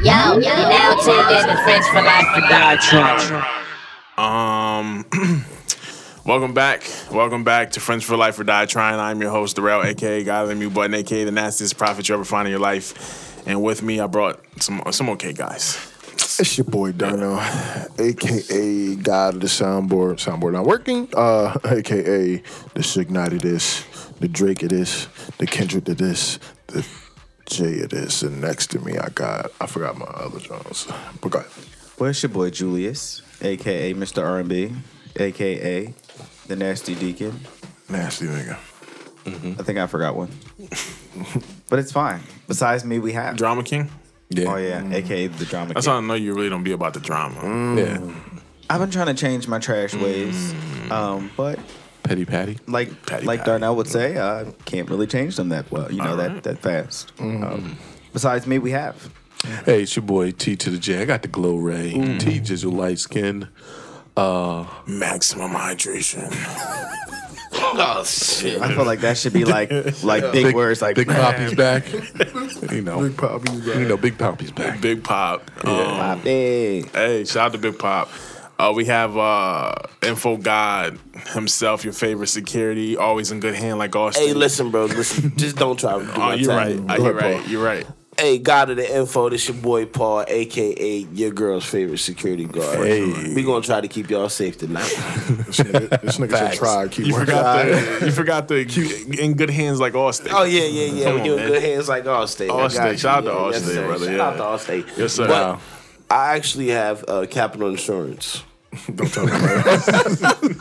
Yo, now tuned in to French for Life for God Um, welcome back. Welcome back to Friends for Life or Die Trying. I'm your host, Darrell, aka Guy of the Mute Button, aka the nastiest prophet you ever find in your life. And with me, I brought some some okay guys. It's your boy Dono, aka God of the Soundboard. Soundboard not working. Uh, aka the Signite of this, the Drake of this, the Kendrick of this, the Jay of this, and next to me I got I forgot my other Jones. But go ahead. Well, it's your boy Julius, aka Mr. R&B, aka the Nasty Deacon. nasty nigga. I think I forgot one, but it's fine. Besides me, we have. Drama King? Yeah. Oh yeah, aka the drama. That's King. how I know you really don't be about the drama. Yeah. I've been trying to change my trash ways, um, but Petty Patty. like Patty like patty. Darnell would say, I can't really change them that well. You know that that fast. Um, besides me, we have. Hey, it's your boy T to the J. I got the glow ray. Mm. T just light skin. Maximum hydration. Oh shit. I feel like that should be like like big, words like Big Poppy's back. you know. Big Poppy's back. You know, Big Poppy's back. Big Pop. Um, "Ah, big." Hey, shout out to Big Pop. Uh, we have uh, Info God himself, your favorite security, always in good hand like Austin. Hey, listen, bro. Listen, just don't try to do Oh, my you're right. time. Uh, Go you're ahead, Paul. right. You're right. Hey, God of the info, this your boy Paul, aka your girl's favorite security guard. Hey. We gonna try to keep y'all safe tonight. This nigga, this nigga said Facts. try keep You working. forgot the you forgot the in good hands like Austin. oh yeah, yeah, yeah. Come we on, doing man. good hands like Allstate. I got Allstate. you. Shout out to Yeah, yes, Allstate, sir. brother. Shout Yeah. out to Allstate. Yes, sir. But Wow. I actually have uh, Capital Insurance. Don't tell me. man.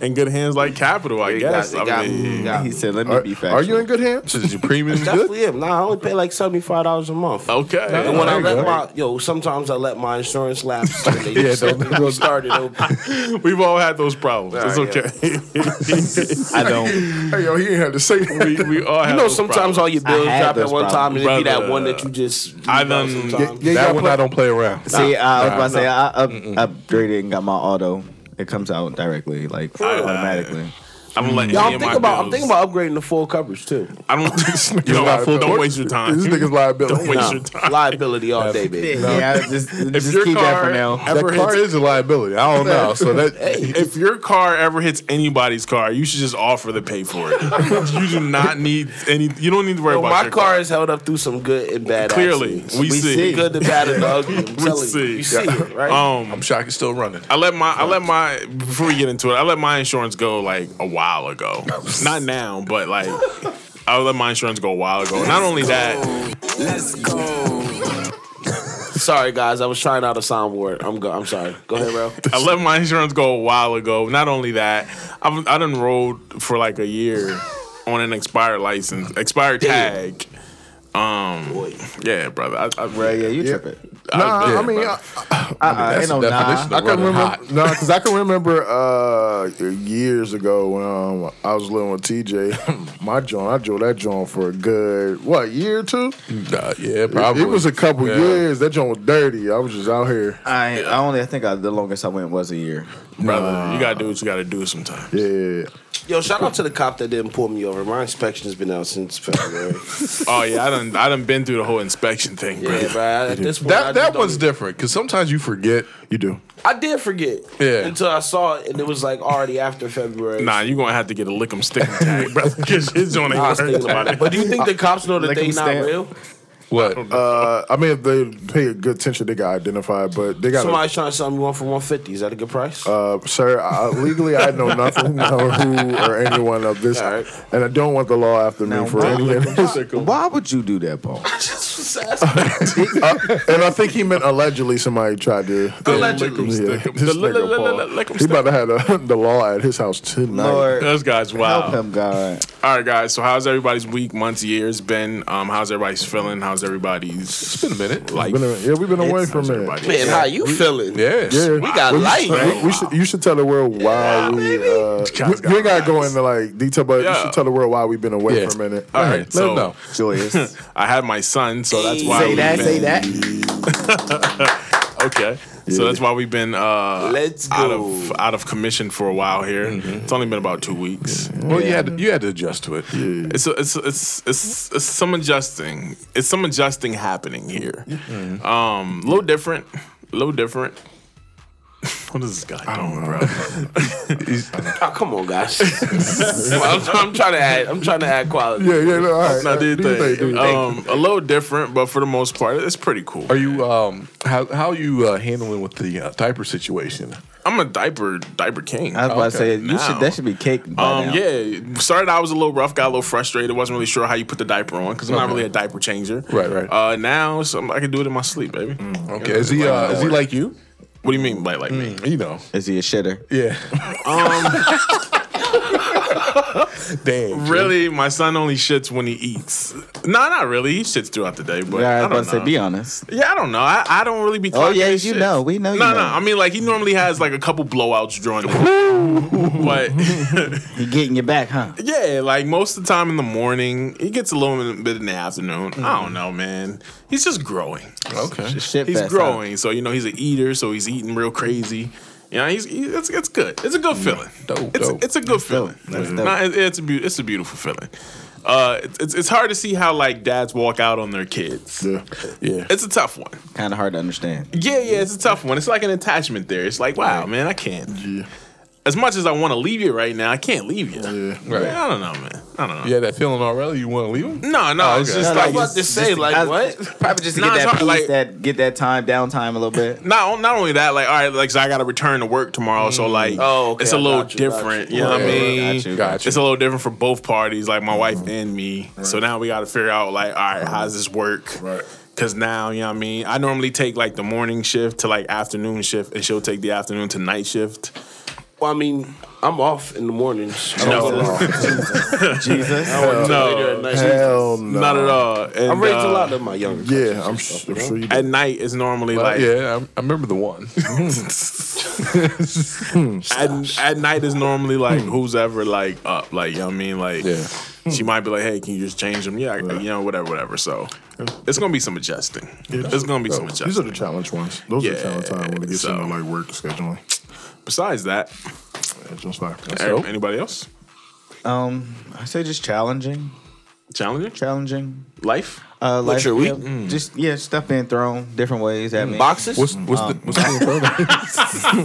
in good hands like Capital, I They got- guess. they I got- mean, got- He said, "Let me Are, be are you factual." in good hands? Is your premium good? Definitely am. Nah, I only pay like seventy five dollars a month. okay. And when I there you let go. my yo, sometimes I let my insurance lapse. and they Yeah, just don't- we started over. We've all had those problems. All it's right, okay. I don't. Hey yo, he ain't had to say that. we, we all have You know, those sometimes problems. all your bills I had drop at those one time, and it be that Brother. one that you just. I leave out done- sometimes. Yeah, that y'all one play- I don't play around. See, uh, I was about to say I up, upgraded and got my auto. It comes out directly, like automatically. I'm gonna let Yo, any I'm of my thinking about I'm bills- thinking about upgrading to full coverage too. I don't. You got don't, full don't court? waste your time. This nigga's liability. Don't waste Nah, your time. liability all day, baby. Yeah, just, If just your keep that car for now. ever that car hits- is a liability. I don't know. So that if your car ever hits anybody's car, you should just offer to pay for it. you do not need any. You don't need to worry Yo, about my your car is held up through some good and bad. Clearly, accidents. we see. The good, the bad, and the ugly. I'm telling see. you, you see it, right? Um, I'm shocked it's still running. I let my I let my before we get into it, I let my insurance go like a while ago. Not now, but like I let my insurance go a while ago. Not only that, sorry guys, I was trying out a soundboard. I'm go- I'm sorry. Go ahead, bro. I let my insurance go a while ago. Not only that, I've I done rolled for like a year on an expired license, expired tag. Um, yeah, brother. I, I, Right, yeah, you tripping. Nah, I Yeah, mean, bro. I, Uh-uh, ain't no the nah. definition I can of running remember hot. no, because I can remember uh, years ago when um, I was living with TJ. My joint, I drove that joint for a good what year or two? Nah, yeah, It- probably. It, was a couple Yeah. years. That joint was dirty. I was just out here. I, I only I think I, the longest I went was a year. brother, you gotta do what you gotta do sometimes. Yeah, Yo, shout out to the cop that didn't pull me over. My inspection has been out since February. Oh yeah, I done I done been through the whole inspection thing, brother. yeah, bro. At this point, I That just that don't one's even- different because sometimes you forget. you do. I did forget. Yeah. Until I saw it, and it was like already after February. Nah, you're gonna have to get a lick 'em stick 'em tag, brother. Because his joint ain't I was worth thinking that. about it. But do you think the cops know that Lick 'em they not stamp. real? What? Uh, I mean, if they pay good attention, they got identified. But they got Somebody's trying to sell me one for one fifty. Is that a good price? Uh, sir, I, legally, I know nothing or who or anyone of this, All right. and I don't want the law after Now, me for why- anything. Why would you do that, Paul? Just asking. and I think he meant allegedly somebody tried to. Allegedly. Yeah, Lick 'em, this the li- nigga li- li- Paul. li- li- lick 'em He stick about to have the, the law at his house tonight. Lord, Those guys, help wow. him, God. All right, guys. So, how's everybody's week, months, years been? Um, how's everybody's feeling? How's everybody's Been a minute. life? Been a- yeah, we've been away for a How's minute. everybody? Man, how you feeling? Yes. Yeah, We got We life. should- we- we should- you should tell the world why we. Uh, Guys we, got we ain't gotta go lives. into like detail, but you Yeah. should tell the world why we've been away Yeah. for a minute. All right, Let so him know. Joyous. I had my son, so that's why. say we've that, been- say that. Okay. So that's why we've been uh, Let's out go. of out of commission for a while here. Mm-hmm. It's only been about two weeks. Well, you had to, you had to adjust to it. It's, it's it's it's it's some adjusting. It's some adjusting happening here. Mm-hmm. Um, a little different. A little different. what is this guy doing, bro? Oh, come on, guys. Well, I'm, I'm trying to add. I'm trying to add quality. Yeah, yeah, no, all right. I did Do your thing, do think your thing. um, a little different, but for the most part, it's pretty cool. Are you um how how you uh, handling with the uh, diaper situation? I'm a diaper diaper king. I was about to say Okay, you should now. that should be cake. By Um, now. yeah, started out was a little rough, got a little frustrated, wasn't really sure how you put the diaper on because I'm not Okay. really a diaper changer. Right, right. Uh, now so I can do it in my sleep, baby. Okay, is he uh, is he like you? What do you mean, like like Mm. me? You know, Is he a shitter? yeah. Um, damn. Jay. Really, my son only shits when he eats. No, not really. He shits throughout the day, but Yeah, I I was about don't to know. say, be honest. yeah, I don't know. I, I don't really be. Oh clocking yeah, his you shit. know, we know you. No, know. no. I mean, like he normally has like a couple blowouts during the week, but He getting your back, huh? Yeah, like most of the time in the morning, he gets a little bit in the afternoon. I don't know, man. He's just growing. Okay. Shit He's fest, huh? growing, so you know he's an eater, so he's eating real crazy. You know, he's he, it's, it's good. It's a good feeling. Dope, it's, dope. it's a good feeling. Mm-hmm. That's dope. Nah, it- it's a beau- it's a beautiful feeling. Uh, it's- it's it's hard to see how like dads walk out on their kids. Yeah. Yeah. It's a tough one. Kind of hard to understand. Yeah, yeah, it's a tough one. It's like an attachment there. It's like, wow, man, I can't. As much as I want to leave you right now, I can't leave you. Right. I don't know, man. I don't know. You had that feeling already. You want to leave him? No, no, it's just No, no, like just- to say, like, I- what? Probably just to Nah, get it's that hard, peace, like- that get that time downtime a little bit. not not only that, like all right, like so I got to return to work tomorrow, so like Oh, okay, it's a I little got you, got different. you. You know what I Right, right, mean? got you. Gotcha. It's a little different for both parties, like my wife and me. So now we got to figure out, like, all right, how does this work? Right. Cause now, you know what I mean? I normally take like the morning shift to like afternoon shift, and she'll take the afternoon to night shift. Well, I mean, I'm off in the mornings. No. Jesus. No, Hell no. not at all. And, I'm raised a uh, lot of my younger. Yeah, I'm, s- I'm sure you At did. night is normally Well, like Uh, yeah, I, I remember the one. at, at night is normally like who's ever like up, like you know what I mean, like Yeah. she might be like, hey, can you just change them? Yeah, I- you know, whatever, whatever. So it's gonna be some adjusting. It's gonna be some These are adjusting. the challenge ones. Those are Yeah, the challenge time when it gets so- into like work scheduling. Besides that, It's just like Eric, anybody else Um, I say just challenging, challenging challenging. life? Uh, What's your yeah, week? Just yeah, stuff being thrown different ways at me. Boxes? What's what's the what's the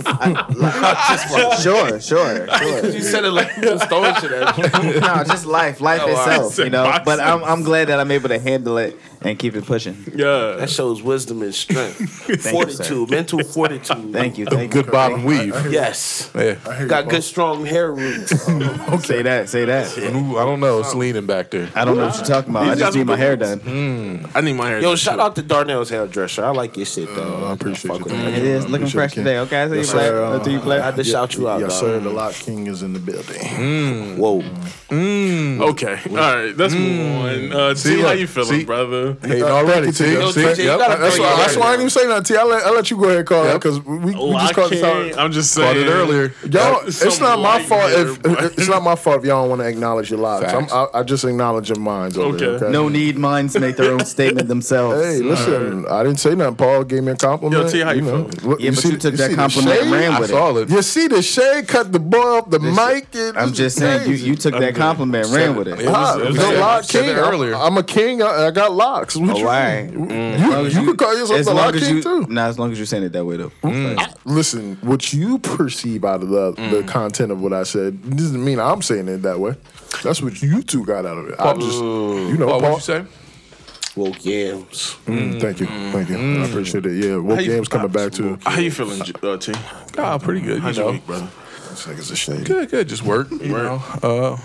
problem? sure, sure, sure. you said it like you was throwing shit at me. no, just life, life Oh, wow. itself, you know. Boxes. But I'm, I'm glad that I'm able to handle it and keep it pushing. Yeah, That shows wisdom and strength. you, sir. fortitude, mental fortitude. Thank you, thank you. Good bottom weave. Yes. Yeah. Got good, strong hair roots. Say that, say that. Ooh, I don't know. It's leaning back there. I don't know what you're talking about. I These guys just are need my good hair ones. done. I need my hair. Yo, done, shout too. out to Darnell's hairdresser. I like your shit, though. Uh, I appreciate you. It is looking fresh today. Okay, I see you, Black. sir. I see you, I had Black. to shout you out, Yes, dog. sir. The Lock King is in the building. Whoa. Okay, all right, let's move on. Uh, see, how look, you feeling, see- brother? Hey, already, see, Yo, see, TJ, you Yep, gotta that's throw why. your That's hair why I down. didn't even say say nothing. T. I let, I let you go ahead and call Yep. it because we, we Lock just called this out. King, I'm just saying. Caught it earlier. Y'all, it's Something not my like fault that, if but- it's not my fault if y'all don't want to acknowledge your lives. I'm, Facts. I, I just acknowledge your minds. Over okay. Okay. okay. No need minds make their own statement themselves. Hey, listen, I didn't say nothing. Paul gave me a compliment. Yo, T, how you know. feeling? Look, yeah, but see you the- took that see the compliment and shade? ran I with it. saw it. You see the shade cut the boy off the mic. It- I'm it's just saying, you, crazy. you took that compliment and ran with it. It was- Ah, it was- no yeah, lock I said king. Oh, that Earlier. earlier. I'm, I'm a king. I, I got locks. What Oh, you, right. you, you, you could call yourself as the long lock as king you, too. Nah, as long as you're saying it that way, though. Listen, what you perceive out of the, the content of what I said doesn't mean I'm saying it that way. That's what you two got out of it. I'm just, you know, Oh, Paul- what'd you say? Woke yams. Mm, thank you, thank you. I appreciate it. Yeah, what How you- game's coming back to? How you feeling, J- uh, T? Oh, pretty good. You How's your know, week, brother? This nigga's a shade. good, good. Just work. You know, uh,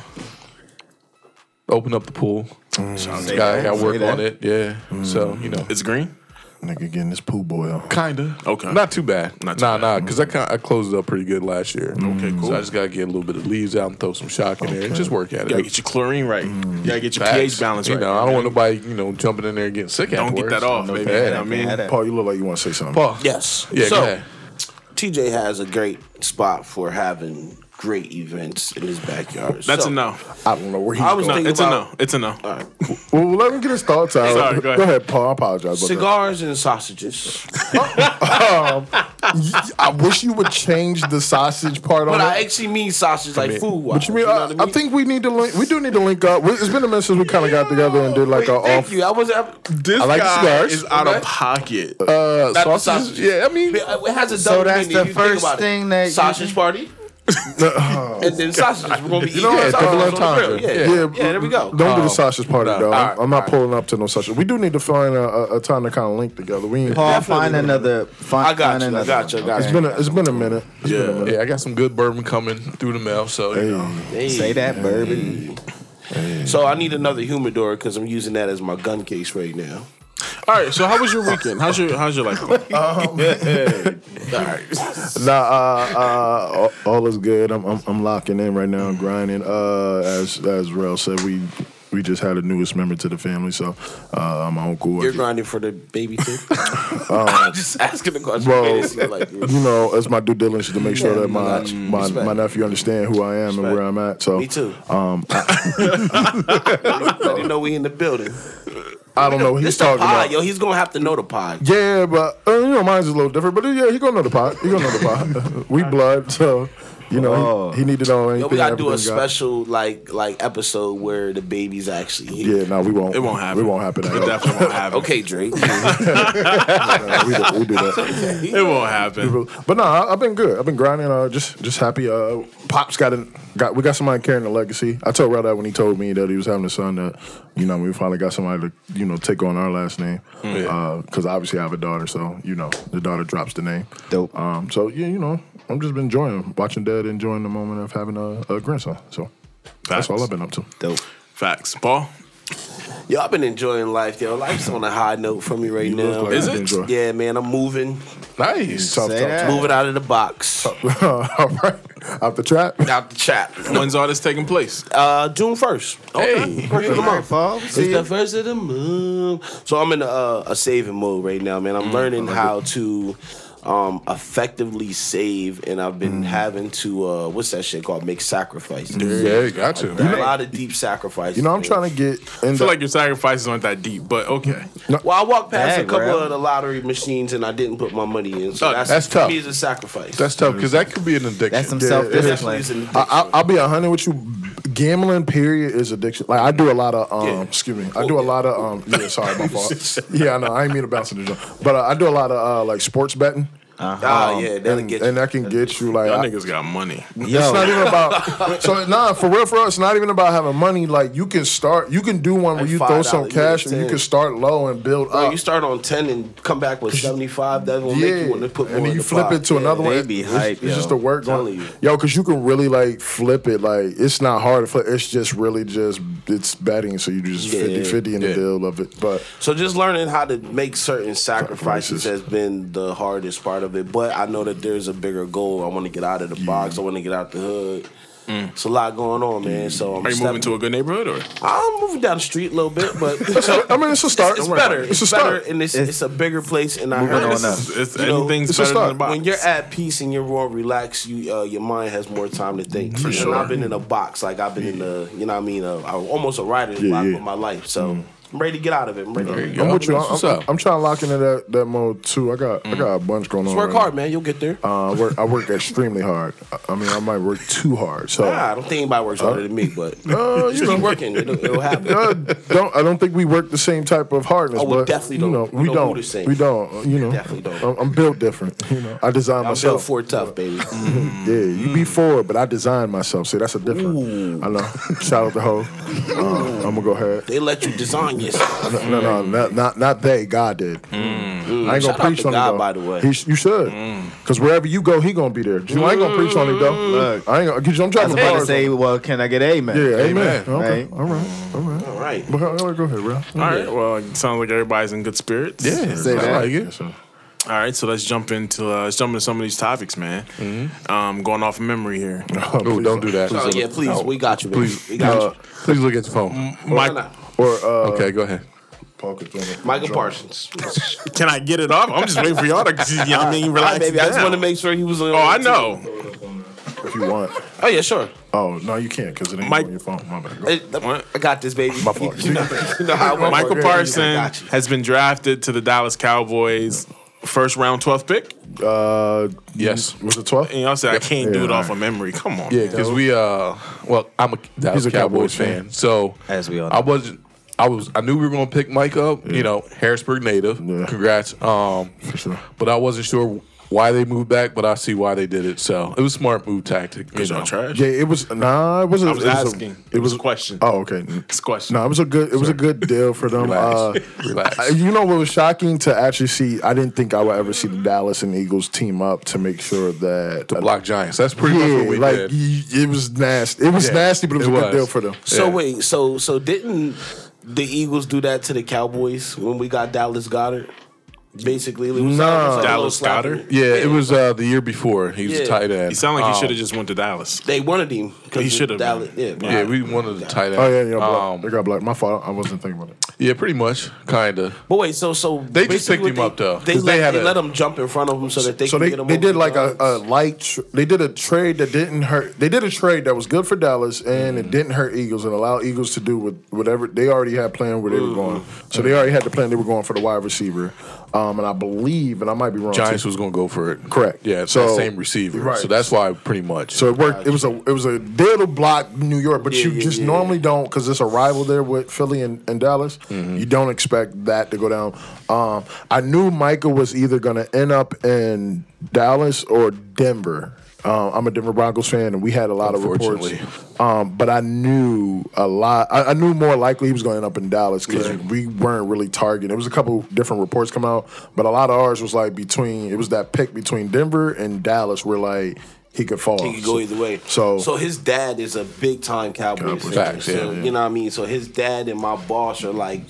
open up the pool. Say Got that, got say work that. on it. Yeah. So you know, It's green. Nigga getting this poo boil. kinda Okay. Not too bad. Not too nah, bad. nah. Because I kind I closed it up pretty good last year. Okay, cool. So I just gotta get a little bit of leaves out and throw some shock in there and just work at You gotta it. get your chlorine right. You gotta get your Facts. pH balance You right. know, I don't want nobody you know jumping in there and getting sick. Don't get afterwards. that off, No baby. bad. You know what I mean, Paul, you look like you want to say something. Paul. Yes. Yeah. so, go ahead. TJ has a great spot for having great events in his backyard. That's So, a no. I don't know where he's I was going. No, thinking it's about a no. It's a no. Well, let him get his thoughts out. Sorry, go ahead. Paul. I apologize. About cigars and sausages. that. I wish you would change the sausage part on But I it. actually mean sausage like food. But you mean, uh, I, I, think we need to link. We do need to link up. We- It's been a minute since we kind of got together and did like a thank off. you. I wasn't. I- This I like guy cigars. is out Okay. of pocket. Uh, Not the sausages? sausages. Yeah, I mean, It has a double So that's meaning, the if you think first about it. thing that you- sausage party. and then sausages. We're gonna be eating know what? sausages Double on the grill. entendre. Yeah, Yeah. yeah, There we go. don't do the sausage party though. Oh. All right, I'm not pulling up to no sausage. We do need to find a, a, a time to kind of link together. We ain't. Paul, Definitely. find another. Find, I got find you. I another got you. I one. got It's you. been a, it's been a minute. It's been a minute. Yeah, I got some good bourbon coming through the mail, so you know. Hey. Say that bourbon. So I need another humidor because I'm using that as my gun case right now. All right. So how was your weekend? How's your How's your life? going? Oh, All right. Nah, uh, uh, all- all is good. I'm, I'm I'm locking in right now, grinding. Uh, as as Rel said, we we just had a newest member to the family, so uh, my uncle. You're grinding for the baby too. Uh, I'm just asking the question. Bro. Made it seem like you- you know, it's my due diligence to make sure Yeah, that my gotcha. my, Respect. my nephew understand who I am and where I'm at. So Me too. Um, I, Let him know we in the building. I don't know what This he's the pod, talking about. yo. He's gonna have to know the pod. Yeah, but uh, you know, mine's a little different. But uh, yeah, he gonna know the pot. He gonna know the pot. we blood, so you know, Oh. he, he need to know anything. Yo, we gotta do a everything, God. special like like episode where the baby's actually here. Yeah, no, we won't. It won't happen. We won't happen. At It all. definitely won't happen. Okay, Drake. No, we, do, we do that. It won't happen. But no, I, I've been good. I've been grinding. Uh, just just happy. Uh, pops got an got. We got somebody carrying the legacy. I told Rel that when he told me that he was having a son. That you know we finally got somebody to you know take on our last name. Because obviously I have a daughter, so you know the daughter drops the name. Dope. Um. So yeah, you know I'm just been enjoying watching dad, enjoying the moment of having a, a grandson. So that's all I've been up to. Dope. Facts. Paul. yo, I've been enjoying life. Yo, life's on a high note for me right You now. look like Is I've it? been enjoying- Yeah, man. I'm moving, Nice. Tough, Say tough, that. moving out of the box, tough. all right. Out the trap. out the trap. When's all this taking place? Uh, June first. Hey. First of the All right, month. Paul. It's See the you. first of the month. So I'm in a, a saving mode right now, man. I'm Mm, learning how to um, effectively save, and I've Mm. been having to uh, what's that shit called? Make sacrifices. Yeah, got you. A lot of deep sacrifices. You know I'm man. trying to get. In I feel like your sacrifices aren't that deep, but okay. Well, I walked past Dang, a couple bro. of the lottery machines and I didn't put my money in. So Oh, that's, that's for tough. me is a sacrifice. That's tough because that could be an addiction. That's some Yeah, self it definitely discipline. is an addiction. I, I, I'll be hundred with you. Gambling period is addiction. Like I do a lot of um, Yeah. excuse me, I do a lot of um, yeah, sorry, my fault. yeah, I know, I ain't mean to bounce in the joint, but uh, I do a lot of uh, like sports betting. uh-huh. Ah, yeah, that'll um, and, get and you. that can get you like Y'all I- niggas got money. it's not Yo, even about so nah for real for real, it's not even about having money like you can start you can do one where Like you throw some $5, cash and yeah, you 10. can start low and build Bro, up you start on 10 and come back with 75. That will make you want to put more and then in you the flip pot. it to Yeah. another one. They be it's, hype, it's yo. just the work Telling going, you. yo, because you can really like flip it. Like it's not hard to flip. It's just really just it's betting, so you do just Yeah. 50 50 in the deal of it. But So just learning how to make certain sacrifices Sacrifices. has been the hardest part of it. But I know that there's a bigger goal. I want to get out of the box. I want to get out the hood. It's a lot going on, man. So I'm Are you moving stepping- to a good neighborhood or? I'm moving down the street a little bit, but so, I mean, it's a start. It's, Don't worry better. about it. It's, It's a better, start. and it's, it's, It's- a bigger place. And I Moving heard on this up. is- It's, it's, you know, anything's it's a better than start. the box. when you're at peace and you're more relaxed, you uh, your mind has more time to think. and sure. I've been in a box, like I've been in a, you know, what I mean, a, a, almost a writer's Yeah, block yeah. with my life. So I'm ready to get out of it. I'm ready. to you I'm with you. That's I'm, what's I'm, up. I'm trying to lock into that, that mode too. I got I got a bunch going on. Mm. Work right hard, now. man. You'll get there. Uh, I work I work extremely hard. I- I mean, I might work too hard. So Nah, I don't think anybody works harder than me, but Uh, you just keep know. working. It'll, it'll happen. Uh, don't I don't think we work the same type of hardness. Oh, we but, definitely don't. You know, We don't do we don't. the same. We don't. uh, You know, definitely don't. I'm, I'm built different. You know, I designed I'm built myself. for it tough, baby. Yeah, you be forward, but I designed myself. See, that's a different. I know. Shout out to Ho. Uh, I'm gonna go ahead. They let you design yourself. No, no, no, not not, not they. God did. I ain't Mm. Shout gonna out preach to on God, it. though. by the way. Mm. He sh- you should, because wherever you go, he gonna be there. You I ain't gonna preach on it though. I ain't gonna. Cause I I'm trying was to about to bars. on say, it. well, can I get an amen? yeah, amen. Amen. Okay, Right. all right, all right. All right. Well, all right, Go ahead, bro. All right. Well, it sounds like everybody's in good spirits. yeah, Say I that. like it. Yes, sir. All right. So let's jump into uh, let's jump into some of these topics, man. Um, going off memory here. Oh, don't do that. Oh, yeah, please. We got you, baby. Please, we got uh, you. please look at your phone. Why Mike, not? Or uh, Okay, go ahead. Paul could join it. Michael Parsons. can I get it off? I'm just waiting for y'all to. You know what I mean, All relax. Oh, right, baby. I just down. want to make sure he was on. Oh, I know. If you want. Oh yeah, sure. Oh no, you can't because it ain't Mike- on your phone. My bad. Go. Hey, What? I got this, baby. My fault. You know, you know how I work. Michael yeah, Parson got you. has been drafted to the Dallas Cowboys first round 12th pick. Uh, Yes. was it twelve? And y'all said I can't do Yeah, it off alright. of memory. Come on. Yeah, because we uh, well, I'm a Dallas He's a Cowboys, Cowboys fan, fan. so As we all know. I wasn't. I was. I knew we were gonna pick Mike up. You know, Harrisburg native. Yeah. Congrats. Um, For sure. but I wasn't sure why they moved back, but I see why they did it. So it was smart move tactic. You Is y'all know. trash? Yeah, it was nah. It was. I was it was asking. A, it was. a question. Oh, okay. It's a question. No, it was a good. It was a good deal for them. Relax. Uh, Relax. I- you know what was shocking to actually see? I didn't think I would ever see the Dallas and Eagles team up to make sure that Block Giants. That's pretty Yeah, much what we like did. y- it was nasty. It was Yeah, nasty, but it was it a good was. deal for them. So Yeah. wait, so so didn't the Eagles do that to the Cowboys when we got Dallas Goddard? Basically, it was almost Nah. like a little Dallas sloppy. Goddard? yeah, it was uh, the year before. He was a Yeah. tight end. He sounded like Um, he should have just went to Dallas. They wanted him because He should have Dallas. Yeah, been. Yeah, we wanted a tight end. Oh yeah, yeah, block. Um, they got black. My fault. I wasn't thinking about it. yeah, pretty much, kind of. But wait, so so They just picked basically what him they- up, though, They 'cause let, they they had a- let him jump in front of him so that they So can they, get him. they over did the like a, lines. a light. Tr- they did a trade that didn't hurt. They did a trade that was good for Dallas and it didn't hurt Eagles and allow Eagles to do with whatever they already had planned where they were going. So they already had the plan they were going for the wide receiver. Um, and I believe, and I might be wrong. Giants too. was going to go for it. Correct. Yeah, it's So- that same receiver. Right. So that's why pretty much. So it worked. It was a it was a deal to block New York, but Yeah, you yeah, just yeah. normally don't because it's a rival there with Philly and, and Dallas. Mm-hmm. You don't expect that to go down. Um, I knew Michael was either going to end up in Dallas or Denver. Um, I'm a Denver Broncos fan, and we had a lot of reports. Unfortunately. Um, but I knew a lot. I, I knew more likely he was going to end up in Dallas because we weren't really targeting. There was a couple different reports come out, but a lot of ours was like between. It was that pick between Denver and Dallas where like he could fall. He could go either way. So- so his dad is a big time Cowboys fan. Facts, so, yeah, yeah. You know what I mean? So his dad and my boss are like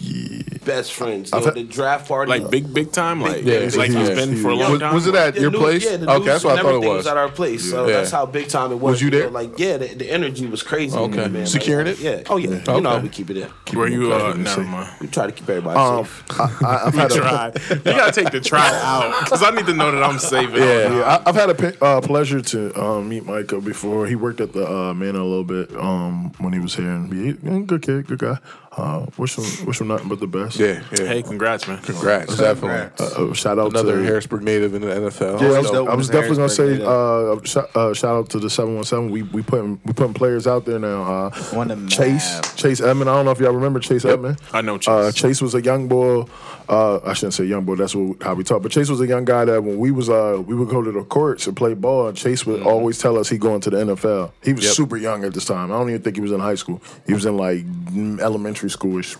best friends. I've Yo, had- the draft party, Like big, big time. Like, Yeah, it's like yeah, he's yeah. been for a long was, time. was it at The your news- place? Yeah, the okay, that's what I thought it everything was. was at our place. So Yeah. that's how big time it was. Was you there? Like, yeah, the, the energy was crazy. Okay. man. Securing Like, it? Yeah. Oh yeah. You know Okay. how we keep it in. Were you? Uh, never see. mind. We try to keep everybody Um, safe. I, I, I've had a, Try. You gotta take the try out because I need to know that I'm saving. Yeah. yeah, I, I've had a pe- uh, pleasure to um, meet Michael before. He worked at the uh, Manor a little bit um, when he was here, and he, he- good kid, good guy. Uh, wish him, wish him nothing but the best. Yeah, yeah. Hey, congrats, man. Congrats, definitely. Uh, uh, shout out Another to Harrisburg native in the NFL. Yeah, So- I was, I was Harrisburg, definitely gonna say yeah. uh, sh- uh, shout out to the seven one seven. We we putting we putting players out there now. Uh, On the map. Chase Chase Edmond. I don't know if y'all remember Chase Edmond. I know Chase. Uh, Chase was a young boy. Uh, I shouldn't say young boy. That's what, how we talk. But Chase was a young guy that when we was uh, we would go to the courts and play ball. And Chase would always tell us he going to the NFL. He was Mm-hmm. Yep. super young at this time. I don't even think he was in high school. He was in like mm, elementary schoolish.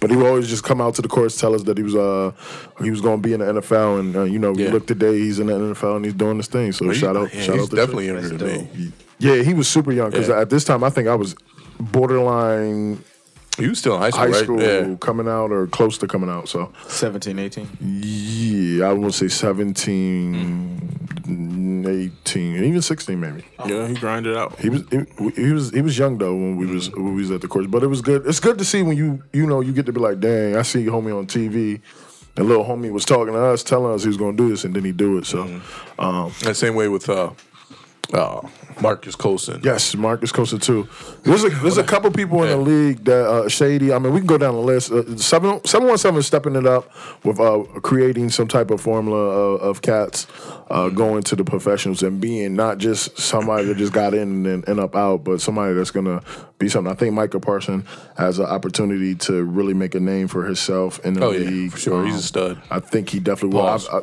But he would always just come out to the courts, tell us that he was uh he was going to be in the NFL, and uh, you know Yeah. you look today, he's in the NFL and he's doing this thing. So Well, he- shout out, yeah, shout he's out, to definitely Chase. younger than That's me. yeah, he was super young because Yeah. at this time I think I was borderline He was still in high school, high right? school Yeah. coming out or close to coming out. So 17, 18. yeah, I would say 17, 18, and even 16 maybe. Yeah, he grinded out. He was he, he was he was young though when we was when we was at the course, but it was good. It's good to see when you you know you get to be like, dang, I see homie on TV. And little homie was talking to us, telling us he was gonna do this, and then he do it. So, um, And same way with uh, uh, Marcus Colson. yes, Marcus Costa too. There's a there's a couple people in the league that uh, shady. I mean, we can go down the list. Uh, seven seven one seven is stepping it up with uh, creating some type of formula of, of cats uh, going to the professionals and being not just somebody that just got in and then end up out, but somebody that's gonna be something. I think Michael Parson has an opportunity to really make a name for himself in the Oh, yeah, league. Um, for sure. He's a stud. I think he definitely will. I, Pause. I,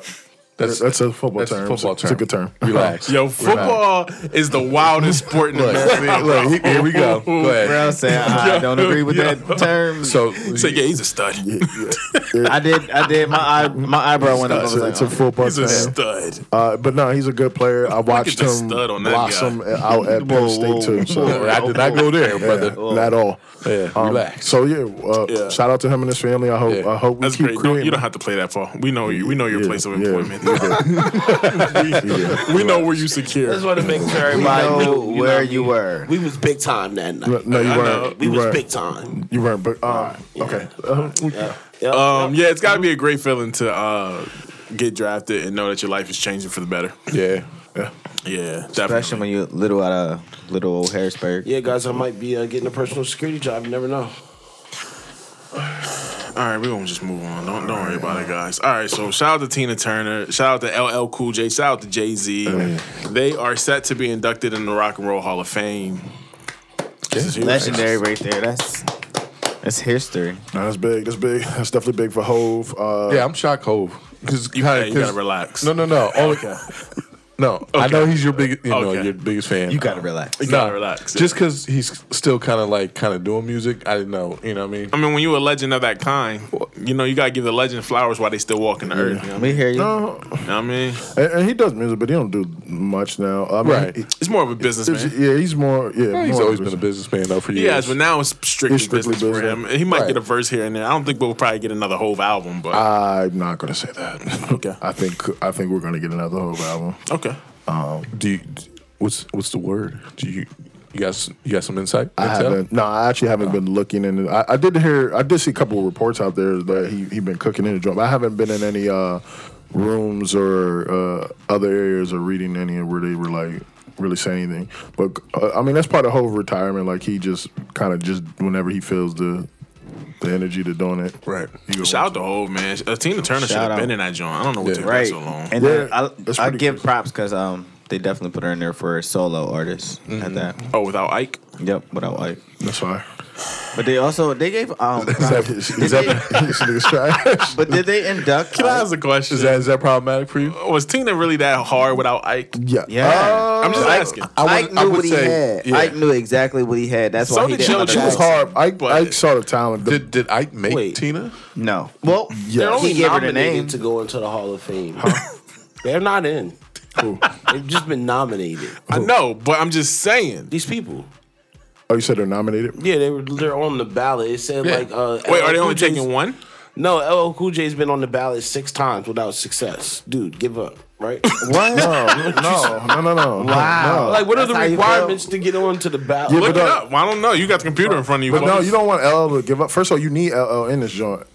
that's, that's a football that's a term. football It's a good term. Relax. Yo, football is the wildest sport in Look, America. see, look, he- here we go. Go Bro, ahead. said I don't agree with Yo. that term. So, So yeah, he's a stud. I did. I did. My eye, my eyebrow went up. I It's was a, like, it's a football He's a term. stud. Uh, but no, he's a good player. I watched the him stud on that blossom out at Penn State too. So I did not go there, brother. yeah, not at all. Yeah, Um, relax. So yeah, uh, Yeah. shout out to him and his family. I hope Yeah. I hope we That's keep great. Don't, creating. you don't have to play that far. We know you. We know your Yeah, place of yeah, employment. yeah. we know where you secure. Just want to make sure we everybody know knew, oh, you where know, you were. We was big time that night. No, no, uh, you I weren't. we you was weren't. big time. You weren't. But uh, okay. Uh, we- Yep. Um, yeah, it's got to be a great feeling to uh, get drafted and know that your life is changing for the better. Yeah. Yeah, Especially definitely. when you're little out of little old Harrisburg. Yeah, guys, I might be uh, getting a personal security job. You never know. All right, we're gonna just move on. Don't don't worry about it, guys. All right, so shout out to Tina Turner, shout out to LL Cool J, shout out to Jay Z. Oh, They are set to be inducted in the Rock and Roll Hall of Fame. Legendary right there. That's that's history. Nah, that's big. That's big. That's definitely big for Hove. Uh, Yeah, I'm shocked, Hove. Because You, gotta, you gotta relax. No, no, no. Only, No, I know he's your big, you know, Okay. your biggest fan. You gotta relax. You gotta relax, yeah. Just because he's still kind of like kind of doing music, I didn't know. You know what I mean? I mean, when you a legend of that kind, you know you gotta give the legend flowers while they still walking the earth. You know what I mean? We hear you. You know what I mean? and, and he does music, but he don't do much now. I mean, Right. he- It's more of a businessman. it's- yeah, he's more. Yeah, Well, he's more always of been a businessman though for years. Yes, but now it's strictly, It's strictly business, for him. business. He might Right. get a verse here and there. I don't think we'll probably get another whole album, but I'm not gonna say that. Okay. I think I think we're gonna get another Hove album. okay. do you, what's what's the word? Do you you got s- you got some insight? I intel? haven't. No, I actually haven't been looking in. I, I did hear. I did see a couple of reports out there that he he been cooking in the drum. I haven't been in any uh, rooms or uh, other areas or reading any where they were like really say anything. But uh, I mean, that's part of whole retirement. Like he just kind of just whenever he feels the the energy to doing it. Right. he go Shout out watch to Hov, man. Uh, Tina Turner Shout should have out. been in that joint. I don't know what Yeah. took right. that so long. And Yeah, then I that's I pretty give crazy. props because um they definitely put her in there for a solo artist at that. oh, without Ike? Yep, without like. it. That's why. But they also they gave um. props- Is that this nigga's trash? but did they induct? uh, Can I ask a question? Is that is that problematic for you? was Tina really that hard without Ike? Yeah. Yeah. Uh, I'm just asking. I would- Ike knew I would what he say- had. yeah. Ike knew exactly what he had. That's So why he did didn't. Joe let she her was Jackson. go. hard. Ike, But- Ike saw the talent. The- Did did Ike make Wait. Tina? No. Well, They're They're he only gave her the nominated name. to go into the Hall of Fame. They're not in. They've just been nominated. I know, but I'm just saying. These people. oh, you said they're nominated. Yeah, they were. They're on the ballot. It said Yeah. like. Uh, Wait, are LL they only Cool J's- taking one? No, LL Cool J's been on the ballot six times without success. Dude, give up, right? What? No, no, no, no. Wow. like, what are That's the how you requirements to get onto the ballot? Yeah, Look it but, uh, up. Well, I don't know. You got the computer in front of you. But no, folks. you don't want LL to give up. First of all, you need LL in this joint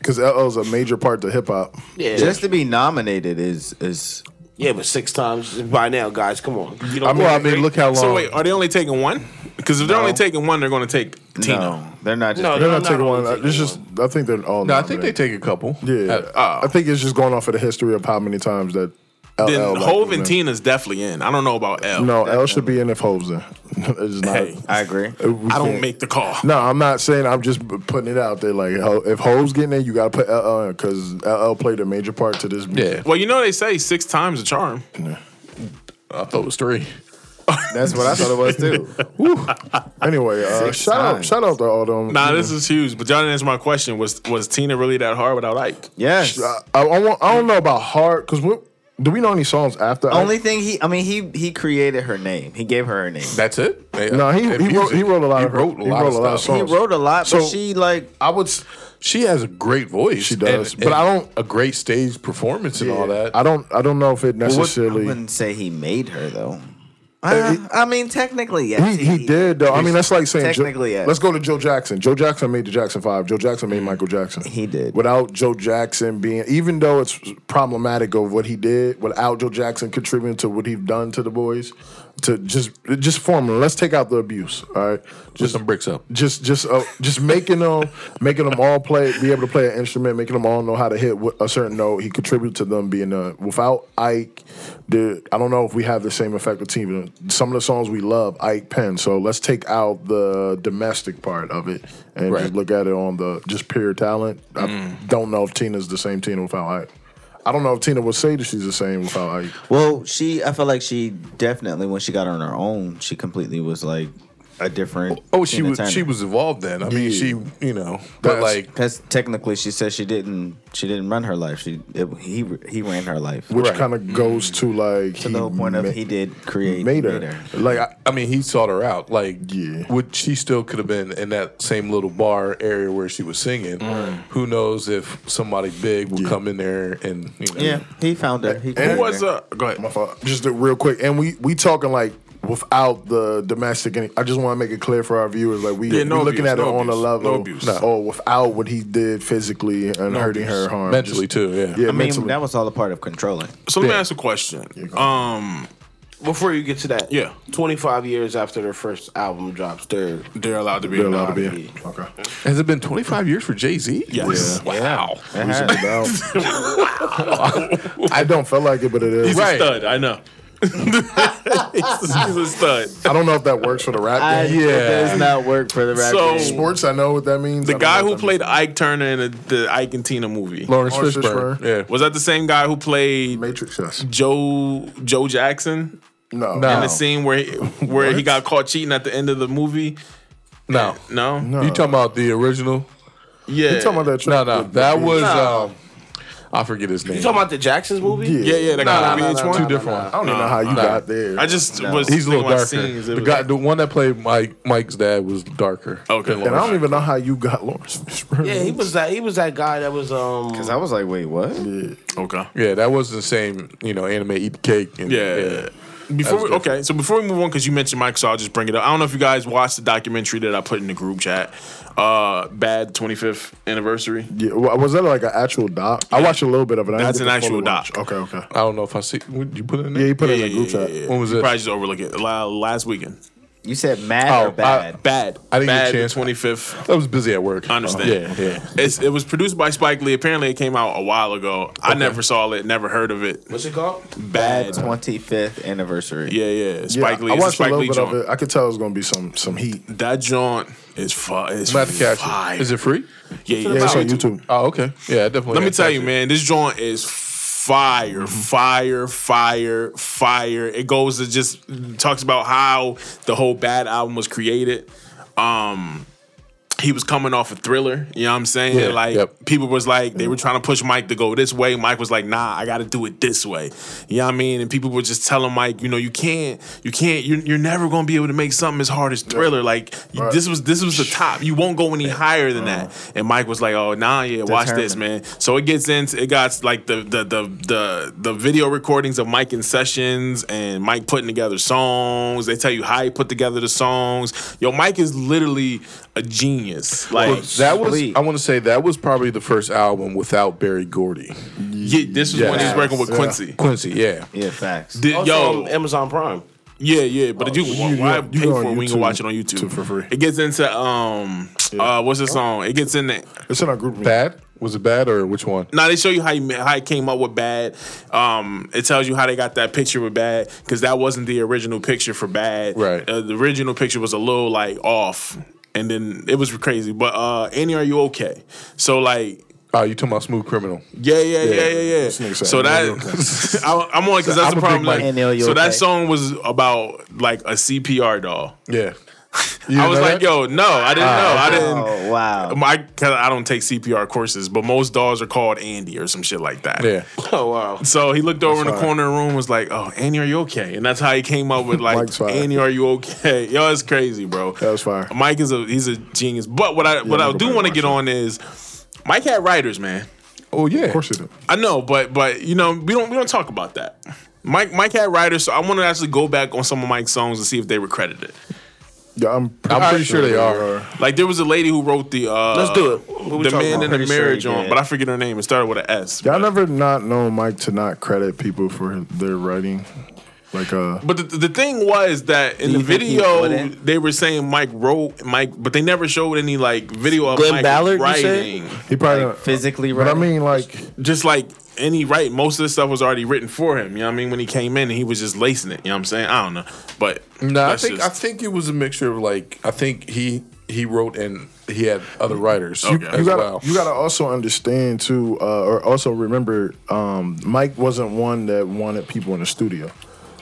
because LL is a major part to hip hop. yeah, Just to be nominated is is yeah, but six times by now, guys. Come on, you don't I mean, know. I mean, look how long. So wait, are they only taking one? Because if they're only taking one, they're going to take Tina. no. They're not just. No, they're I'm not not taking only one. taking It's just I think they're all. No, I think they nominated. take a couple. Yeah, I think it's just going off of the history of how many times that LL. Then liked Hove them. and Tina's definitely in. I don't know about L. No, L should be in if Hove's in. it's not. Hey, I agree. we I don't can't- make the call. No, I'm not saying. I'm just putting it out there. Like, Ho- if Hove's getting in, you got to put LL in because LL played a major part to this. Yeah, Music. Well, you know they say six times a charm. I thought it was three. That's what I thought it was too. Anyway, uh, Six shout out, times. shout out to all them. Nah, this is huge. But y'all didn't answer my question. Was was Tina really that hard without Ike? yes. I, I, want, I don't know about hard because what do we know any songs after? I- Only thing he, I mean, he he created her name. He gave her her name. That's it. They- No, he- and he wrote- music. he wrote a lot He of- wrote a he lot wrote a lot of of stuff. He wrote a lot, but So- she like I would. s- She has a great voice. She does, and- but I and don't- A great stage performance and all that. I don't. I don't know if it I necessarily. wouldn't say he made her though. Uh, I mean, technically, yes. he, he did though. I mean, that's like saying Joe- Technically, yes. let's go to Joe Jackson. Joe Jackson made the Jackson Five. Joe Jackson made Michael Jackson. He did. without Joe Jackson being, even though it's problematic of what he did, without Joe Jackson contributing to what he's done to the boys, to just just formula. Let's take out the abuse. All right, Put just some bricks up. just just uh, just making them making them all play be able to play an instrument making them all know how to hit wh- a certain note he contributed to them being uh, without ike the i don't know if we have the same effect with team some of the songs we love ike penn so let's take out the domestic part of it and Right. Mm. just look at it on the just pure talent i don't know if tina's the same tina without ike i don't know if tina would say that she's the same without ike Well, she, I feel like she definitely, when she got on her own, she completely was like a different. Oh, she Tina was Turner. she was involved then. I mean, Yeah. she you know, but That's- like Because technically, she said she didn't. She didn't run her life. She it, he he ran her life. which Right. kind of goes to like Mm. to the whole point of ma- he did create made her, like I, I mean, he sought her out. Like, Yeah. would she still could have been in that same little bar area where she was singing? Mm. Who knows if somebody big would come in there and you know, Yeah, he found her. He And- Who created was her. uh? Go ahead. My fault. Just a- real quick, and we we talking like without the domestic. And I just want to make it clear for our viewers, like we, Yeah, no we looking abuse, at it no on the abuse, level, no abuse. No. or without what he did physically and hurting abuse. her harm mentally Just- too. Yeah. Yeah, I mean, mentally. that was all a part of controlling. So let me Yeah. ask a question. Um, Before you get to that, Yeah. 25 years after their first album drops, they're they're allowed to be. They're in the allowed to be. lobby. Okay. Has it been 25 years for Jay Z? Yes. Wow. I don't feel like it, but it is. He's Right. a stud. I know. he's, a, he's a stud. I don't know if that works for the rap I, game. yeah, it does not work for the rap. So- game. Sports, I know what that means. The I don't guy know who what that played Ike Turner in the, the Ike and Tina movie Lawrence Lawrence Fishburne. Fishburne. Yeah. was that the same guy who played means. Matrix. Yes. Joe Joe Jackson No. No. in the scene where he, where he got caught cheating at the end of the movie? No. No, no, You talking about the original? yeah, You talking about that? No, track no. with- That was um I forget his name. You talking about the Jacksons movie? yeah, yeah, that Nah, got nah, on nah, VH1. nah, Two different I ones. don't even know how you got there. I just was He's a little thinking about darker. scenes. It the was guy, like- the one that played Mike, Mike's dad was darker. Okay. than and I Lawrence. don't even know how you got Lawrence Fishburne. Yeah, he was that. He was that guy that was um. Because I was like, wait, what? okay. Yeah, that wasn't the same. You know, anime eat the cake. And, Yeah. Before That we, was okay, so before we move on, because you mentioned Mike, so I'll just bring it up. I don't know if you guys watched the documentary that I put in the group chat, uh, Bad 25th Anniversary. Yeah, wa- was that like an actual doc? I watched a little bit of it. I That's didn't get an to fully actual watch. doc. Okay, okay. I don't know if I see. Would you put it in there? Yeah, he put it Yeah, in a group yeah, chat. yeah, yeah. When was You it? Probably just overlook it. La- Last weekend. You said mad Oh, or bad? Bad. I didn't get Bad a chance. 25th I was busy at work. I understand. Yeah, yeah. It's, it was produced by Spike Lee. Apparently, it came out a while ago. I never saw it, never heard of it. what's it called? Bad. 25th anniversary. Yeah, yeah. Spike Lee. I It's a watched a Spike little Lee bit joint. of it. I could tell it was gonna be some some heat. That joint is fire. It's I'm about to catch fire. it. Is it free? Yeah, yeah. Yeah, it's it's on YouTube. YouTube. Oh, okay. Yeah, I definitely. Let me gotta tell catch you, it. man. This joint is Mm-hmm. fire, fire, fire, fire. It goes to just talks about how the whole Bad album was created. Um, he was coming off a thriller. You know what I'm saying? Yeah, like yep. Mm-hmm. people was like they were trying to push Mike to go this way. Mike was like, nah, I gotta do it this way. You know what I mean? And people were just telling Mike, you know, you can't, you can't, you're, you're never gonna be able to make something as hard as thriller. Like you- Right. this was this was the top. You won't go any higher than Uh-huh. that. And Mike was like, oh nah, yeah, watch this, man. So it gets into it got like the the the the the video recordings of Mike in sessions and Mike putting together songs. They tell you how he put together the songs. Yo, Mike is literally a genius. Like Well, that was. Sweet. I want to say that was probably the first album without Barry Gordy. yeah, this was when he was Yes. working with Yeah. Quincy. Quincy. Yeah. Yeah, facts. Did- Also yo, on Amazon Prime. yeah, yeah, but you, why- Oh, you why go- you pay go for on it when you can YouTube watch it on YouTube too for free. It gets into um, uh, what's the song? It gets in there. It's in our group. meeting. Bad. Was it bad or which one? Now they show you how he how he came up with Bad. Um, it tells you how they got that picture with Bad because that wasn't the original picture for Bad. Right. Uh, the original picture was a little like off, and then it was crazy. But uh, Annie, are you okay? So like. Oh, you talking about Smooth Criminal? Yeah, yeah, yeah, yeah, yeah. nigga said, So "I'm that gonna be I, I'm on because that's I'm the gonna problem. pick my- Like, And they'll you so okay. that song was about like a CPR doll. Yeah. I was like, yo, no, I didn't know. I didn't. Oh wow. My, cause I don't take CPR courses, but most dolls are called Andy or some shit like that. Yeah. Oh wow. So he looked over in the fire. corner of the room, was like, "Oh, Annie, are you okay?" And that's how he came up with like, Mike's fire. "Annie, are you okay?" Yo, it's crazy, bro. That was fire. Mike is a he's a genius. But what I what I I'm do gonna want to watch get it. on is Mike had writers, man. Oh yeah. Of course it is. I know, but but you know, we don't we don't talk about that. Mike Mike had writers, so I want to actually go back on some of Mike's songs and see if they were credited. Yeah, I'm. Pretty I'm pretty sure they are. Like there was a lady who wrote the uh, Let's do it. What we the talking man about? in the Pretty sure marriage he on, did. but I forget her name. It started with an S. Y'all but- never not known Mike to not credit people for their writing. Like uh, But the, the thing was that Do in the you think he video wouldn't? they were saying Mike wrote Mike, but they never showed any like video of Glenn Mike Ballard, you said? writing. he probably don't- Physically But right. I mean, like, Just like any writing, most of the stuff was already written for him. You know what I mean? When he came in, he was just lacing it. You know what I'm saying? I don't know, but No, I that's think I just- think it was a mixture of like I think he he wrote and he had other writers Okay. as you gotta well. you gotta also understand too, uh, or also remember, um, Mike wasn't one that wanted people in the studio.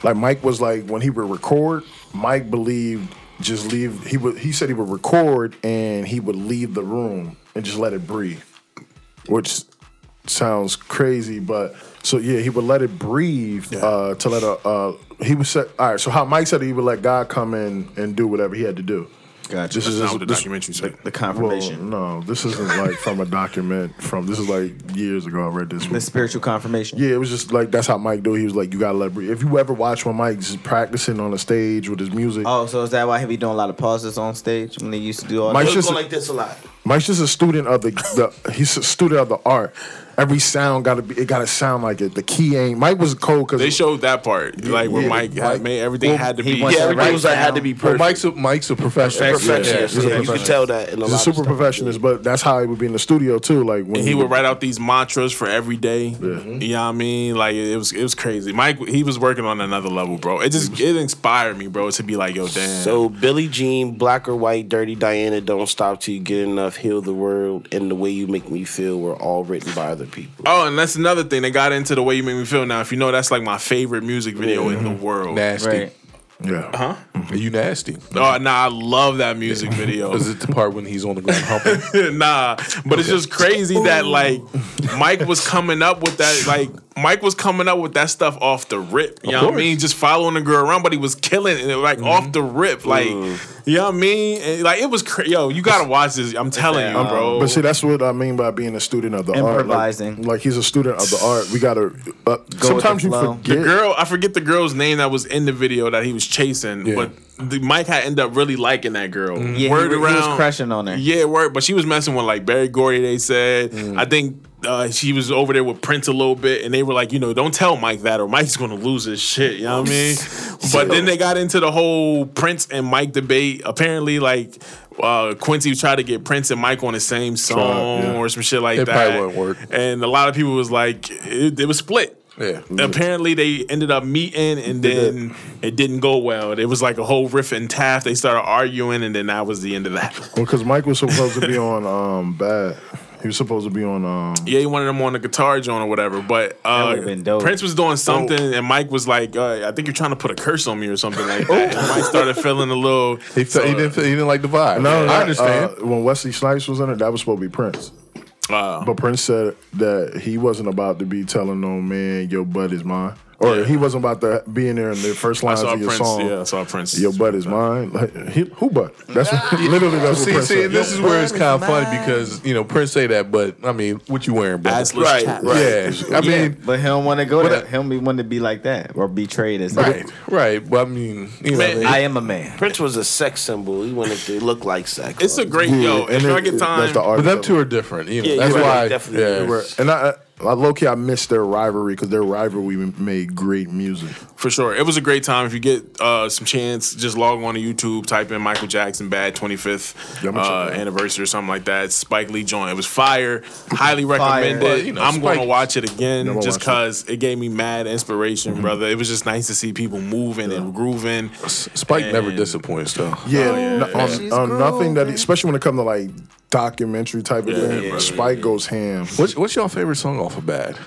Like Mike was like when he would record, Mike believed just leave. He would he said he would record and he would leave the room and just let it breathe, which sounds crazy, but so yeah, he would let it breathe uh, to let a uh, he would say all right. So how Mike said he would let God come in and do whatever he had to do. Gotcha. This is not what the this- documentary said. the Well, confirmation. no, this isn't like from a document. From this is like years ago. I read this. The One. spiritual confirmation. Yeah, it was just like that's how Mike do. it. He was like, you gotta let breathe. If you ever watch when Mike's practicing on the stage with his music, Oh, so is that why he be doing a lot of pauses on stage when they used to do all Mike that? It's just just like this a lot. Mike's just a student of the, the he's a student of the art. Every sound gotta be it gotta sound like it. The key ain't Mike was cold because They showed that part, like where yeah, Mike, had Mike- made everything well, had to he be. wants Yeah, Yeah, everything right was like had to now. be Well, perfect. Mike's a Mike's a professional. perfectionist. Yeah, Yeah, he's a you can professional. tell that in a he's lot a super of stuff. perfectionist, but that's how he would be in the studio too. Like when he would write out these mantras for every day. Mm-hmm. You know what I mean? Like it was it was crazy. Mike he was working on another level, bro. It just it inspired me, bro, to be like, yo, damn. So Billie Jean, black or white, dirty Diana, don't stop till you get enough, heal the world, and the way you make me feel were all written by other people. Oh, and that's another thing. They got into the way you make me feel. Now, if you know, that's like my favorite music video in Mm-hmm. the world. nasty. Right. Yeah. Are you nasty? Oh, nah, I love that music video. Is it the part when he's on the ground humping? nah, but it's just crazy that like Mike was coming up with that like. Mike was coming up with that stuff off the rip. You know what I course. mean? Just following the girl around, but he was killing it like off the rip. Like, you know what I mean? And, like it was cra- yo, you gotta watch this. I'm telling you, bro. But see, that's what I mean by being a student of the art. Improvising. Like, like he's a student of the art. We gotta. Uh, sometimes you flow. the forget. girl, I forget the girl's name that was in the video that he was chasing, Yeah. but the, Mike had ended up really liking that girl. Yeah, word he, he around, was crushing on her. Yeah, word. But she was messing with like Barry Gordy. They said Mm. I think uh, she was over there with Prince a little bit, and they were like, you know, don't tell Mike that, or Mike's gonna lose his shit. You know what I mean? But then they got into the whole Prince and Mike debate. Apparently, like. Uh, Quincy tried to get Prince and Mike on the same song yeah. or some shit like It that. probably wouldn't work. And a lot of people was like, it, it was split. Yeah. Apparently they ended up meeting and then it didn't go well. It was like a whole riff and taff. They started arguing and then that was the end of that. Well, because Mike was supposed to be on um bad. He was supposed to be on um. Yeah, he wanted him on the guitar joint or whatever. But uh, would've been dope. Prince was doing something and Mike was like, uh, I think you're trying to put a curse on me or something like that. And Mike started feeling a little uh, He, felt, he didn't. feel- He didn't like the vibe. No, I that, understand. uh, when Wesley Snipes was in it, that was supposed to be Prince. uh, But Prince said that he wasn't about to be telling no man, your butt is mine. Or Yeah. he wasn't about to be in there in the first I lines saw of your Prince. song. Yeah, I saw Prince. Your butt is mine. Like, he, who butt? That's what, literally that's what see, Prince see, said. this is where it's kind of funny because you know Prince say that, but I mean, what you wearing, bro? Assless Right, chaps. Yeah, I Yeah, mean, but he don't want to go But there. I- He don't want to be like that or betrayed as that. right, right. But I mean, you know, Man, what I mean? I am a man. Prince was a sex symbol. He wanted to look like sex. It's a great yo. If it- I get it- time, That's the but art. them two are different. You know, Yeah, that's you're right, why. definitely. yeah, You're right. And I, I low key, I missed their rivalry because their rivalry made great music. For sure. It was a great time. If you get uh, some chance, just log on to YouTube, type in Michael Jackson Bad 25th Yeah, I'ma check uh, it out. anniversary or something like that. Spike Lee joint. It was fire. Highly recommend Fire. it. Yeah, you know, I'm going to Spike- watch it again Yeah, I'ma just watch because it. gave me mad inspiration, Mm-hmm. brother. It was just nice to see people moving and grooving. Spike never And- disappoints though. Yeah, Oh, yeah, no- yeah. on, on nothing that, e, especially when it comes to like documentary type of thing, yeah, Spike goes ham. What's, what's your favorite song off of Bad?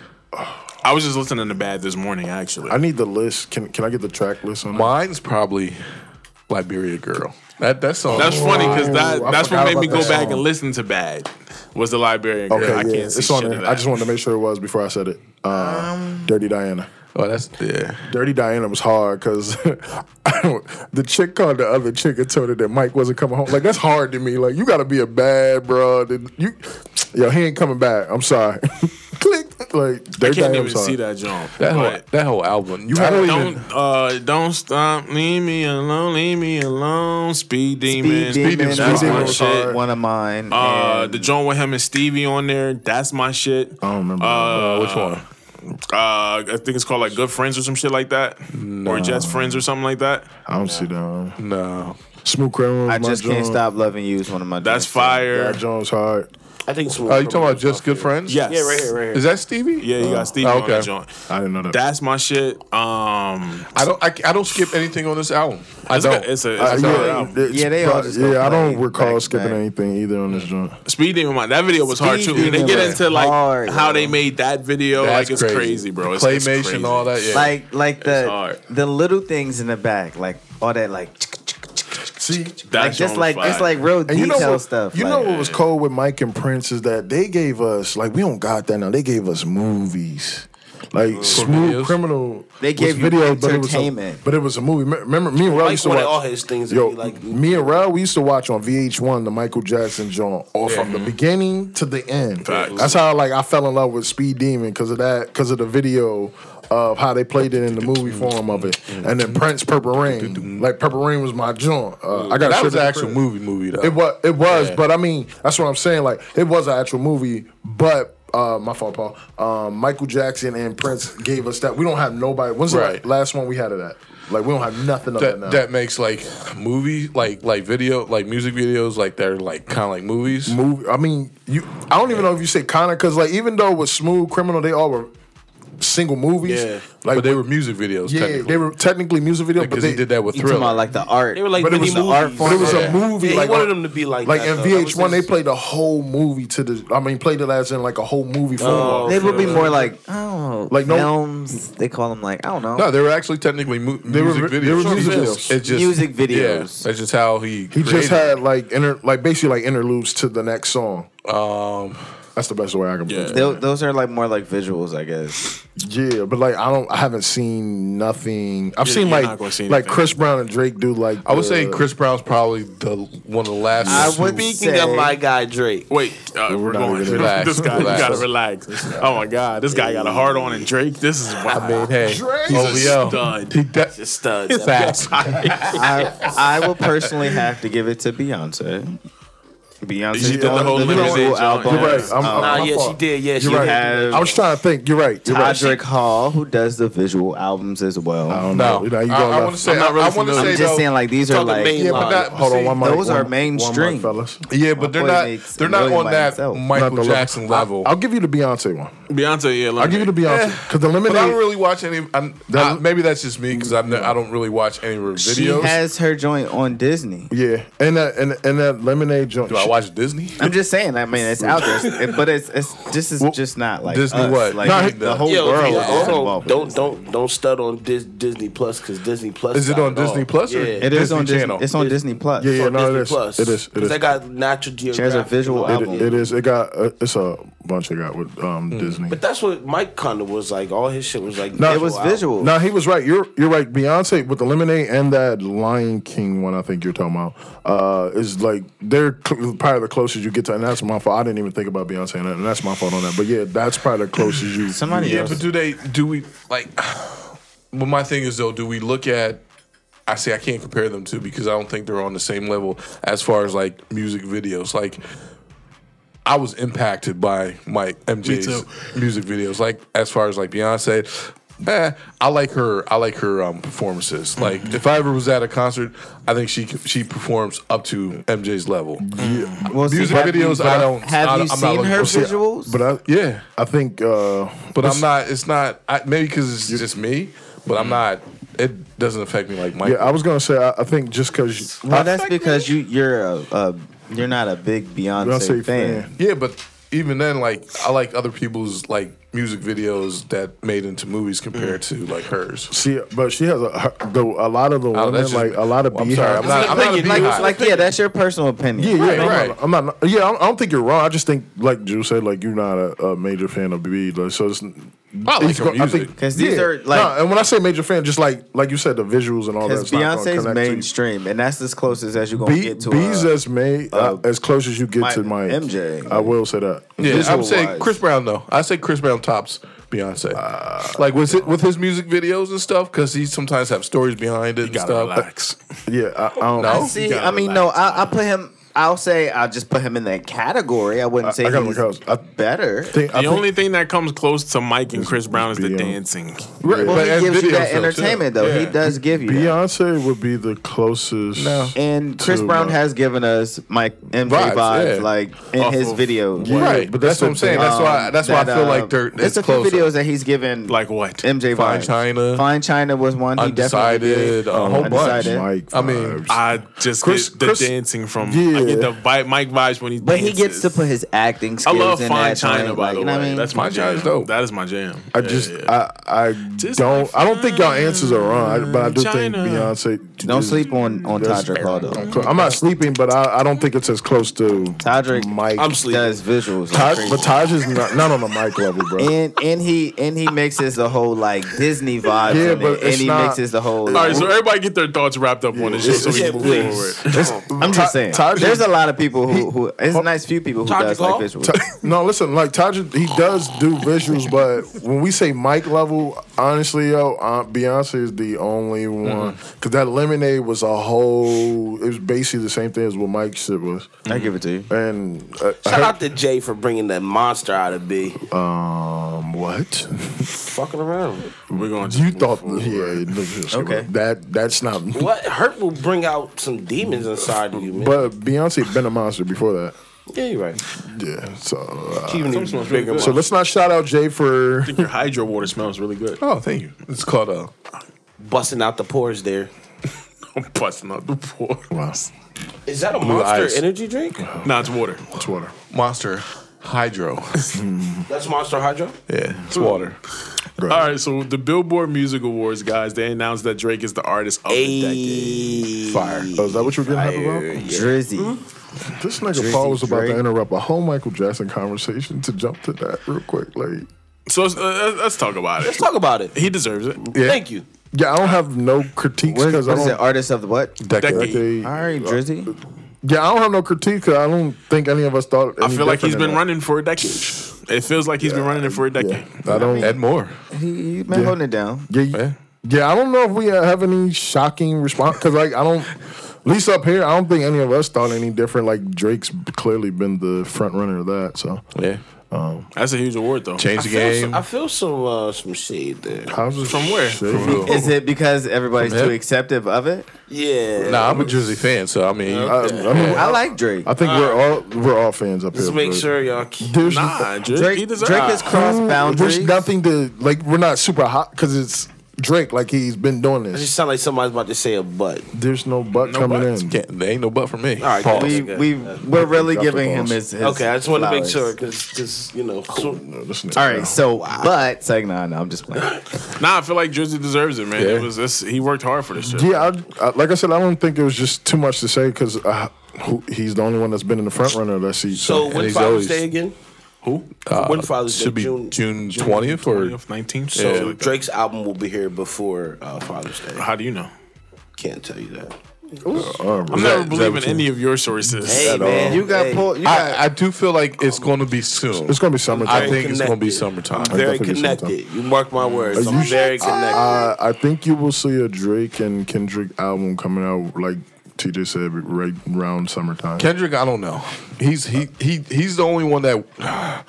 I was just listening to Bad this morning, actually. I need the list. Can can I get the track list on that? Mine's probably Liberia Girl. That that song. that's funny because that, Oh, I that's what forgot made me about go that back song. and listen to Bad was the Liberian Girl. Okay, I yeah, can't see it's on shit there. of I that. just wanted to make sure it was before I said it. Uh, Dirty Diana. Oh, that's yeah. Dirty Diana was hard because the chick called the other chick and told her that Mike wasn't coming home. Like that's hard to me. Like you got to be a bad bro. You, yo, he ain't coming back. I'm sorry. Click. Like I Dirty can't Diana even was hard. see that joint. That whole but- that whole album. You I have don't Don't even. uh don't stop, leave me alone, leave me alone, speed demon. Speed Demon, that's Speed my Demon was shit. hard. One of mine. Uh and the joint with him and Stevie on there, that's my shit. I don't remember. uh, which one? Uh I think it's called like Good Friends or some shit like that. Or Just Friends or something like that. I don't see that. One. No, Smooth criminal. was I my just can't joint. stop loving you. Is one of my. That's joints. fire. That Jones hard. I think it's Oh, you talking about just good friends? Yes. Yeah, right here, right here. Is that Stevie? Yeah, you got Stevie Oh, on that okay. joint. I didn't know that. That's my shit. Um I don't. I, I don't skip anything on this album. I it's a- don't. it's a, it's Uh, a solid album. it's Yeah, they pro- all just gonna yeah. I play don't recall back to skipping back. anything either on this joint. Speed Demon Mind. That video was hard Speed too. And they Demon get was into like hard, how they yo. made that video. That's Oh, like it's crazy, bro. It's, it's Claymation, crazy. all that. Yeah. Like like the hard. the little things in the back, like all that like. See, That like joint just was like fire. it's like real and detail you know what, stuff. You like, know what was cold with Mike and Prince is that they gave us like we don't got that now. They gave us movies. Like smooth videos? criminal. They gave you was videos, but it was a, entertainment. but it was a movie. Me- Remember, me and Rel Mike used to watch wanted all his things to Yo, be like- me and Rel, we used to watch on VH1 the Michael Jackson joint, or from Mm-hmm. the beginning to the end. Facts. That's how like I fell in love with Speed Demon because of that, because of the video. Of how they played it in the movie form of it, Mm-hmm. and then Prince Purple Rain, like Purple Rain was my joint. Uh, I Mm-hmm. got That shit was in an the actual crib. movie movie though. It was, it was, but I mean, that's what I'm saying. Like, it was an actual movie, but uh, my fault, Paul. Um, Michael Jackson and Prince gave us that. We don't have nobody. When's Right. the last one we had of that? Like, we don't have nothing of that now. that, that makes like movie like like video like music videos like they're like kind of like movies. movie. I mean, you. I don't even know if you say kind of because, like, even though with Smooth Criminal, they all were single movies. Yeah. like but they were music videos. yeah, technically. they were technically music video, but because they he did that with You talking Thriller. about like the art? They were like But it mini was the movies. art form. But it was a movie, Yeah, he like- wanted them to be like Like that, in though. That uh, was VH1, they his- played the whole movie to the. I mean, played it as in like a whole movie. form. Oh, They would be more like I don't know, Like, like no- films. They call them like I don't know. no, they were actually technically mu- were- music videos. they were music It's just- videos. It's just Music videos. Yeah, it's just how he. He just had like inter, like basically like interludes to the next song. um That's the best way I can put it. Tho- those are like more like visuals, I guess. Yeah, but like I don't, I haven't seen nothing. I've seen you're like not gonna see like anything. Chris Brown and Drake do like. I would the- say Chris Brown's probably the one of the last. I would Speaking say, of my guy Drake, Wait, uh, we're not going. even- Relax, this guy, relax. you gotta relax. Oh my God, this guy got a hard on and Drake. This is wow. I mean, hey, Drake. he's a OVO. stud. He de- the studs. his ass. I, I would personally have to give it to Beyonce. Beyonce She did the doing whole Limited visual Edition. album. You're right. I'm, I'm, Nah, Oh, my yeah, fault. she did. Yeah, she You're right. did. have- I was trying to think. You're right. You're right. Todrick Hall, who does the visual albums as well. I don't No, know. Now you I, go left. want to say. I'm not I- really I want to familiar. say I'm just though, saying, like these are talk the like main Yeah, but line. that, Hold on, see, one mic. those one- are one mainstream. mic, fellas. Yeah, but they're boy not. makes They're not million on by that himself. Not the Michael level. Jackson level. I'll give you the Beyonce one. Beyonce, yeah, I'll give you the Beyonce because But the I don't lemonade. really watch any. I'm, I, maybe that's just me because I don't really watch any of her She videos. has her joint on Disney. Yeah, and that and, and that lemonade joint. Do I she- watch Disney? I'm just saying. I mean, it's out there, it- but it's it's this is just not like Disney us. what? Like Nah, he- the whole Yo, world. yeah, is hold on. involved with Oh, Don't this. don't don't stud on Dis- Disney Plus because Disney Plus Is it got on Disney all. Plus or- Yeah, It is Disney on Disney. Channel. It's on Disney Plus. Yeah, yeah, on no, Disney it is. Plus. It is. It 'Cause is. They got Natural Geographic. has a visual and all album. that. It is. It got. Uh, it's a bunch. It got with um, Disney. But that's what Mike kind of was like. All his shit was like. No, it was album. visual. No, he was right. You're you're right. Beyonce with the lemonade and that Lion King one, I think you're talking about, uh, is like they're cl- probably the closest you get to, and that's my fault. I didn't even think about Beyonce, and that- and that's my fault on that. But yeah, that's probably the closest you. Somebody you Yeah, else. but do they? Do we like? Well, my thing is though, do we look at? I say I can't compare them to because I don't think they're on the same level as far as like music videos. Like, I was impacted by my too. MJ's music videos. Like, as far as like Beyonce. Eh, I like her. I like her um, performances. Like, if I ever was at a concert, I think she she performs up to MJ's level. Well, see, music have you- videos, I don't- Have I- you I'm not seen looking her for- See, visuals? But I, Yeah, I think. Uh, But I'm not. It's not. I, maybe because it's just me. But Mm. I'm not. It doesn't affect me like Mike. Yeah, I was gonna say. I, I think just because. Well, that's because you you're a, a you're not a big Beyonce, Beyonce fan. fan. yeah, but even then, like I like other people's like music videos that made into Mm. movies compared to like hers. See, but she has a, her, the, a lot of the Oh, women, that's like just- a lot of Well, I'm sorry, beehive. I'm not- I'm not a Like, like, beehive. yeah, that's your personal opinion. Yeah, yeah, Right, no, I'm right. not- I'm not. Yeah, I don't- I don't think you're wrong. I just think, like Drew said, like you're not a, a major fan of BB. Like, so it's. I like it's her go- I music. think- 'Cause these yeah. are, like- Nah, and when I say major fan, just like like you said, the visuals and all that. Because it's not gonna Beyonce's connect to you. mainstream, and that's as close as, as you're gonna B, get to. B's a, as may uh, as close as you get my- to my MJ. I will say that. Yeah, I'm Visual-wise. saying Chris Brown though. I say Chris Brown tops Beyonce. Uh, like with it, with his music videos and stuff because he sometimes have stories behind it and gotta stuff. relax. Yeah, I, I don't No. I you see. gotta I mean, no, I, I put him. I'll say I'll just put him in that category. I wouldn't say I gotta he's look out. I better. think- I The think- only thing that comes close to Mike and Chris Brown is the Beyonce. dancing. Right, well, and he gives you videos, that though, too. entertainment, though. He Yeah. does give you. that. Beyonce would be the closest. No. And Chris to, Brown uh, has given us Mike MJ Vibes, vibes, yeah. like in Off his of- videos. Yeah. Right, but that's, what I'm the thing. saying. That's why. Um, That's why I that, feel uh, like they're. It's a few closer. videos that he's given. Like what? MJ Fine vibes. China. Fine China was one. He definitely Undecided, did. a whole bunch. Undecided. Mike I mean, vibes. I just Chris- get the Chris- dancing from. Yeah, I get the vi- Mike vibes when he. But he dances. gets to put his acting I skills love in Fine that China, joint, by like, the you way. know what I mean? That's my My jam is jam. dope. That is my jam. I Yeah, just yeah. I I don't I don't think y'all answers are wrong, I- but I do think China. Beyonce. Don't is- sleep on on That's- Todrick Hall though. I'm not sleeping, but I, I don't think it's as close to Todrick- Mike. I'm sleeping. Does visuals. Like Taj, crazy. but Taj is not, not on the mic level, bro. and and he and he mixes the whole like Disney vibe. Yeah, Yeah, but and it's he not- mixes the whole. All right, so everybody get their thoughts wrapped up on this shit so we Yeah, can move please. forward. I'm just saying, Taj there's is- a lot of people who who it's a nice few people who Todrick does like Hall? visuals. Ta- no, listen, like Taj, he does do visuals, but when we say mic level, honestly, yo, uh, Beyonce is the only one Mm-hmm. because that lemonade was a whole. It was basically the same thing as what Mike shit was, I give it to you. and uh, I Shout out to Jay for bringing that monster out of B. heard- um, what Fucking around. We're going to you thought? Yeah, no, just- Okay. that that's not. What hurt will bring out some demons inside of you, man. But Beyonce been a monster before that. yeah, you're right. Yeah, so uh, Even Some smells really good. so let's not shout out Jay for. Your hydro water smells really good. Oh, thank you. It's called uh, busting out the pores there. I'm busting out the pores. Wow, Is that a monster eyes. energy drink? Nah, it's water. it's water. Monster Hydro. That's Monster Hydro. yeah, it's water. Bro. All right, so the Billboard Music Awards, guys, they announced that Drake is the artist of the decade. Ayy. Fire. Oh, is that what you were getting hype about? Drizzy. Hmm? This nigga Paul was about Drake. to interrupt a whole Michael Jackson conversation to jump to that real quick. Like, So uh, let's talk about Let's it. talk about it. He deserves it. Thank you. yeah, I don't have no critiques What, because I what is don't. it? Artist of the what? Decade. Decade. Decade. All right, Drizzy. Yeah, I don't have no critique because I don't think any of us thought. I feel like he's been running for a decade. It feels like he's been running it for a decade. I don't. And more. He, he been Yeah. holding it down. Yeah, yeah. I don't know if we have any shocking response because, like, I don't. At least up here, I don't think any of us thought any different. Like Drake's clearly been the front runner of that. So Yeah. That's a huge award, though. Change the I feel game. some, I feel some uh, some shade there. how's this From where? shit? Is it because everybody's From him? too acceptive of it? Yeah. Nah, I'm a Drizzy fan, so I mean, I, I mean, I like Drake. I think we're all we're all fans up Let's here. make but- sure y'all. keep- There's- Nah, Drake, he Drake, deserves Drake has crossed boundaries. There's nothing to like. We're not super hot because it's Drake. Like he's been doing It this. just sound like somebody's about to say a butt. There's no butt No coming buts. in. can't, there ain't no but for me. All right, Pause. we Okay. we we're really Drop the giving him balls. his, his Okay, I just want to make flowers. sure because you know. so- No, this nigga- All right, so but it's like no, no, I'm just playing. it. Nah, I feel like Drizzy deserves it, man. Yeah. It was this. He worked hard for this shit. Yeah, I, I, like I said, I don't think it was just too much to say because he's the only one that's been in the front runner of that seat. So So, And when he's Father's always- Day again? Who? Uh, When Father's Day? should be June- June, 20th or 19th. So So Drake. Drake's album will be here before uh, Father's Day. How do you know? Can't tell you that. I'm Is never that- is that believing what you- any of your sources. Hey at all. man, You got hey, pulled. You got I, I do feel like it's going to be soon. it's gonna be summertime. I think it's going to be summertime. I'm very definitely sometime. connected. You mark my words. Uh, I'm you should- very connected. I, I think you will see a Drake and Kendrick album coming out, like TJ said, right around summertime. Kendrick, I don't know. He's he he he's the only one that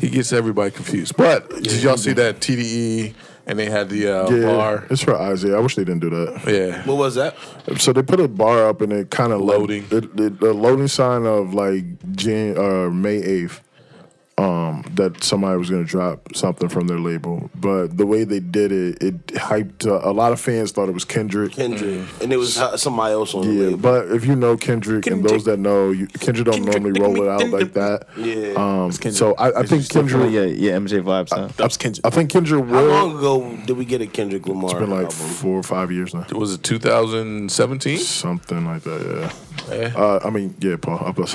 he gets everybody confused. But did y'all see that TDE and they had the uh, yeah, bar? it's for Isaiah. I wish they didn't do that. Yeah. what was that? So they put a bar up and it kind of Loading. Like, it, it- the loading sign of like Jan, uh, May eighth. Um, that somebody was gonna drop something from their label, but the way they did it, it hyped. Uh, a lot of fans thought it was Kendrick. Kendrick, and it was uh, somebody else on the Yeah, label. but if you know Kendrick, and those Kendrick. that know, you, Kendrick don't Kendrick, normally roll it out like that. Yeah. Um. So I, I think Kendrick. Kendrick. Yeah, yeah, MJ vibes. Huh? That's Kendrick. I think Kendrick How will. long ago did we get a Kendrick Lamar It's been like album? four or five years now, Was it 2017? something like that. Yeah. Yeah. Uh, I mean, yeah, Paul. I was,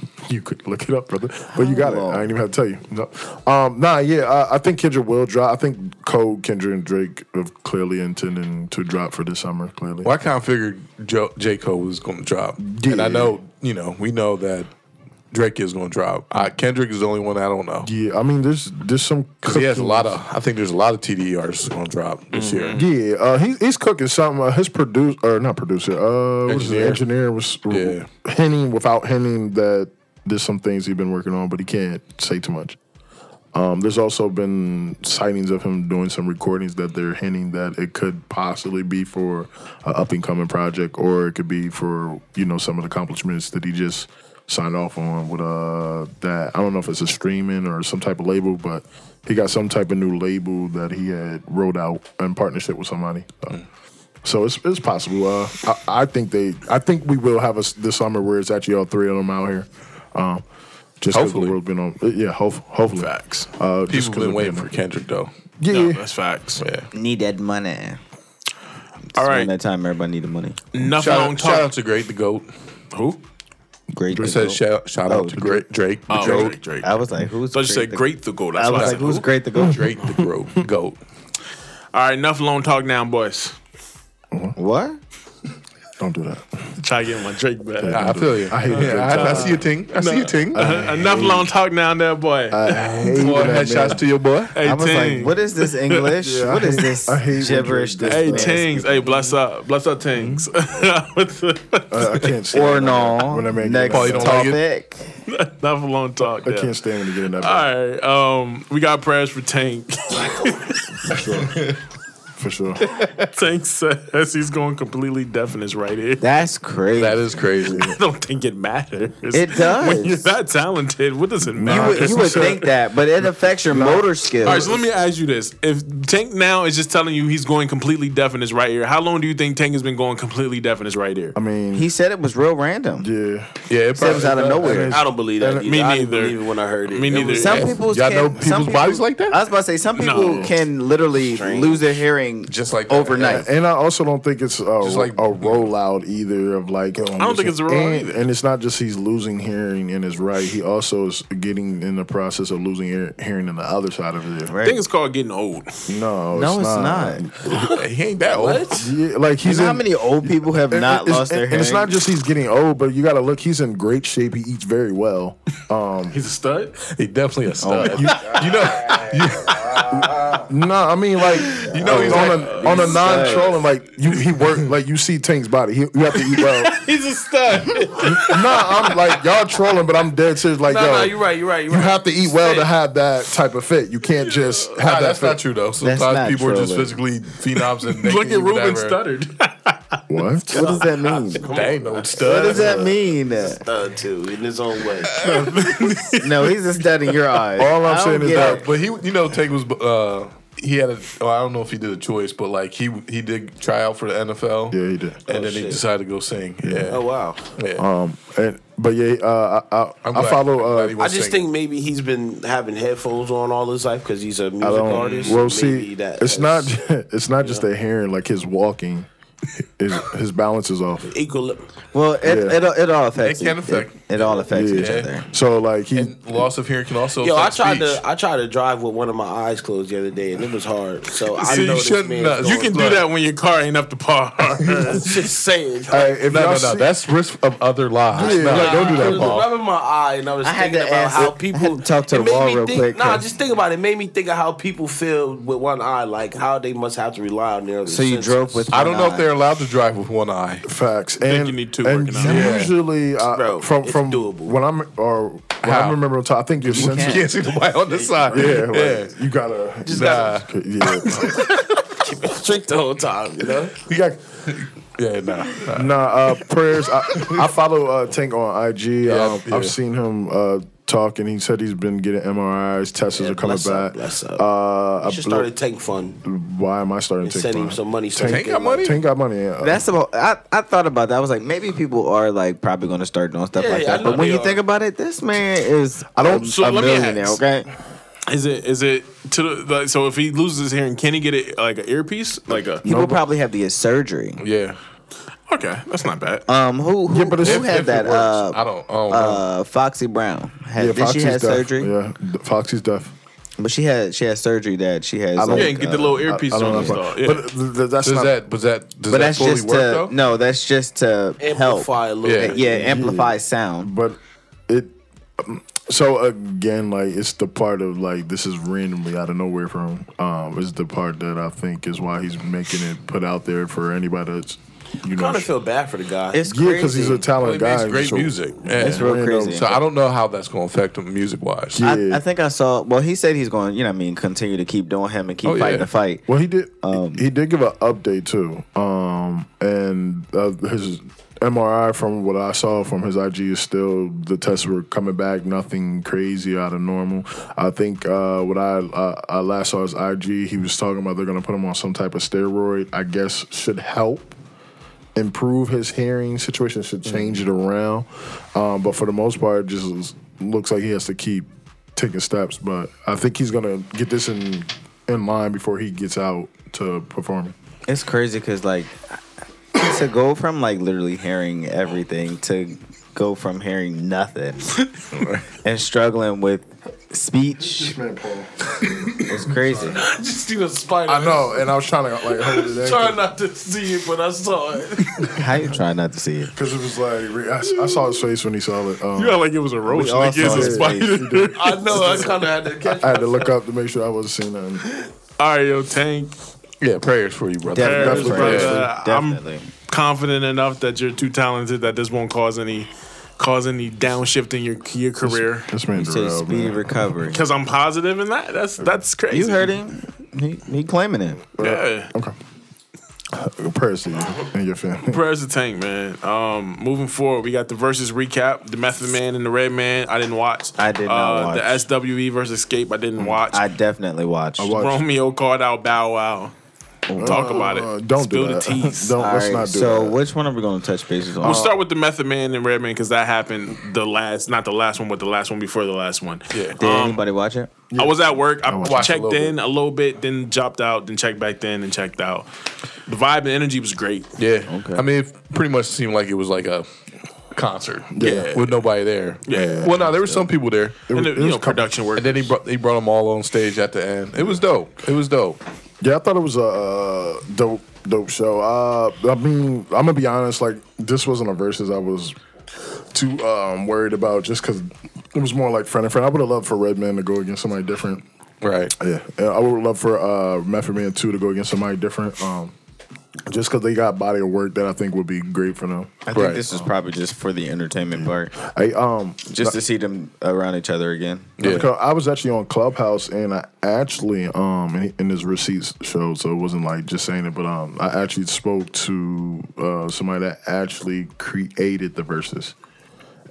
you could look it up, brother. But you got it. I ain't even have to tell you. No. Um, nah, yeah. I, I think Kendrick will drop. I think Cole, Kendrick, and Drake have clearly intending to drop for this summer. Clearly, Well, I kind of figured jo- J. Cole was going to drop. And Yeah. I know, you know, we know that Drake is going to drop. I, Kendrick is the only one I don't know. Yeah, I mean, there's there's some. 'Cause he has a cooking- lot of, I think there's a lot of TDE artists going to drop this year. Yeah, uh, he, he's cooking something. Uh, his producer, or not producer, uh, what is it? Engineer. engineer was Yeah. hinting without hinting that there's some things he's been working on, but he can't say too much. Um, there's also been sightings of him doing some recordings that they're hinting that it could possibly be for an up and coming project, or it could be for you know some of the accomplishments that he just signed off on with uh that I don't know if it's a streaming or some type of label, but he got some type of new label that he had rolled out in partnership with somebody. So So it's it's possible. Uh, I, I think they. I think we will have us this summer where it's actually all three of them out here. Um, just 'cause Hopefully. the world been on. uh, Yeah, hope, hopefully. Facts. Uh, just People 'cause been of waiting being- for Kendrick though. Yeah, No, yeah. that's facts. Yeah. Need that money. All right. that time, everybody need the money. Enough Shout long out, shout talk. out to Great the Goat. Who? Great. It says shout, shout out Oh, to Great Drake. The Oh, Goat. Drake. Drake. I was like, who's? So you said the- great the goal. That's I why I was said, like, who's great to go? Drake the Gro- Goat. All right, enough long talk now, boys. What? Don't do that. Try to get my Drake back. I feel you. I hate yeah, Drake I, I see a ting. I see a ting. enough long talk now, there, boy. I hate Boy, when that man- headshots to your boy. hey, I was Ting. like, what is this English? Yeah, I what is hate- this I hate when gibberish? Drake This Hey, man is Tings. Hey, bless up. Bless up, Tings. What's the- Uh, I can't stand Or that. no. When that man get Next Paul, you in don't that- like topic. enough long talk. I yeah. can't stand when you get in that. All right. Um, we got prayers for Tank. For sure. for sure. Tank says he's going completely deaf in his right ear. That's crazy. That is crazy. I don't think it matters. It does. When you're that talented, what does it matter? you would, you would think that, but it affects your motor skills. All right, so let me ask you this: If Tank now is just telling you he's going completely deaf in his right ear, how long do you think Tank has been going completely deaf in his right ear? I mean, he said it was real random. yeah. Yeah, it Said it was out of probably- nowhere. I don't believe that. Either. me I didn't neither. believe it when I heard it. Me It neither. was- Some people's Y'all can, know some people's bodies like that? I was about to say some people No. can literally lose their hearing Just like that. overnight. And I also don't think it's a, like- a rollout either of like. I don't think it's a rollout and, either. and it's not just he's losing hearing in his right. He also is getting in the process of losing ear, hearing in the other side of his ear. I think it's called getting old. No, no, it's not. He ain't that old. Yeah, like he's how in- many old people have and- not it's- lost their and, hearing? it's not just he's getting old, but you got to look. He's in great shape. He eats very well. Um, He's a stud. He definitely a Oh, stud. you, you know, no, I mean like you know he's on like- a on a non-trolling like you he work like you see Tank's body. He, you have to eat well. He's a stud. no, I'm like y'all trolling, but I'm dead serious. Like, no, yo, no, you're right. You're right. You're You right. have to eat well to have that type of fit. You can't just nah, have that that's fit. not true though. Sometimes not people are just true, though. physically phenoms and they Look can at eat Ruben whatever. stuttered. What? what does that mean? That ain't no What stud. does that mean? stud uh, too in his own way. No, he's just dead in your eyes. All I'm I don't saying is get that- it. Uh, But he, you know, Tank was. Uh, he had a. Well, I don't know if he did a choice, but like he he did try out for the NFL. Yeah, he did. And then he decided to go sing. Yeah. Oh wow. yeah. Um, and, but yeah, uh, I, I, I'm I glad- follow. I'm glad he Uh, I was just singing. think maybe he's been having headphones on all his life because he's a music I don't. artist. Well, Maybe see, that it's has- not. It's not just the hearing. Like his walking, his his balance is off. equal. well, it, Yeah. it, all- it all affects. It can e- affect- It, it all affects each Yeah. other. So like he. And loss of hearing can also. Yo, I affect tried speech. to I tried to drive with one of my eyes closed the other day, and it was hard. So I See, you know this shouldn't, uh, man's You can do that when your car ain't up to par. Just saying. All right, if No, y'all no, no. see- That's risk of other lives. Yeah, No, like, don't do I that, was Paul. rubbing my eye, and I was I had thinking to about ask- I how had people to talk to it the made wall me real think- quick, Nah, 'cause- just think about it. It made me think of how people feel with one eye, like how they must have to rely on their other. So you senses. drove with. I don't one know if eye. they're allowed to drive with one eye. Facts and you need two and working on it. usually uh, Bro, from it's from doable. when I'm or when How? I remember I think your You senses can't see the white on the side. yeah like, you gotta Just nah. yeah trick the whole time, you know. you got Yeah, nah. nah. Nah, uh, prayers. I, I follow uh, Tank on IG. um, yeah. I've seen him uh, talk, and he said he's been getting MRIs. Tests Yeah, are coming bless back. up, bless up. Uh, I Should blo- start a tank fund. why am I starting and to Send him some money. so he Tank can, got money? Tank got money. yeah. That's about. I, I thought about that. I was like, maybe people are like probably going to start doing stuff Yeah, like yeah, I that. know But when they you are. think about it, this man is. I don't- A, so a let me millionaire. ask. Okay. is it? Is it to the, like, so? If he loses his hearing, can he get it like an earpiece? Like a He will probably have to get surgery. Yeah. okay, that's not bad. Um, who who, but it's- who if- had if it that? works. Uh, I don't- I don't know. Uh, Foxy Brown had. yeah, did she Foxy's had deaf. surgery? Yeah, D- Foxy's deaf. But she had she had surgery that she has. don't- yeah, like, you get uh, the little earpiece I don't on know, his dog. but, Yeah. but th- th- that's Does not. that was that does But that that's fully just work to though? no. That's just to help. Amplify a little Yeah. bit. Yeah, amplify sound. but it. um, So again, like it's the part of like this is randomly out of nowhere from. Um, is the part that I think is why he's making it put out there for anybody that's. You know, Kind of feel bad for the guy. It's Yeah, crazy. because he's a Well, he talented makes guy. great so- music. Yeah. It's real Random. crazy. So I don't know how that's going to affect him music wise. Yeah. I, I think I saw. Well, he said he's going. You know, what I mean, continue to keep doing him and keep Oh, yeah. fighting the fight. Well, he did. he did give an update too, um, and uh, his MRI from what I saw from his IG is still the tests were coming back, nothing crazy out of normal. I think uh, what I uh, I last saw his IG, he was talking about they're gonna put him on some type of steroid. I guess should help improve his hearing situation, should change it around. Um, but for the most part, it just looks like he has to keep taking steps. But I think he's gonna get this in in line before he gets out to performing. It's crazy because like to go from like literally hearing everything to go from hearing nothing and struggling with speech is crazy. Just see the spider. I know, and I was trying to like hold it Try in not to see it, but I saw it. How you trying not to see it? because it was like re- I, I saw his face when he saw it. Um, You act like it was a roach. all Like it's saw a his spider. I know. I kind of had to catch. I had to look up to make sure I wasn't seeing nothing. All right, yo, Tank. Yeah, prayers for you, brother. Prayers, Definitely, brother. definitely. I'm confident enough that you're too talented that this won't cause any cause any downshift in your your career. This man To Darrell, speedy man. recovery. Because I'm positive in that. That's that's crazy. You heard him. He, he claiming it. Yeah. Okay. Prayers to you and your family. Prayers to Tank, man. Um, moving forward, we got the versus recap: the Method Man and the Red Man. I didn't watch. I did not uh, watch. Mm, The SWE versus Escape. I didn't watch. I definitely watched. I watched- Romeo called out Bow Wow. Talk about Uh, it. don't Spill do the that. teas. don't uh, let's All right, not do so that. which one are we going to touch bases on? We'll start with the Method Man and Redman because that happened the last, not the last one, but the last one before the last one. Yeah. Did Um, anybody watch it? I was at work. I, watched checked a little in a little bit, then dropped out, then checked back in, and checked out. The vibe and energy was great. Yeah. Okay. I mean, it pretty much seemed like it was like a concert. Yeah. With nobody there. Yeah. Well, no, there were some people there. And the, it you was know, couple- production work. And then he brought he brought them all on stage at the end. It was dope. It was dope. Yeah, I thought it was a uh, dope, dope show. Uh, I mean, I'm gonna be honest. Like, this wasn't a versus I was too um, worried about, just because it was more like friend and friend. I would have loved for Redman to go against somebody different. Right. Yeah, and I would love for uh, Method Man two to go against somebody different. Um, just because they got body of work that I think would be great for them. I Right. think this is probably just for the entertainment part, I um, just to see them around each other again. Yeah. Because I was actually on Clubhouse and I actually um in, in his receipts showed, so it wasn't like just saying it, but um I actually spoke to uh somebody that actually created the verses.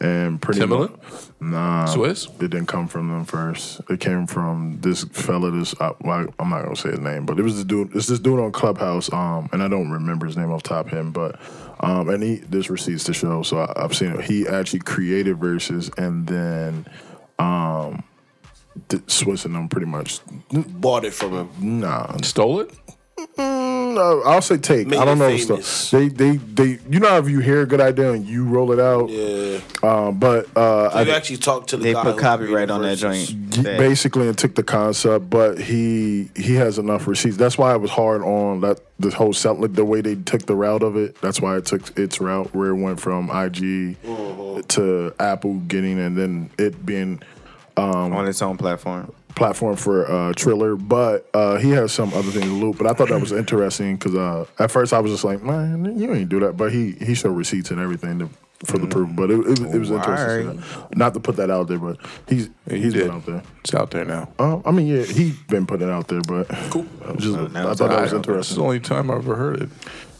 And pretty Timbaland? mu- nah, Swiss? It didn't come from them first. It came from this fella. This I, why- I'm not gonna say his name, but it was the dude. It's this dude on Clubhouse. Um, and I don't remember his name off the top of him, but um, and he this receipts the show, so I, I've seen it. He actually created verses, and then um, th- Swiss and them pretty much. Bought it from him. Nah, Mm, Stole it? no, I'll say take. Made I don't it know the famous. stuff. They, they, they. You know, how if you hear a good idea and you roll it out, Yeah. uh, but uh, You actually talked to the They guy put who copyright created on that verses. joint. He basically and took the concept, but he he has enough receipts. That's why I was hard on that the whole set, like the way they took the route of it. That's why it took its route where it went from IG to Apple getting and then it being on its own platform. platform for uh, Triller, but uh, he has some other things to loop. But I thought that was interesting because uh, at first I was just like, man, you ain't do that. But he he showed receipts and everything to, for the proof. But it, it, it was interesting. to see that. Not to put that out there, but he's he's did. been out there. It's out there now. Uh, I mean, yeah, he been putting it out there, but cool. Just, I thought that This is was the interesting. only time I've ever heard it.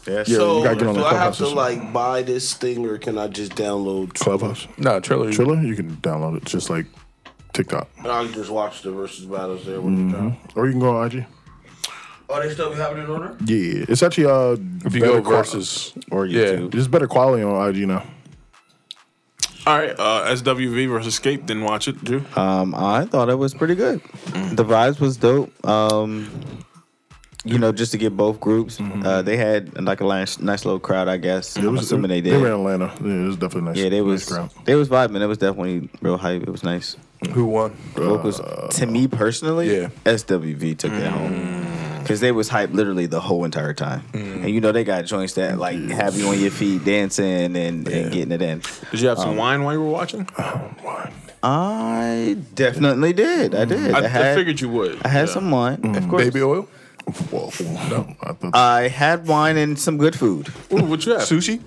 Yeah, So, you gotta get on do the I have clubhouse. to and shit. like buy this thing, or can I just download? clubhouse No, Triller. Triller. You can download it just like TikTok, And I can just watch the versus battles there. When they drop. or you can go on IG. Are Oh, they still having it on there? Yeah, it's actually uh If you better go qua- versus Or Yeah. YouTube. It's better quality on IG now. All right, uh, SWV versus Escape. Didn't watch it, Drew. Um, I thought it was pretty good. The vibes was dope. Um, you know, just to get both groups, uh, they had like a nice, nice little crowd. I guess I'm assuming they did. were in Atlanta. Yeah, it was definitely nice. yeah, they nice was crowd. they was vibing. It was definitely real hype. It was nice. who won? Vocals to me personally, Yeah. SWV took that home because they was hype literally the whole entire time. And you know they got joints that like have you on your feet dancing and, and getting it in. Did you have some wine while you were watching? I definitely did. I did. Mm. I, I had, figured you would. I had Yeah. some wine. Of course. Mm. Baby oil? Whoa, no, I thought I had wine and some good food. Ooh, what you have? Sushi?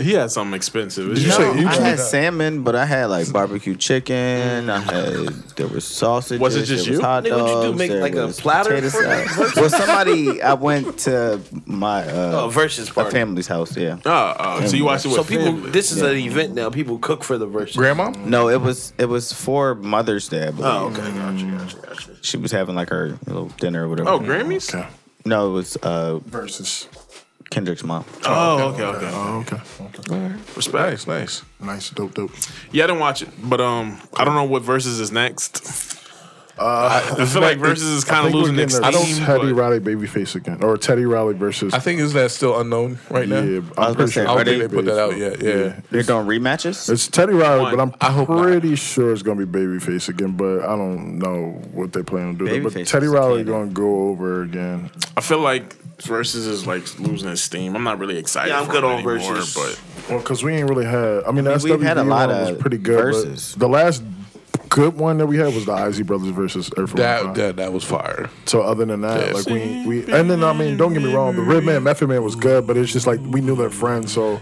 He had something expensive. It's you just- say- No, you I tried had that. salmon, but I had like barbecue chicken. I had there was sausage. Was it just there was you? Hot Nigga, dogs, what'd you do, make, there like, a was platter potato for salad. well, somebody I went to my uh, Oh, versus a party. family's house. Yeah, Ah, ah, so you watched it with So people, family. this is an event now. People cook for the versus. Grandma? no, it was it was for Mother's Day. I believe. Oh, okay, gotcha, gotcha, gotcha. She was having like her little dinner or whatever. oh, Grammys. Okay. No, it was uh, Versus. Kendrick's mom. Oh, okay, okay. Oh, okay. okay. Respect. Nice, nice. Nice, dope, dope. Yeah, I didn't watch it, but um, I don't know what verses is next. Uh, I feel like verses is kind I of think we're losing its getting a steam. Teddy but- Riley babyface again, or Teddy Riley versus. I think is that still unknown right now? Yeah, I was I'm gonna pretty say, I sure. don't are think they- they put that out yet. Yeah. They're doing rematches. It's Teddy Riley, One. but I'm I hope not. pretty sure it's gonna be Babyface again. But I don't know what they plan on Babyface doing. but Teddy is Riley cannon. gonna go over again. I feel like verses is like losing its steam. I'm not really excited. Yeah, I'm for good it on anymore, Versus. but Well, because we ain't really had. I mean, the we've SWV had a lot one was of pretty good. verses. But the last good one that we had was the Izzy Brothers versus Earth Wind and Fire. That, that that was fire. So other than that, like we we and then I mean, don't get me wrong, the Redman Method Man was good, but it's just like we knew their friends, so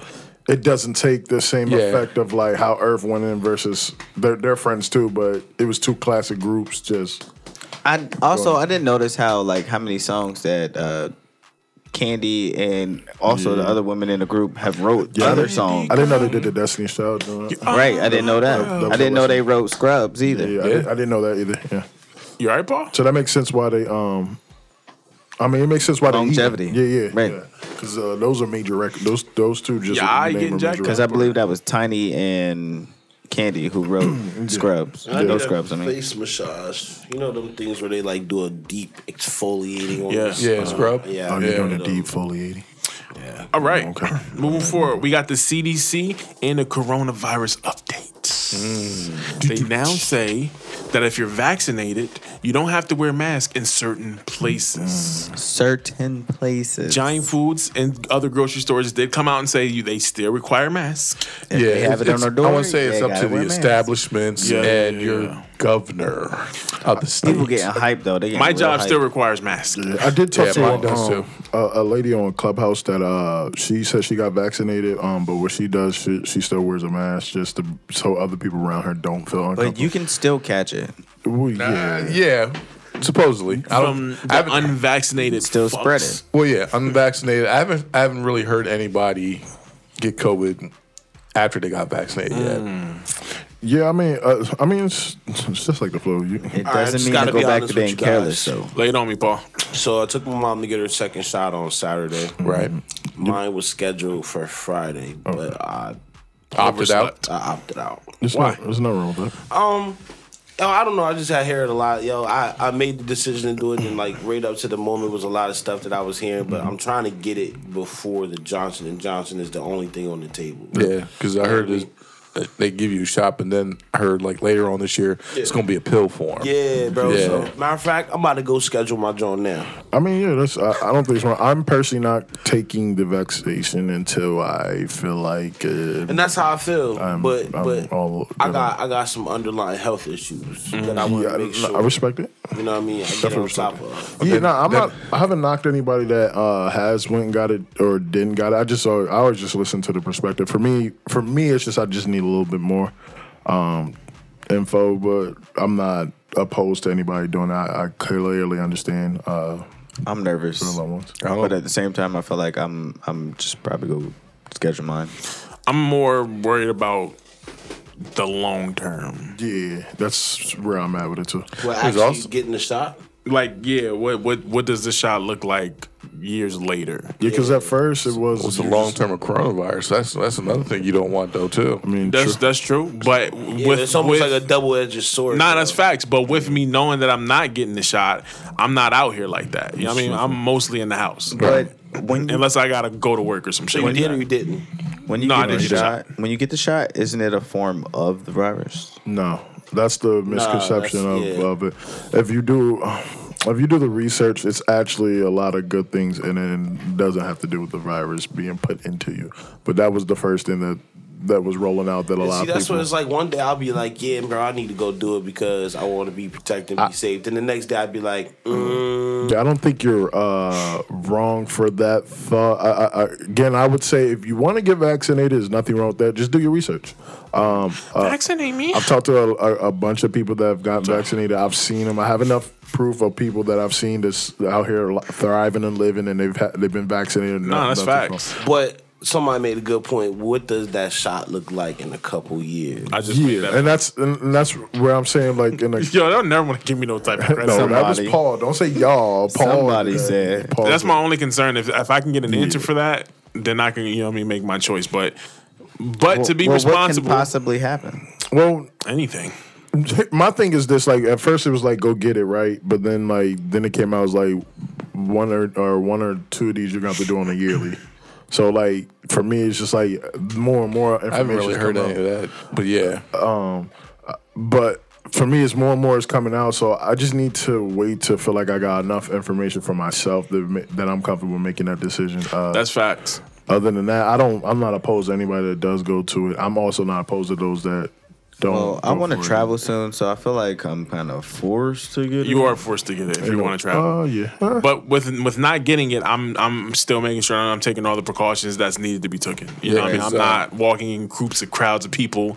it doesn't take the same Yeah. effect of like how Earth went in versus their their friends too. But it was two classic groups. Just I also I didn't notice how like how many songs that uh Candy and also the other women in the group have wrote Yeah. other songs. I didn't know they did the Destiny Child. doing it. Right, I didn't know that. was I didn't a know they wrote Scrubs either. Yeah, I, did, I didn't know that either. Yeah, you all right, Paul? so that makes sense why they um. I mean, it makes sense why they eat. Longevity. Yeah, yeah, Right. Because uh, those are major records. Those those two just Yeah, I name getting are jacked major Because I believe that was Tiny and Candy who wrote Scrubs. I No did a Scrubs, I mean. Face massage. You know them things where they like do a deep exfoliating on Yeah. your Yeah, scalp? scrub. Yeah, Oh, yeah. you're doing one the of those. defoliating. All right. Okay. Moving forward, we got the CDC and the coronavirus updates. They now say that if you're vaccinated, you don't have to wear masks in certain places. Mm. Certain places. Giant Foods and other grocery stores did come out and say you they still require masks. Yeah, they have it on it's- their door, I want to say they it's up gotta to the wear masks. establishments Yeah, and yeah, your yeah. governor of the state. People getting hyped though. They getting My real job hyped. still requires masks. I did talk Yeah, to mine a, does, um, a, a lady on Clubhouse that uh, she said she got vaccinated, um, but what she does, she, she still wears a mask just to, so other people around her don't feel But uncomfortable. you can still catch it. Well, Uh, yeah. yeah, supposedly. I From don't. I the haven't, unvaccinated Still fucks. spread it. well, yeah, unvaccinated. I haven't. I haven't really heard anybody get COVID after they got vaccinated Mm. yet. yeah, I mean, uh, I mean, it's, it's just like the flu. You, It All right, just doesn't mean gotta to go be back honest to with being you guys. careless. So Lay it on me, Paul. So I took my mom to get her second shot on Saturday. Right. Mine was scheduled for Friday, but I, Opted out. Overslept. I opted out. there's Why? No, there's no wrong with that. Um, oh, I don't know. I just had heard a lot. Yo, I, I made the decision to do it, and like right up to the moment was a lot of stuff that I was hearing. But I'm trying to get it before the Johnson and Johnson is the only thing on the table. Yeah, because I heard this, that they give you a shot, and then I heard like later on this year it's gonna be a pill form. Yeah, bro. Yeah. So matter of fact, I'm about to go schedule my joint now. I mean, yeah, that's. I, I don't think it's wrong. I'm personally not taking the vaccination until I feel like. Uh, And that's how I feel. I'm- but I'm but all- I got I got some underlying health issues that I want Mm-hmm. yeah, to make I, sure. I respect it. You know what I mean? I get on top of. Yeah, no, I'm that- not. I haven't knocked anybody that uh, has went and got it or didn't got it. I just uh, I always just listen to the perspective. For me, for me, it's just I just need a little bit more um, info, but I'm not opposed to anybody doing that. I clearly understand uh, I'm nervous. all at once. But at the same time, I feel like I'm I'm just probably go schedule mine. I'm more worried about the long term. Yeah, that's where I'm at with it too. Well, actually awesome. getting the shot. Like, yeah, what what what does this shot look like years later? Yeah, because at first it was It's the long term of coronavirus. That's that's another thing you don't want though too. I mean, That's true. that's true, but Yeah, with it's almost with, like a double edged sword. Nah, bro. that's facts. But with me knowing that I'm not getting the shot, I'm not out here like that. You know what I mean? I'm mostly in the house. But when you, Unless I gotta go to work or some shit. You like did or that. you didn't. when you No, I get the didn't get the shot, when you get the shot, isn't it a form of the virus? No, that's the misconception that's- yeah. of, of it. If you do, if you do the research, it's actually a lot of good things, and it doesn't have to do with the virus being put into you. But that was the first thing that that was rolling out that a lot See, of that's people. what it's like. One day I'll be like, "Yeah, bro, I need to go do it because I want to be protected, and be safe." Then the next day I'd be like, mm, Yeah, I don't think you're uh, wrong for that thought. I, I, I, again, I would say if you want to get vaccinated, there's nothing wrong with that. Just do your research. Um, uh, Vaccinate me. I've talked to a, a, a bunch of people that have gotten vaccinated. I've seen them. I have enough proof of people that I've seen that's out here li- thriving and living, and they've ha- they've been vaccinated. No, that's Nothing's facts. wrong. But somebody made a good point. What does that shot look like in a couple years? I just made Yeah, that. and that's and that's where I'm saying like in a. Yo, they'll never want to give me no type of credit. No, that was Somebody. Paul. Don't say y'all. Paul. Somebody said. Paul That's said- my only concern. If if I can get an answer for that, then I can you know what I mean make my choice. But but to be Well, responsible, What can possibly happen? Well, anything. my thing is this like at first it was like go get it right but then like then it came out as like one or, or one or two of these you're gonna have to do on a yearly so like for me it's just like more and more information I haven't really heard any of that, but yeah, but for me it's more and more is coming out so i just need to wait to feel like i got enough information for myself that, ma- that i'm comfortable making that decision uh, That's facts. other than that i don't i'm not opposed to anybody that does go to it i'm also not opposed to those that don't Well, I go want to for it. travel soon, so I feel like I'm kind of forced to get. You it. are forced to get it if you want to travel. oh yeah Huh. But with with not getting it, I'm I'm still making sure I'm taking all the precautions that's needed to be taken. You know, what I mean, Yeah, I'm exactly. not walking in groups of crowds of people.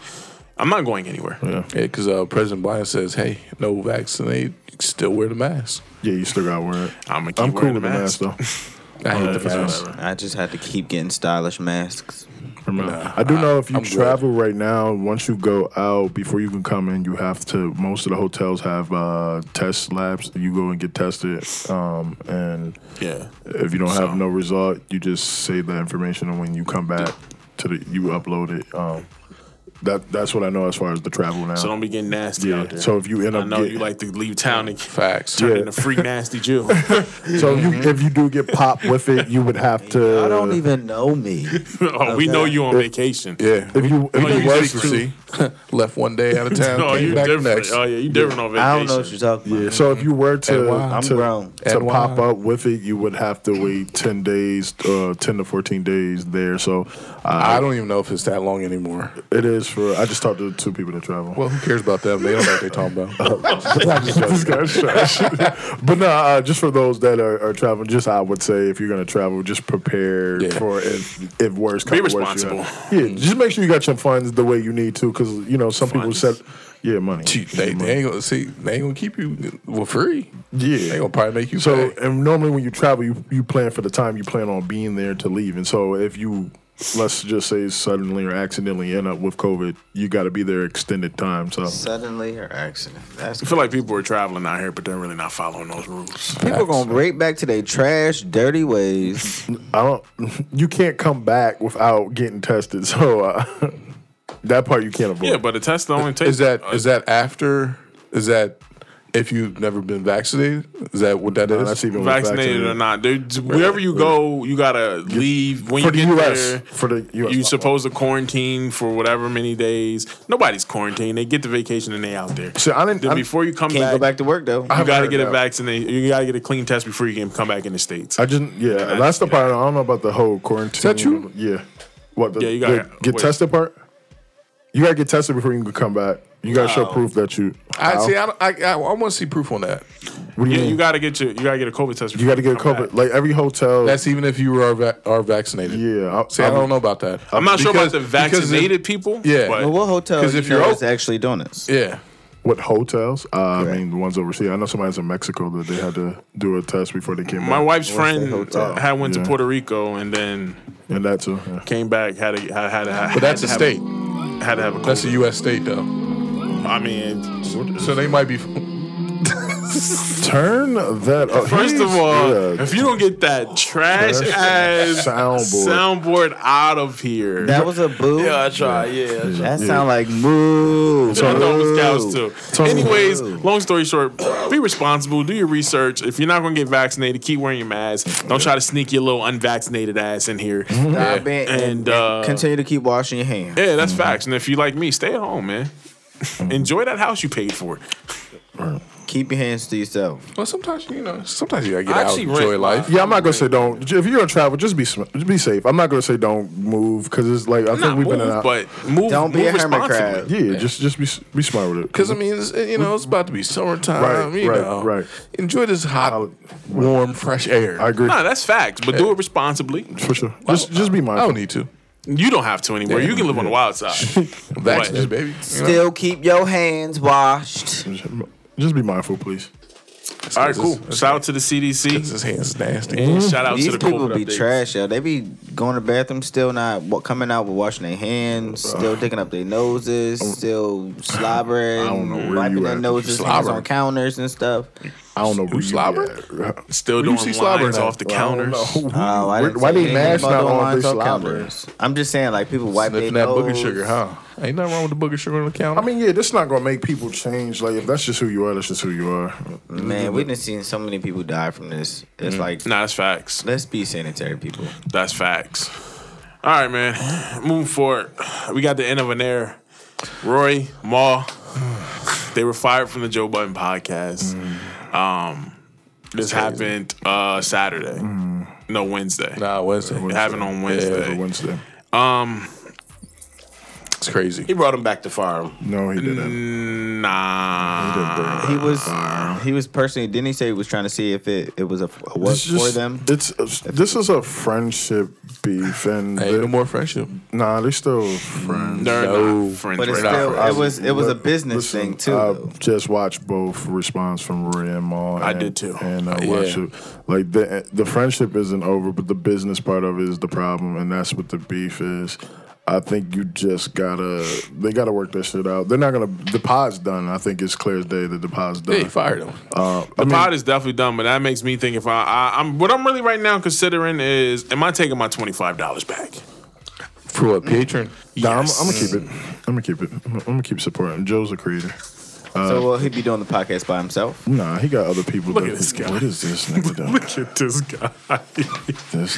I'm not going anywhere. yeah, because uh, President Biden says, "Hey, no vaccinate, still wear the mask." yeah you still gotta wear it I'm gonna keep i'm cool wearing with the mask though I hate the it's mask. whatever. I just had to keep getting stylish masks. I do know if you I'm good. travel right now, once you go out, before you can come in, you have to. Most of the hotels have uh, test labs. You go and get tested, um, and Yeah, if you don't have no result, you just save that information, and when you come back to the, you upload it. Um, that that's what I know as far as the travel now. so don't be getting nasty out yeah. there. So if you end I up, know get- you like to leave town and Facts. turn Yeah. into freak nasty Jew. so if Mhm. you if you do get popped with it, you would have to. I don't even know me. oh, we know you on vacation. Yeah. If you if No, you Oh, you was just- to- See, left one day out of town, No, came you back different. next. Oh yeah, you different on vacation. I don't know what you're talking about. Yeah, So if you were And to why? I'm to, grown. to And why? pop up with it, you would have to wait ten days, uh, ten to fourteen days there. So I uh, don't even know if it's that long anymore. it is for. I just talked to two people that travel. Well, who cares about them? They don't know what they're talking about. This guy's trash. but no, uh, just for those that are, are traveling, just I would say if you're gonna travel, just prepare Yeah. Mm. for if if worse Be comes worse, you have- responsible. yeah, just make sure you got your funds the way you need to, because you know some Funds. people said, yeah, money. they, they ain't gonna see. They ain't gonna keep you well free. Yeah. they gonna probably make you So, uh, so. and normally when you travel, you, you plan for the time you plan on being there to leave. And so, if you, let's just say, suddenly or accidentally end up with COVID, you got to be there extended time. So, Suddenly or accident. That's I feel like people are traveling out here, but they're really not following those rules. people gonna break back to their trash, dirty ways. I don't, you can't come back without getting tested. So, uh, that part you can't avoid. Yeah, but a test only takes. Is that is that after? Is that if you've never been vaccinated? Is that what that is? that's even with vaccinated or not? Dude, wherever you go, you gotta leave when For you the get US. there. for the US. You supposed to quarantine for whatever many days. Nobody's quarantined. They get the vacation and they out there. So I didn't- Then I- before you come Can't back, go back to work though. you haven't gotta heard get a that. vaccination. You gotta get a clean test before you can come back in the states. I just, yeah, that's the part. I don't know about the whole quarantine. Is that true? Yeah. What, the, Yeah, you gotta- the get wait. tested part? You got to get tested before you can come back. You got to show proof that you. I see. I don't- I, I, want to see proof on that. What do yeah, mean? you gotta get your you gotta get a COVID test. You got to get a COVID. Like every hotel. That's even if you are va- are vaccinated. yeah. I, See, I don't know about that. I'm not sure about Because- the because if- vaccinated people. Yeah. but But what hotel? 'Cause Because if if you you're know o- is actually doing this, Yeah. What hotels? Uh, I mean, the ones overseas. I know somebody's in Mexico that they had to do a test before they came my back. wife's friend hotel. had went Yeah. to Puerto Rico and then and that too. yeah. came back had a had, had, had But that's a had to have state. had to have a COVID. That's a U.S. state, though. I mean, So they might be. Turn that up. first of He's- all, yeah. if you don't get that trash ass That's soundboard. soundboard. out of here, that was a boo. yeah, I try. Yeah, I try. that sound like moo. I thought it was cows too. Tony- Anyways, long story short, be responsible. Do your research. If you're not going to get vaccinated, keep wearing your mask. Don't try to sneak your little unvaccinated ass in here. Stop it And, and, uh, continue to keep washing your hands. Yeah, that's facts. And if you like me, stay at home, man. Enjoy that house you paid for. Keep your hands to yourself. Well, sometimes you know, sometimes you gotta get I out, actually and rent enjoy my- life. Yeah, I'm not gonna say don't. If you're gonna travel, just be sm- just be safe. I'm not gonna say don't move because it's like I Not think we've move, been in a but move. Don't be move a hermit crab. responsibly. yeah, Just just be s- be smart with it. Because I mean, it's, you know, it's about to be summertime. Right, you right, know, right. Enjoy this hot, warm, fresh air. I agree Nah, that's facts, but do it responsibly. for sure. Just just be I don't mindful. need to. You don't have to anymore. You can live on the wild side. I'm vaccinated, baby. You know? Still keep your hands washed. Just be mindful, please. All right, cool. This- Shout out to the this- CDC. His hands nasty. Shout out to These the people COVID be updates. trash, yo. They be going to bathroom, still not wa- coming out with washing their hands, still digging up their noses, still slobbering, Oh. I don't know where wiping you their at. noses hands Slobbering. on counters and stuff. I don't know where Who's you slobbering? be at. Still You doing see lines slobber now. off the I don't counters. know. Oh, I Where- didn't why say they anything masks about not doing on, lines they off slobbering? counters. I'm just saying, like people wipe their Sniffing that nose. booger sugar, huh? Ain't nothing wrong with the booger sugar on the counter. I mean, yeah, this not gonna make people change. Like, if that's just who you are, that's just who you are. Man, we done seen so many people die from this. It's like Nah, that's facts. let's be sanitary people. That's facts. All right, man. Moving forward, we got the end of an era. Roy, Ma, they were fired from the Joe Button podcast. Um, Mm. this happened uh, Saturday. Mm. No, Wednesday. nah, Wednesday. It happened on Every Wednesday. Wednesday. It's crazy. He brought him back to fire him. No, he didn't. Nah. He was he was personally didn't he say he was trying to see if it, it was a, a work It's just, for them? It's this is a friendship beef, and Ain't no they- more friendship. nah, they still friends. They're No. not friends. But it's right now. still now. it was it was a But business listen, thing too. I though. just watched both response from Rory and Maul. I and- did too. And I yeah. watched it. Like the the friendship isn't over, but the business part of it is the problem, and that's what the beef is. I think you just gotta they gotta work that shit out. They're not gonna the pod's done. I think it's clear as day that the pod's done. Uh, Yeah, he fired him. The pod is definitely done, but that makes me think if I, I I'm what I'm really right now considering is am I taking my twenty five dollars back? For a patron. Nah, Yes. I'm, I'm gonna keep it. I'm gonna keep it. I'm, I'm gonna keep supporting. Joe's a creator. so will he be doing the podcast by himself? Nah, he got other people. Look that- at this guy. What is this nigga doing? Look at this guy. this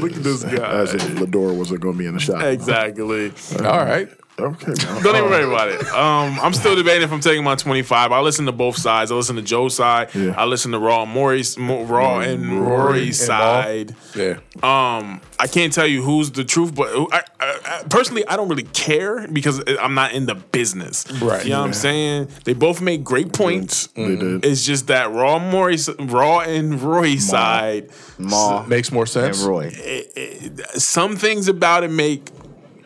Look at is- this guy. As if Lador wasn't gonna be in the shot. Exactly. All right. Okay. man. Don't even worry about it. Uh, Um, I'm still debating if I'm taking my 25. I listen to both sides. I listen to Joe's side. Yeah. I listen to Raw, Maury's, Mo- Raw and Rory's and Maul. side. Yeah. Um, I can't tell you who's the truth, but who- I, I, I- personally, I don't really care because I'm not in the business. Right. You know what I'm Yeah. saying? They both made great points. They did. It's just that Raw, Maury's, Raw and Roy's side. Oh. Maul Makes more and sense. Roy. it- it- some things about it make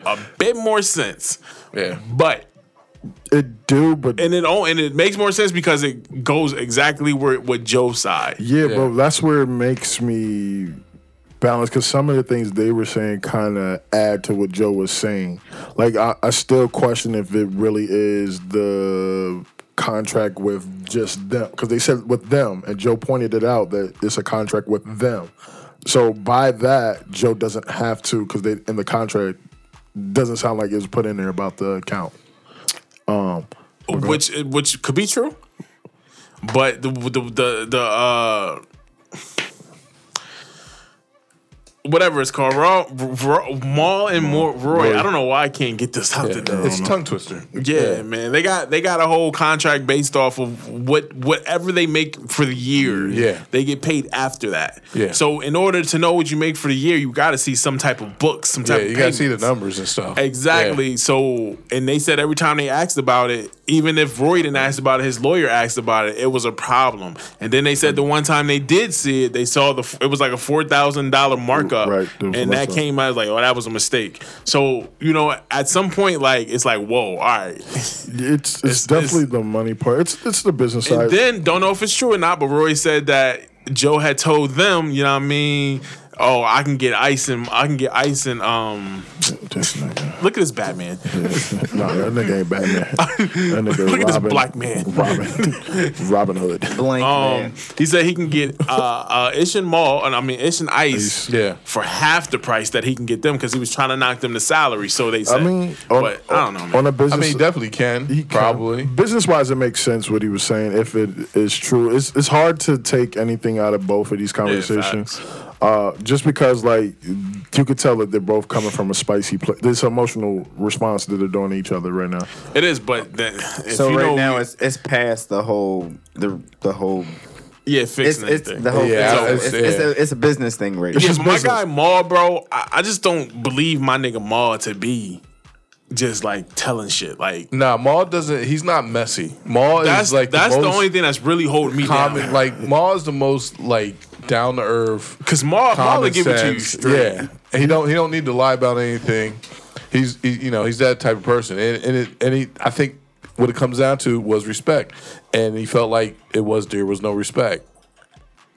a bit more sense, Yeah. but It do, but and it all and it makes more sense because it goes exactly where with Joe's side. yeah, but that's where it makes me balance because some of the things they were saying kind of add to what Joe was saying. Like I, I still question if it really is the contract with just them because they said with them, and Joe pointed it out that it's a contract with them. So by that, Joe doesn't have to because they in the contract doesn't sound like it was put in there about the account. which which could be true, but the the the, the uh. Whatever it's called, Raw, Raw, Maul and Mor- Roy. I don't know why I can't get this out today. It's tongue twister. Yeah, man. They got they got a whole contract based off of what whatever they make for the year. Yeah. They get paid after that. Yeah. So in order to know what you make for the year, you gotta see some type of books, some Yeah, type of you gotta see the payments. numbers and stuff. Exactly. So and they said every time they asked about it, even if Roy didn't ask about it, his lawyer asked about it, it was a problem. And then they said the one time they did see it, they saw the it was like a four thousand dollar markup. Right. There was a And that lesson. came came out like, oh, that was a mistake. So you know, at some point, like it's like, whoa, all right. It's it's, It's- definitely the money part. It's it's the business and side. then don't know if it's true or not, but Roy said that Joe had told them, you know what I mean? Oh, I can get ice and I can get ice and um. This nigga. Look at this Batman. Nah, that nigga ain't Batman. That nigga Look at this Robin- black man. Robin, Robin Hood. Blank Um, man. he said he can get uh, uh, Ish and Mall, and I mean Ish and Ice, Yeah. for half the price that he can get them because he was trying to knock them to salary. So they I said, mean, on, but I don't know, man. On a I business, mean, he definitely can. he can- probably. business-wise, it makes sense what he was saying. If it is true, it's it's hard to take anything out of both of these conversations. facts. Uh, just because, like, you could tell that they're both coming from a spicy place. This emotional response that they're doing to each other right now. It is, but that, if So you right know, now we- it's it's past the whole the the whole yeah, it's fixing it's everything. the whole Yeah, it's, it's- it's, it's, yeah. a, it's a business thing right Yeah, now. just my business. guy Maul, bro. I, I just don't believe my nigga Maul to be just like telling shit. Like Nah, Maul doesn't. He's not messy. Maul that's is like like that's the, most only thing that's really holding me common. down. Like Maul is the most like down to earth. Cause Maul, Maul will common give it to you sense. straight. Yeah, And he don't he don't need to lie about anything. He's he, you know he's that type of person, and and, it, and he I think what it comes down to was respect, and he felt like it was there was no respect.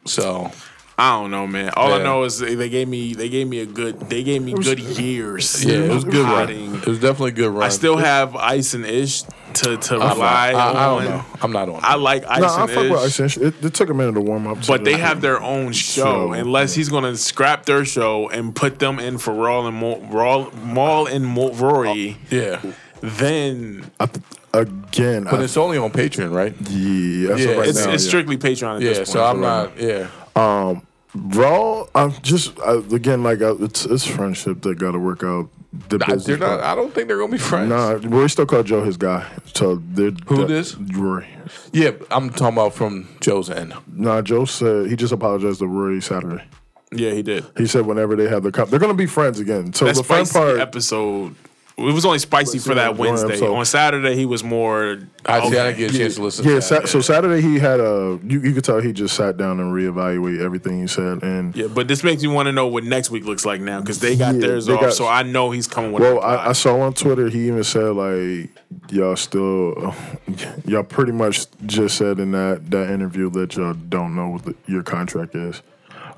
So I don't know, man. All I Yeah. know is they, they gave me they gave me a good they gave me good years. yeah, it was a good run. hiding. It was definitely a good run. I still have ice and ish to to I'm not- rely I, I on. don't know. I'm not on. I like ice No, I and fuck with ish. Ice and Sh- It, it took a minute to warm up. to But the- they have their own show. So- Unless he's gonna scrap their show and put them in for Raw and Mo- Raw, Maul and Mo- Rory, yeah, then I th- again. but I- it's only on Patreon, right? yeah, that's yeah, what right it's, now, it's yeah. strictly Patreon. At Yeah, this so point. I'm not. Yeah, Raw, I'm just I, again like I, it's it's friendship that got to work out. The I, they're business not. I don't think they're gonna be friends. Nah, Rory still called Joe his guy. So they're Who that- this? Rory. Yeah, but I'm talking about from Joe's end. Nah, Joe said he just apologized to Rory Saturday. Yeah, he did. He said whenever they have the cup, they're gonna be friends again. So That the fun spicy part, episode. It was only spicy for that Spicy on Wednesday. so- On Saturday, he was more. I see. I okay. didn't get a chance to listen. yeah, to sa- that. So Saturday he had a you, you could tell he just sat down and reevaluated everything he said and Yeah, but this makes me want to know what next week looks like now because they got Yeah, theirs they off, got- so I know he's coming with. Well, a I, I reply. saw on Twitter he even said like y'all still y'all pretty much just said in that that interview that y'all don't know what the, your contract is.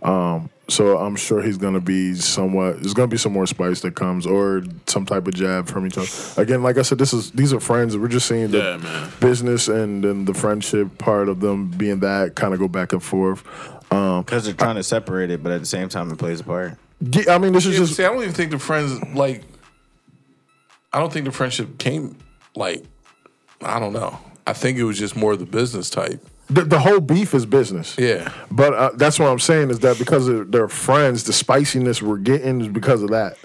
Um, so I'm sure he's gonna be somewhat. There's gonna be some more spice that comes or some type of jab from each other. Again, like I said, this is these are friends. We're just seeing the Yeah, man. business and then the friendship part of them being that kind of go back and forth. Um, Because they're trying to separate it, but at the same time, it plays a part. yeah, I mean, this is Yeah, but just see, I don't even think the friends like. I don't think the friendship came like. I don't know. I think it was just more of the business type. the, the whole beef is business. Yeah. But uh, that's what I'm saying is that because of their friends, the spiciness we're getting is because of that.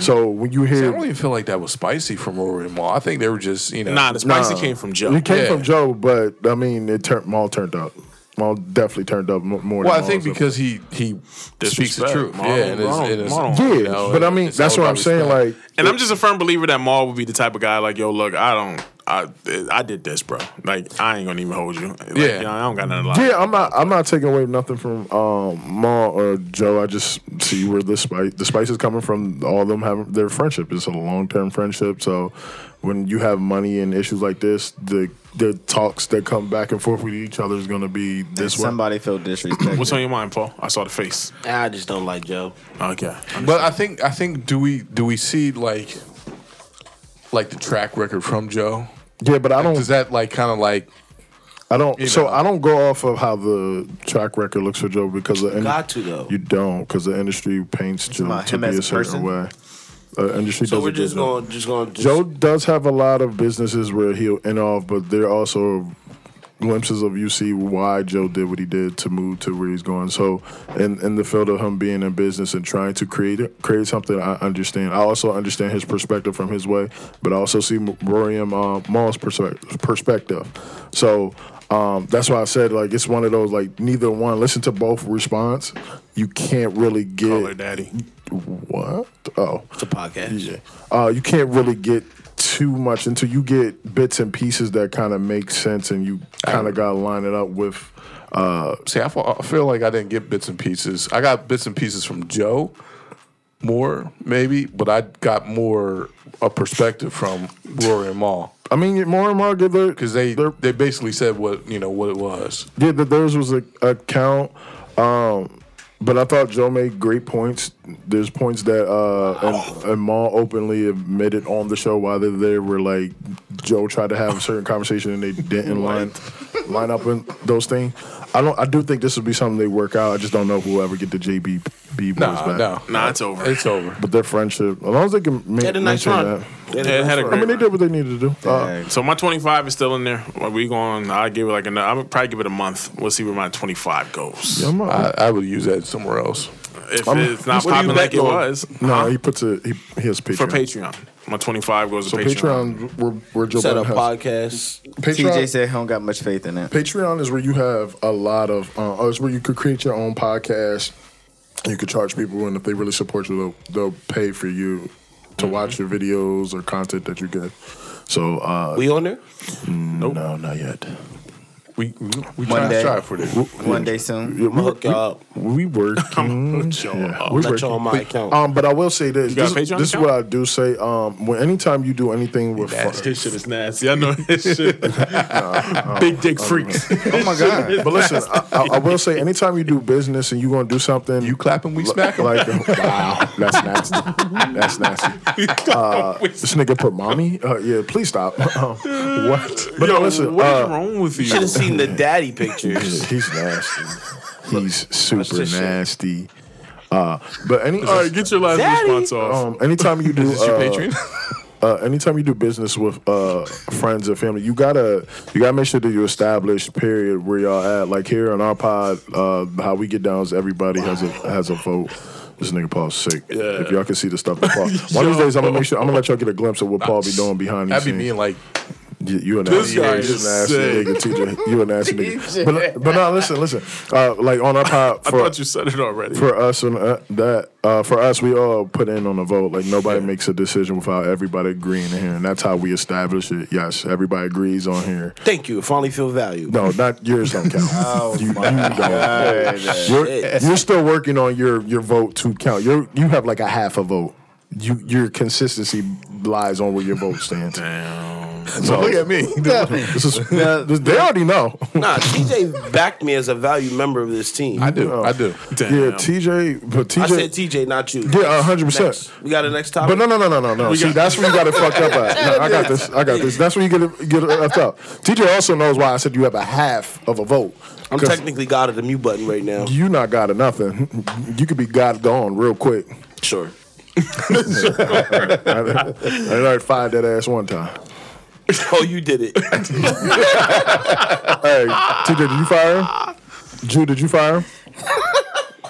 So when you See, I hear don't even feel Mm-hmm. like that was spicy from Rory and Maul. I think they were just you know. nah, the spicy came from Joe. it came yeah. from Joe, but I mean, it turned Maul turned up. Maul definitely turned up mo- more. well, I than think Maul's because he he speaks the Disrespect. truth. Maul yeah, don't- and it's, Maul don't- and it's, Maul up. don't- yeah, you know, but I mean it's that's all what I'm about saying. respect. Like And I'm just a firm believer that Maul would be the type of guy like, yo, look, I don't, I, I did this, bro. Like, I ain't gonna even hold you. Like, Yeah. you know, I don't got nothing to lie. Yeah, I'm not. I'm not taking away nothing from um, Maul or Joe. I just see where the spice, the spice is coming from. All of them having their friendship. It's a long term friendship. So when you have money and issues like this, the the talks that come back and forth with each other is going to be this way. Somebody felt disrespected. What's on your mind, Paul? I saw the face. I just don't like Joe. Okay. But I think I think do we do we see like like the track record from Joe? Yeah, but I Does don't. that like kind of like I don't. So know. I don't go off of how the track record looks for Joe because the in- Got to though. you don't because the industry paints Joe about to him be as a a person? certain way. Uh, industry So does we're a good just job. going, to just going. to Joe does have a lot of businesses where he'll end off, but there are also glimpses of you see why Joe did what he did to move to where he's going. So, in in the field of him being in business and trying to create create something, I understand. I also understand his perspective from his way, but I also see Rory and uh, Maul's perspective. perspective. So. Um, that's why I said like it's one of those like neither one. Listen to both response. You can't really get Call her daddy. what? Oh, It's a podcast. yeah. Uh, you can't really get too much until you get bits and pieces that kind of make sense and you kind of got to line it up with. Uh, See, I feel, I feel like I didn't get bits and pieces. I got bits and pieces from Joe more, maybe, but I got more a perspective from Rory and Maul I mean, more and more, give their, because they their, they basically said what you know what it was. yeah, that theirs was a, a count. Um, but I thought Joe made great points. There's points that uh, and, and Maul openly admitted on the show why they're there were like Joe tried to have a certain conversation and they didn't line line up in those things. I don't. I do think this would be something they work out. I just don't know if we'll ever get the JB boys Nah, back. no, Nah, it's over. it's over. But their friendship, as long as they can ma- They had a nice mention run. that. They had Yeah, it had a run. I mean, great they did what they needed to do. Uh, So my 25 is still in there. Are we going? I give it like another. I'm probably give it a month. We'll see where my 25 goes. I'm not- I, I would use that somewhere else. if I'm- it's not what do you popping like bet it on? was No, huh? he puts a he he has Patreon. for Patreon. My twenty five goes to So Patreon. Patreon, we're, we're Joe Set Biden up has. podcast. TJ Patreon, said he don't got much faith in it. Patreon is where you have a lot of. Uh, it's where you could create your own podcast. You could charge people, and if they really support you, they'll, they'll pay for you to Mm-hmm. watch your videos or content that you get. So uh, We on there? no, not yet. We we, One we try day. to strive for this. One day soon. Yeah, I'm gonna hook we, y'all up. we working. Joe, Yeah, uh, we Let y'all on my But- account. Um, but I will say this. got a This, Patreon this is account? what I do say. Um, when anytime you do anything with fun, Nasty. His shit is nasty. I know his shit. Big dick freaks. Oh my god. but listen, uh, I, I, I will say anytime you do business and you're gonna do something, You clapping, we Li- smack him. Like, wow, that's nasty. That's nasty. Uh, this nigga put mommy. Uh, yeah, please stop. Um, what? But Yo, no, listen. what is uh, wrong with you? Should have seen the daddy pictures. he's nasty. He's super this shit. nasty. Uh, but any All right, get your last Daddy. response off. um, anytime you do Is this your uh, Patreon? uh, anytime you do business with uh, friends and family, you gotta you gotta make sure that you establish period where y'all at. Like here on our pod, uh, how we get down is everybody has a has a vote. This nigga Paul's sick. If y'all can see the stuff that Paul, one of these days I'm gonna make sure I'm gonna let y'all get a glimpse of what Paul be doing behind the That'd be scenes. being like, You, you a This nasty, guy you is nasty sick. nigga, TJ. You a nasty nigga. But but no, listen, listen. Uh, like on our pod, I for, thought you said it already. for us and uh, that uh, for us we all put in on a vote like nobody makes a decision without everybody agreeing here and that's how we establish it yes everybody agrees on here Thank you. Finally feel valued. no not yours don't count Oh you, you don't you're, you're still working on your your vote to count you you have like a half a vote you your consistency lies on where your vote stands so look at me. this is this, they already know Nah, TJ backed me as a valued member of this team. I I, do, I do. yeah tj but tj said TJ, not you. yeah, 100%. Next. We got a next topic. But no, no, no, no, no, no. See, that's where you got it fucked up at. No, I got this. I got this. That's where you get it, get it left up. TJ also knows why I said you have a half of a vote. I'm 'Cause technically God of the mute button right now. You not got of nothing. You could be God gone real quick. Sure. I, done- I done already fired that ass one time. Oh, you did it. Hey, TJ, did you fire him? Drew, did you fire him?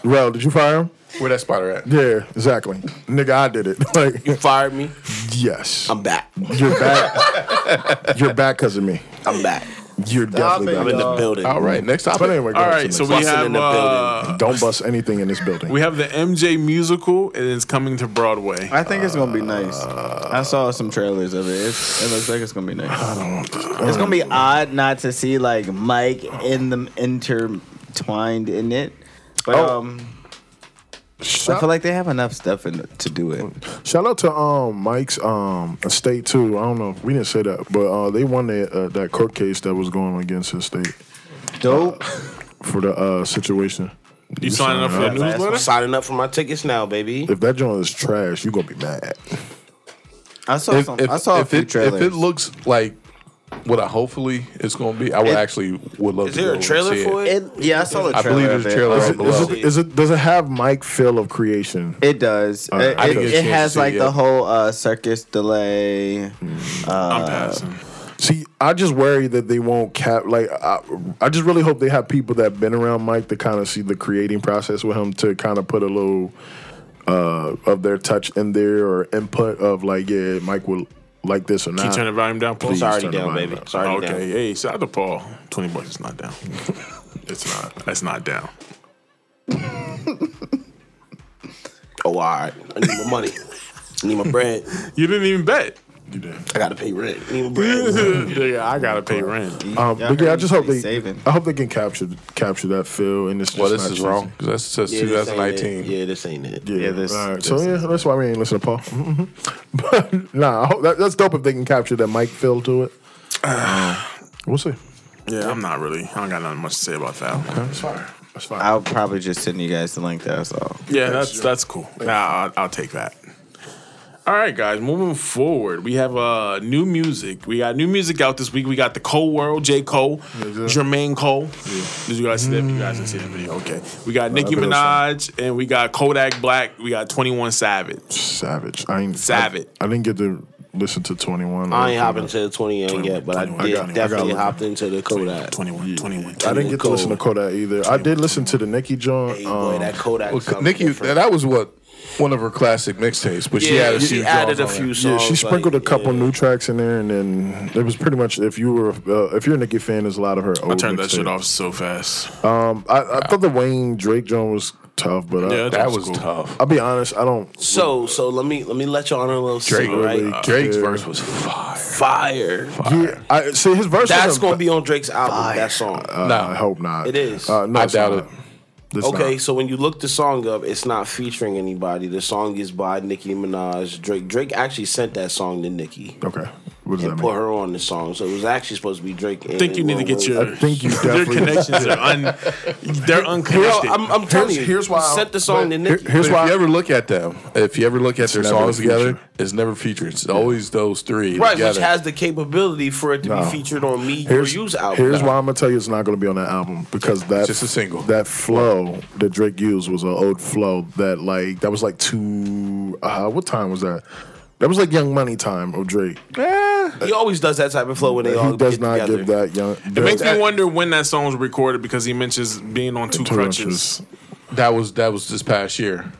Rel, did you fire him? Where that spotter at? Yeah, exactly. Nigga, I did it. Like, You fired me. yes. I'm back. You're back. You're back because of me. I'm back. You're definitely I'm back. in the building. All right, next topic. But anyway, go All ahead to right, the so we next Bussin' have in the uh, one. Don't bust anything in this building. we have the MJ musical and it's coming to Broadway. I think it's gonna be nice. I saw some trailers of it. It's, it looks like it's gonna be nice. It's gonna be odd not to see like Mike in them intertwined in it, but um, I Shout, feel like they have enough stuff in, to do it. shout out to um Mike's um estate too. I don't know. We didn't say that, but uh, they won that uh, that court case that was going on against his state Dope. for the uh, situation. You signing up for the up. I'm newsletter? signing up for my tickets now, baby. If that joint is trash, you gonna be mad. I saw If, some. if- I saw a if few it, trailers. If it looks like what I hopefully it's going to be, I would It- actually would love Is to there go a trailer see for it? It- yeah, I saw a trailer. I believe there's of a it. trailer Is right it, is, below. it, is it does it have Mike feel of creation? It does. it I it, didn't it get a chance to has see like it the yet. whole uh, circus delay. I'm passing. See, I just worry that they won't cap. Like, I, I just really hope they have people that been around Mike to kind of see the creating process with him to kind of put a little uh, of their touch in there or input of like, yeah, Mike will like this or Can you not. turn the volume down, please? it's already turn the down, volume baby. up. It's already Okay. down. Hey, shout out to Paul. Twenty bucks is not down. it's not. That's not down. Oh, all right. I need my money. I need my bread. You didn't even bet. I gotta pay rent. I need my bread. Nigga, I gotta pay rent. Um, Y'all but yeah, I heard he's just hope they. saving. I hope they can capture capture that feel. And it's just Well, this not is cheesy. wrong because that says Yeah, this ain't it. 2019. Yeah, this ain't it. Yeah, this- all right. so yeah, that's why we ain't listen to Paul. but nah, I hope that, that's dope if they can capture that Mike feel to it. we'll see. Yeah, I'm not really. I don't got nothing much to say about that. one. That's fine. That's fine. I'll probably just send you guys the link. That's all. Yeah, that's that's cool. Nah, I'll, I'll take that. All right, guys. Moving forward, we have uh new music. We got new music out this week. We got the Cole World, J Cole, Jermaine Cole. Did you guys see that? You guys didn't see that video? Okay. We got Nicki video's Minaj, and we got Kodak Black. We got Twenty One Savage. Savage. I ain't Savage. I, I didn't get the listen to 21. I ain't hopping to the 28 yet, but I 21, I did got it, I definitely got it. hopped into the Kodak. 21, 21. I didn't get to listen to Kodak either. I did listen to the Nicki joint. Hey, boy, um, that Kodak. Well, something Nikki, different. that was what one of her classic mixtapes, but she Yeah, had a she few. added draws a on few it. Yeah, songs. she sprinkled like, a couple yeah. new tracks in there, and then it was pretty much if you were uh, if you're a Nicki fan, there's a lot of her. Old I turned that mixtapes. shit off so fast. Um, I, I thought the Wayne Drake joint was tough, but Yeah, I, That was cool. tough. I'll be honest, I don't. So, so let me let me let y'all on a little Drake, secret, right? really- Drake's Yeah. verse was fire. Fire. Yeah, I see his verse. That's wasn't- gonna be on Drake's album. That song. Uh, No. I hope not. It is. Uh, no, I it's doubt not. it. It's okay, not. so when you look the song up, it's not featuring anybody. The song is by Nicki Minaj. Drake Drake actually sent that song to Nicki Okay. What does that and put mean? her on the song. So it was actually supposed to be Drake. And I think you need to get your. I think you Their definitely. connections are un. They're Yo, unconnected. I'm, I'm telling Here's- you. here's why he I- sent the song to Here- Nicki. here's But why. if you ever look at them, if you ever look at their never songs featured. together, it's never featured. It's always those three right, together. which has the capability for it to No. be featured on me or Here's, you's album. here's why I'm gonna tell you it's not gonna be on that album because that Just a single. that flow that Drake used was an old flow that like that was like two uh, what time was that that was like Young Money time of Drake He always does that type of flow when they all he does get not together. give that Young it makes me wonder when that song was recorded because he mentions being on two Two crutches crutches. that was that was this past year.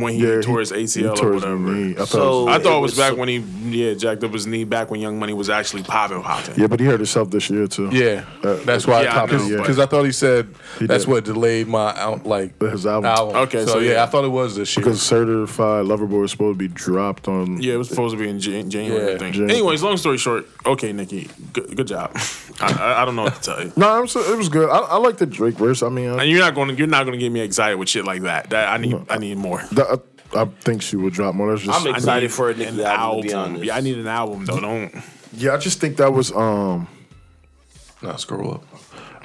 when he yeah, tore his he- he ACL tore or his whatever. knee. I thought it So- was- I thought It it was was back so- when he yeah jacked up his knee back when Young Money was actually popping popping. yeah, but he hurt himself this year too. Yeah, Uh, that's why yeah, I I know, but- because I, thought he said He that's did. what delayed my out like His album. Okay, so, so yeah, yeah. I thought it was this year. Because Certified Lover Boy was supposed to be dropped on. Yeah, it was supposed to be in Jan- January. I Yeah. think. January. Anyways, long story short, okay, Nikki, good, good job. I, I, I don't know what to tell you. No, I'm so, it was good. I, I like the Drake verse. I mean, I, And you're not going to you're not going to get me excited with shit like that. That I need I need more. that, I, I think she would drop more. That's just, I'm I excited need for a Nicki an album, to be honest. Yeah, I need an album though. Don't yeah, I just think that was. um no, scroll up.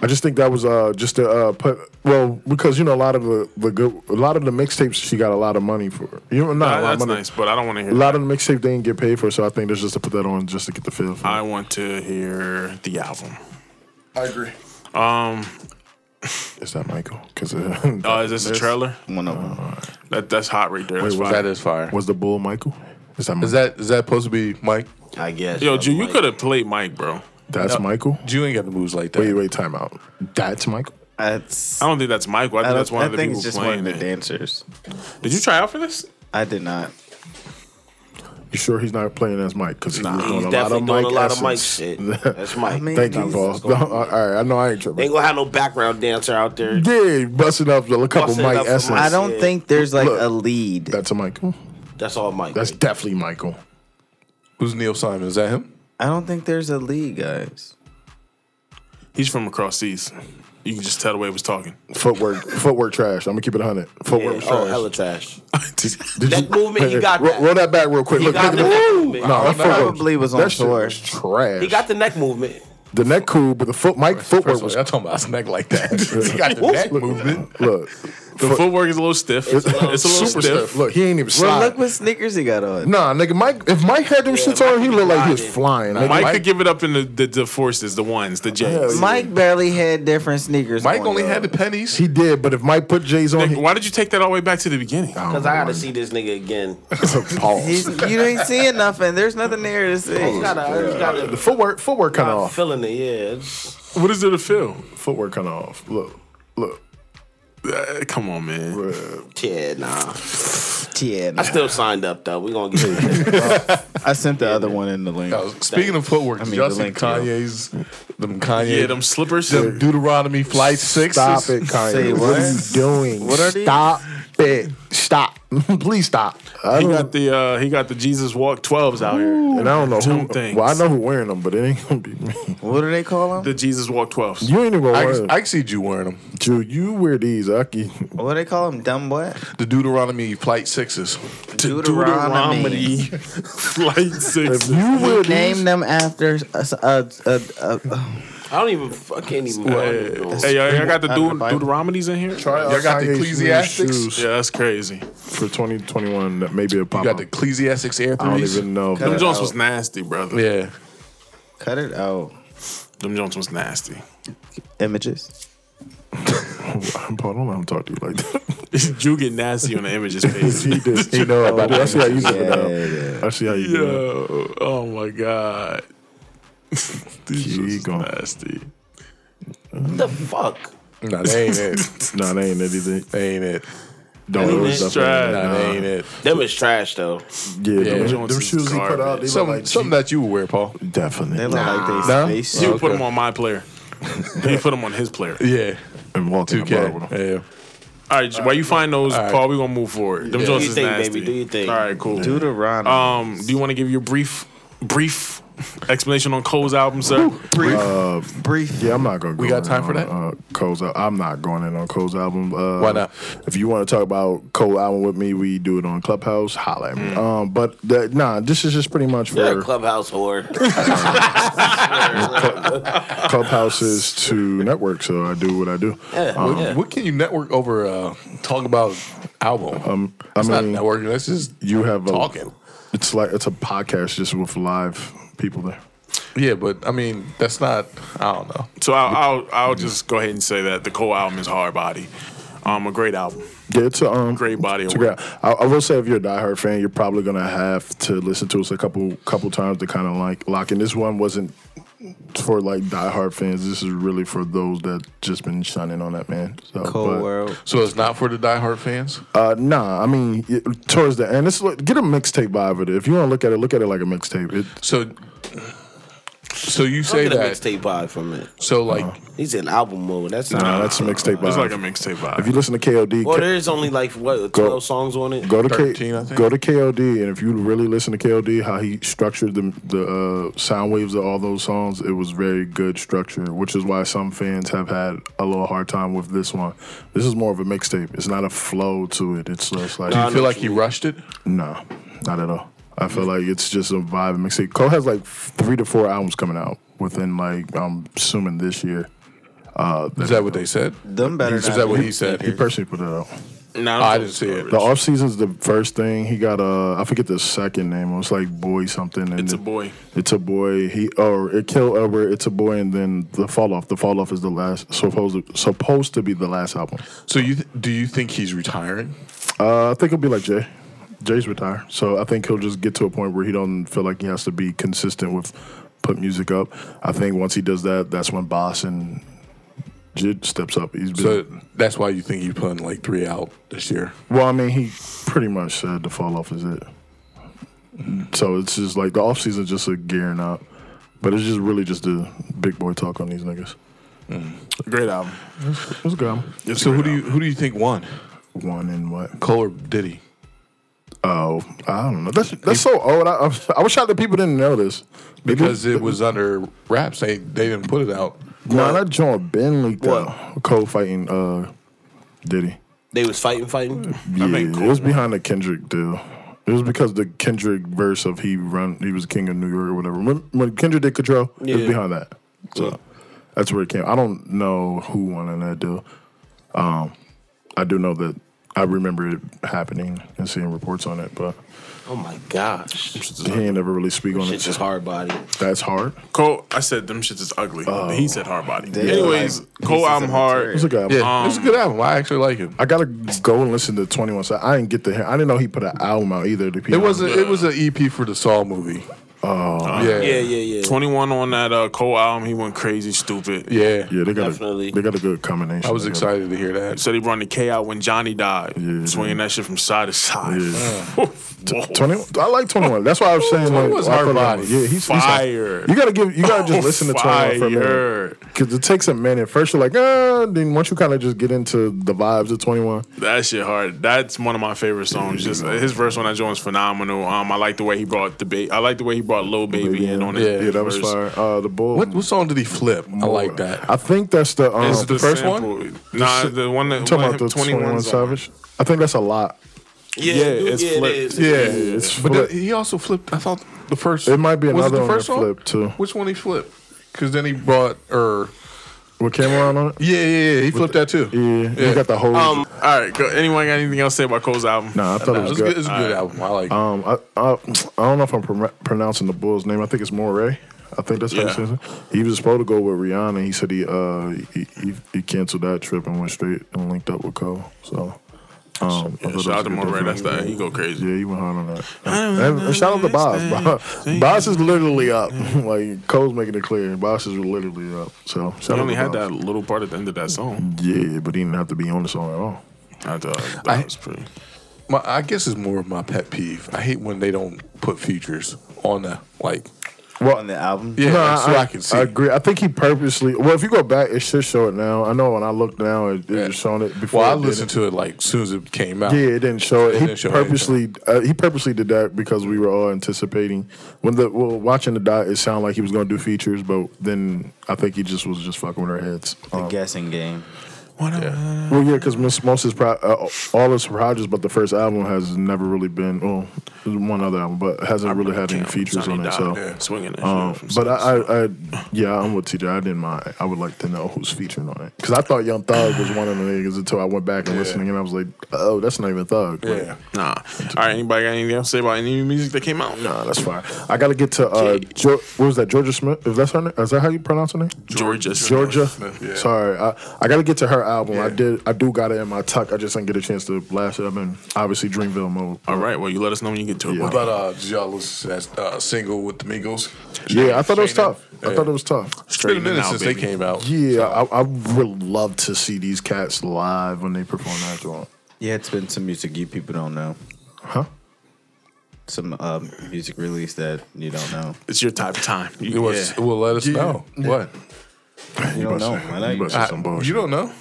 I just think that was uh, just to uh, put well because you know a lot of the, the good a lot of the mixtapes she got a lot of money for you know not a lot of that's money nice, but I don't want to hear. a lot of the mixtape they didn't get paid for so I think there's just to put that on just to get the feel for it. I want to hear the album. I agree is that Michael uh, because Oh, Uh, is this a trailer? One of them. That that's hot right there. That's Was fire. that is fire. was the bull Michael is that is that is that supposed to be Mike? I guess. Yo, Ju, you Like, could have played Mike, bro. that's Michael You ain't got the moves like that. wait wait time out that's Michael That's. I don't think that's Michael. I think I that's one of the think people it's just one playing of the it. dancers. Did you try out for this? I did not. you sure he's not playing as Mike because he was doing He's a lot of definitely doing Mike a lot of Mike shit. essence. That's Mike. mean- thank you Paul That's gonna be- all right I know I ain't They ain't tripping gonna have no background dancer out there. yeah busting up a couple Busting up Mike for essence I don't Yeah. think there's like Look. a lead. that's a Michael That's all Mike. that's definitely Michael. Who's Neil Simon? Is that him? I don't think there's a lead, guys. He's from across seas. You can just tell the way he was talking. Footwork, footwork trash. I'm gonna keep it hundred. yeah. Footwork oh, trash. hella trash. Did That movement, he got roll, that. roll that back real quick. He Look, got look the at that. neck movement. No, that footwork- Probably was on that shit tour. was trash. He got the neck movement. the neck cool, but the foot Mike footwork First was of all, y'all talking about his neck like that. he got the Look, neck movement. Look, The footwork is a little stiff. It's a little, super stiff. stiff. Look, he ain't even Well, slide. look what sneakers he got on. Nah, nigga, Mike. If Mike had them shits on, he looked like he was riding. flying. nigga. Mike, could give it up in the, the, the forces, the ones, the J's. Mike barely had different sneakers. Mike on, only yo. had the pennies. he did, but if Mike put J's on, Nick, he, why did you take that all the way back to the beginning? Cause I gotta see this nigga again. He's, you ain't seeing nothing. There's nothing there to see. He's gotta, he's the gotta footwork, footwork kind of stop off. feeling it. Yeah, It's- What is there to feel? Footwork kind of off. Look, look. Uh, come on, man. yeah, nah. Yeah, I still signed up though. We gonna get it. I sent the other one in the link. Now, speaking of footwork, I did mean, y'all the see link to them. Kanye's them Kanye Yeah, them slippers. them Deuteronomy flight sixes. Stop it, Kanye. Say what? are you what? doing? What are these? stop it. Stop. Please stop. I He don't, got the uh, he got the Jesus Walk 12s out here. and I don't know who. Some things. Well, I know who wearing them, but it ain't gonna be me. What do they call them? The Jesus Walk 12s. You ain't even gonna I, wear I them. can see you wearing them. Dude, you wear these, Aki. What do they call them? Dumb what? The Deuteronomy flight sixes. Deuteronomy. Flight If 6. you wear Name these, them after. s- Uh, uh, uh, uh, I don't even. I can't even. Hey, y'all, y'all got the Out of the Deut- Bible. Deuteronomy's in here? try out Y'all got the Kanye's new Ecclesiastics? shoes Yeah, that's crazy. for 2021. That maybe a You pop. got the Ecclesiastics Air Uh-huh. I don't Threes. even know. if Cut Them it that- Jones out. was nasty, brother. Yeah, cut it out. Them Jones was nasty. Images. Paul, don't let him talk to you like that. Drew get nasty on the images page. he did. He know about that. That's how you said Yeah, it. yeah. I see how you do it. Yo, oh my god. These Keep shits is going. nasty. the fuck? Nah, that ain't it. Nah, that ain't anything. That ain't it. Don't That know is stuff. trash. Nah, Nah. that ain't it. That was trash though. Yeah, Yeah, them- them, joints is shoes he put garbage. out, they Something, look like something that you would wear, Paul. Jeep. definitely. They look like they No? space. He Oh, would put okay. him on my player. he put him on his player. Yeah. and walking the bar with 'em. Uh-huh. 2K. All right, while you find those, All right. Paul, we gonna move forward. Them Do joints you is think, nasty. baby? Do you think? All right, cool. Deuteronomy. Um, do you want to give your brief, brief explanation on Cole's album, sir? brief. Uh, brief. Yeah, I'm not gonna. We got time for that? Uh, Cole's. al- I'm not going in on Cole's album. Uh, Why not? If you want to talk about Cole album with me, we do it on Clubhouse. Holla at me. Um, but the, nah, this is just pretty much You're for a clubhouse whore. Clubhouses to network. So I do what I do. Yeah, Um, yeah. What can you network over uh, talk about album? Um, I that's not mean, networking. That's just you have a, talking. It's like it's a podcast just with live people there. Yeah, but I mean, that's not. I don't know. So I'll, I'll I'll just go ahead and say that the Cole album is Hard Body, um, a great album. Yeah, it's a um, Great body it's of a work. great- I, I will say, if you're a diehard fan, you're probably gonna have to listen to us a couple couple times to kind of like lock in. This one wasn't for like diehard fans. This is really for those that just been shining on that man. So, Cold but- world. So it's not for the diehard fans. Uh, nah, I mean y- towards the end, it's like- get a mixtape vibe of it. If you want to look at it, look at it like a mixtape. It, So, so you Don't say get a that. mixtape vibe from it. So like, Uh-huh. He's in album mode. That's not. nah, that's a mixtape vibe. It's like a mixtape vibe. if you listen to KOD, well, K- there's only like what Go- twelve songs on it. Go to 13, I K- think. go to KLD, and if you really listen to KLD, how he structured the the uh, sound waves of all those songs, it was very good structure, which is why some fans have had a little hard time with this one. This is more of a mixtape. It's not a flow to it. It's just like do Nah, you I feel know like what he you rushed it? no, not at all. I feel like it's just a vibe mixtape. Cole has like three to four albums coming out within like I'm assuming this year. Uh, Is that what they said? Them better. Is not that what be he said? he personally put it out? Nah, I didn't see it. The off season's the first thing. He got a I forget the second name. It was like boy something. And it's a it- boy. It's a boy. He or it killed Elbert. It's a boy, and then the fall off. The fall off is the last supposed supposed to be the last album. So you th- do you think he's retiring? Uh, I think it'll be like Jay. Jay's retired, so I think he'll just get to a point where he don't feel like he has to be consistent with put music up. I think once he does that, that's when Boss and Jid steps up. He's been, So that's why you think he's putting like three out this year. well, I mean, he pretty much said the fall off is it. So it's just like the off season just a gearing up, but it's just really just the big boy talk on these niggas. Mm. Great album. Let's go. It's a So who great do you who do you think won? One and what? Cole or Diddy? Oh, I don't know. That's that's so old. I, I- I wish out the people didn't know this Because They- it was under wraps. They they didn't put it out. Nah, that joint been leaked out. Cole fighting uh, Diddy. They was fighting, fighting. Yeah, think Cole it was behind the Kendrick deal. It was because the Kendrick verse of he run he was king of New York or whatever. When, when Kendrick did control, it was Yeah. behind that. So that's where it came. I don't know who won in that deal. Um, I do know that I remember it happening and seeing reports on it, but Oh my gosh, he ain't ever really speak on shit's it. just hard body. That's hard. Cole, I said them shits is ugly. Oh. He said Hard Body. look Anyways, like Cole pieces album of hard. material. It's a good album. Yeah, it's a good album. I actually like it. I gotta go and listen to Twenty One. So I didn't get to hear. I didn't know he put an album out either. To It was a, it was an EP for the Saw movie. Oh yeah, Yeah, yeah, yeah. Twenty one on that uh, Cole album, he went crazy, stupid. yeah. yeah. They got Definitely. a they got a good combination. I was They got- excited to hear that. Said he brought the K out when Johnny died, Yeah. swinging that shit from side to side. Whoa. Twenty, I like Twenty One. That's why I was saying like, 21's I hard feel like- body. Yeah, he's- he's Fire. You gotta give. You gotta just Oh, listen to Twenty One for a minute fire. because it takes a minute. First, you're like, ah. Then once you kind of just get into the vibes of Twenty One, That shit hard. That's one of my favorite songs. Just his verse on that joint is phenomenal. Um, I like the way he brought the ba- I like the way he brought Lil Baby, in on it. Yeah. yeah, that was fire. Uh, the bull. What what song did he flip? I like that. I think that's the. Um, Is it the first one? one? Nah, the one that I'm talking about the Twenty Twenty One One Savage. I think that's a lot. Yeah, Yeah, dude, it's yeah, it flipped. is. Yeah, it's But flip. then he also flipped. I thought the first. It might be was another it the one first that song? flipped, too. Which one he flipped? Because then he brought or with Cameron on it. yeah yeah yeah he flipped that too. Yeah, you got the whole. Um, all right. Go, anyone got anything else to say about Cole's album? nah, I thought Nah, it was good. good. It's a good album. I like. it. Um, I, I I don't know if I'm pro- pronouncing the bull's name. I think it's Moray. I think that's how Yeah. he says it. He was supposed to go with Rihanna. He said he uh he, he, he canceled that trip and went straight and linked up with Cole. So Um, I Yeah, thought shout out to that was a good Moray. That's difference. that. He go crazy. Yeah, you went hard on that. don't And- know and shout out to Boss. this Boss- Boss is literally up. like Cole's making it clear. Boss is literally up. So shout He out only to had Boss. that little part at the end of that song. Yeah, but he didn't have to be on the song at all. I thought that I- was pretty. My, I guess it's more of my pet peeve. I hate when they don't put features on the like. Well, on the album. Yeah, No, so I, can see. I agree. I think he purposely. Well, if you go back, it should show it now. I know when I looked now, it, it Yeah. was showing it before. Well, I it didn't. listened to it like as soon as it came out. Yeah, it didn't show it. It he didn't show purposely uh, he purposely did that because we were all anticipating when the well watching the dot. It sounded like he was going to do features, but then I think he just was just fucking with our heads. The Um, guessing game. Yeah. Well, yeah, because most of his pro- uh, all his projects, but the first album has never really been. Well, there's one other album, but hasn't really had any Damn, features Sonny on it. Dodd, So. yeah, swinging that Um, shit from but I, side to side. I, I, yeah, I'm with TJ. I didn't mind. I would like to know who's featuring on it because I thought Young Thug was one of the niggas until I went back and Yeah. listening, and I was like, oh, that's not even Thug. Like, Yeah. nah. All right, anybody got anything else to say about any new music that came out? Nah, that's fine. I gotta get to uh, jo- what was that? Georgia Smith? Is that her? Name? Is that how you pronounce her name? Georgia. Georgia. Smith, yeah. Sorry, I, I gotta get to her album. I Yeah. did. I do got it in my tuck. I just didn't get a chance to blast it. I'm in obviously Dreamville mode. All right. Well, you let us know when you get to it. Yeah. What about uh, did y'all listen to that uh, single with the Migos? Yeah, I thought it was Straight tough. up. I Yeah. thought it was tough. It's been a Straightening minute out, since baby. they came out. Yeah, I, I would love to see these cats live when they perform that joint. Yeah, it's been some music you people don't know. Huh? Some um, music release that you don't know. It's your type of time. You, It was. yeah. It will let us know what You don't know. I like. You better say I- some bullshit. you don't know.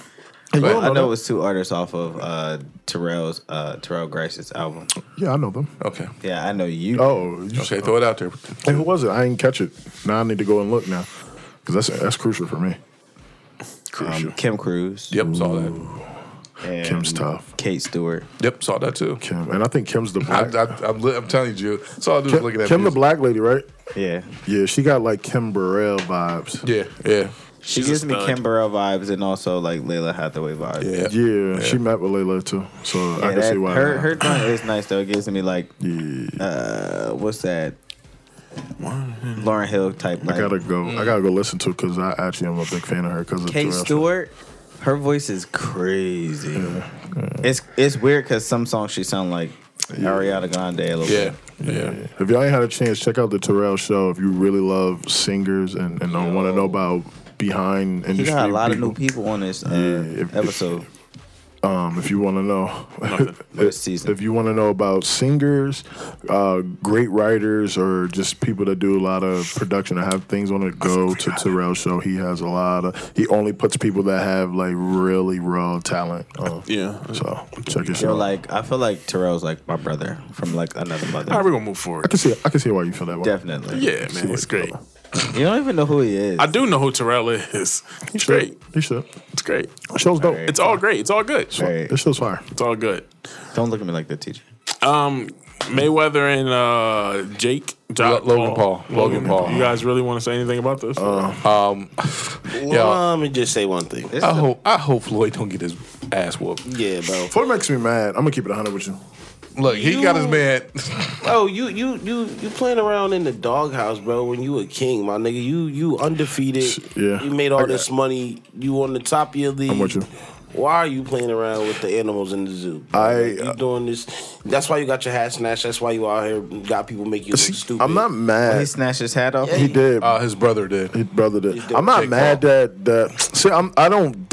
But don't I know know that. it's two artists off of uh, Terrell's uh, Terrell Grice's album. Yeah, I know them. Okay. Yeah, I know you. Oh, you Okay. Throw it out there. Hey, who was it? I didn't catch it. Now I need to go and look now, because that's that's crucial for me. um, Kim Cruz. Yep. Saw that. and Kim's tough. Kate Stewart. Yep. Saw that too. Kim, and I think Kim's the I, black. I, I'm, li- I'm telling you, Jill. So I do is Kim, looking at Kim the music. black lady, right? Yeah, Yeah, she got like Kim Burrell vibes. Yeah, yeah, she She's gives a me stud. Kim Burrell vibes and also like Layla Hathaway vibes. yeah, Yeah, she met with Layla too, so I Yeah, can that- see why. her not. her joint is nice though. It gives me like yeah, uh, what's that? Lauren Hill type. Like, I gotta go. I gotta go listen to because I actually am a big fan of her because of Kate Terrell. Stewart, her voice is crazy. It's it's weird because some songs she sound like Ariana Grande a little yeah, bit. yeah. If y'all ain't had a chance, check out the Terrell show. If you really love singers and, and don't want to know about behind He industry, got a lot people, of new people on this uh, Yeah, if- episode. Um, if you want to know, This season. if you want to know about singers, uh, great writers, or just people that do a lot of production and have things on it, go to Terrell show. He has a lot of. He only puts people that have like really raw talent. Uh, Yeah. So check his Yo, show. like I feel like Terrell's like my brother from like another mother. All right, we're gonna move I forward. can see. I can see why you feel that way. Definitely. Yeah, man, it's great. You don't even know who he is. I do know who Terrell is. It's great. You should. It's great. Show's dope. Alright. It's all great. It's all good. All right. This show's fire. It's all good. Don't look at me like that, teacher. Um, Mayweather and uh, Jake. Lo- Logan Paul. Logan Paul. You guys really want to say anything about this? Um, yeah. Well, let me just say one thing. I hope I hope Floyd don't get his ass whooped. Yeah, bro. Floyd makes me mad. I'm gonna keep it 100 with you. Look, he got his man. Bro, you you you you playing around in the doghouse, bro. When you a king, my nigga, you you undefeated. Yeah. you made I all got- this money. You on the top of your league. with you. Why are you playing around with the animals in the zoo? I- uh, Like, you doing this. That's why you got your hat snatched. That's why you out here got people make you look stupid. I'm not He mad. snatched his hat off. He did. Uh, his brother did. his brother did. did. I'm not Jake mad that that. See, I'm. I don't.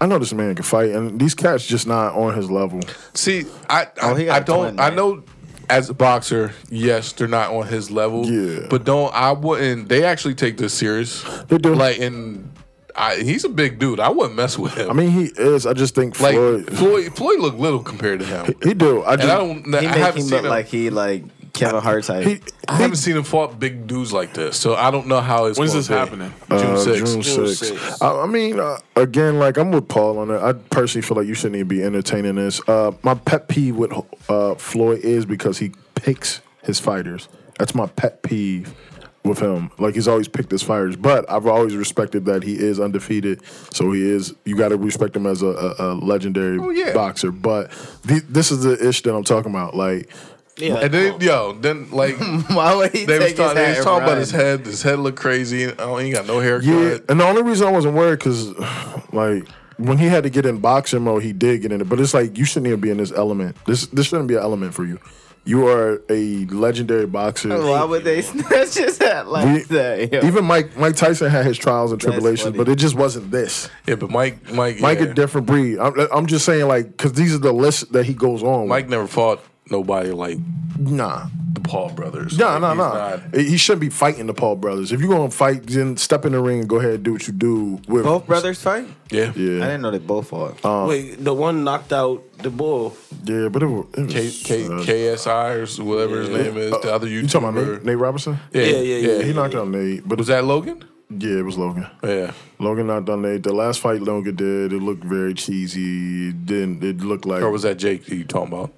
I know this man can fight, and these cats just not on his level. See, I I, Oh, he got I a don't twin, I man. know as a boxer, yes, they're not on his level. Yeah. But don't I wouldn't they actually take this serious. They do. Like and I, he's a big dude. I wouldn't mess with him. I mean, he is. I just think like Floyd. Floyd Floyd, looked little compared to him. he do. I And just. I don't I He made haven't him seen look him like he like Kevin Hart type. he, I haven't seen him fought big dudes like this, so I don't know how it's. When's gonna this be. happening? June uh, sixth. June June 6th. sixth. I, I mean, uh, again, like I'm with Paul on it. I personally feel like you shouldn't even be entertaining this. Uh, my pet peeve with uh, Floyd is because he picks his fighters. That's my pet peeve with him. Like he's always picked his fighters, but I've always respected that he is undefeated. So he is. You got to respect him as a, a, a legendary Oh, yeah. boxer. But th- this is the ish that I'm talking about. Like. Yeah, And then yo, then like Why would he they was take talking, they his was hat talking about and his run? head. His head looked crazy. And, oh, he ain't got no haircut. Yeah, and the only reason I wasn't worried because, like, when he had to get in boxing mode, he did get in it. But it's like you shouldn't even be in this element. This this shouldn't be an element for you. You are a legendary boxer. Why Oh, would they snatch his hat like We- that? yo? Even Mike Mike Tyson had his trials and tribulations, funny. but it just wasn't this. Yeah, but Mike, Mike, Mike yeah. a different breed. I'm, I'm just saying like because these are the lists that he goes on. Mike never fought nobody like with. nah, the Paul brothers. nah, Like, nah, he's nah. not- He shouldn't be fighting the Paul brothers. If you're gonna fight, then step in the ring and go ahead and do what you do with both brothers fight? Yeah. Yeah, I didn't know they both fought. uh, Wait, the one knocked out the bull. yeah, but it was, it was K, K, uh, KSI or s- whatever his name is, the other YouTuber. You talking about Nate, Nate Robinson? Yeah, yeah, yeah. he knocked out Nate, but it Was was, that Logan? yeah, it was Logan. Yeah. Logan knocked out Nate. The last fight Logan did, it looked very cheesy. It didn't it looked like? Or was that Jake that you talking about?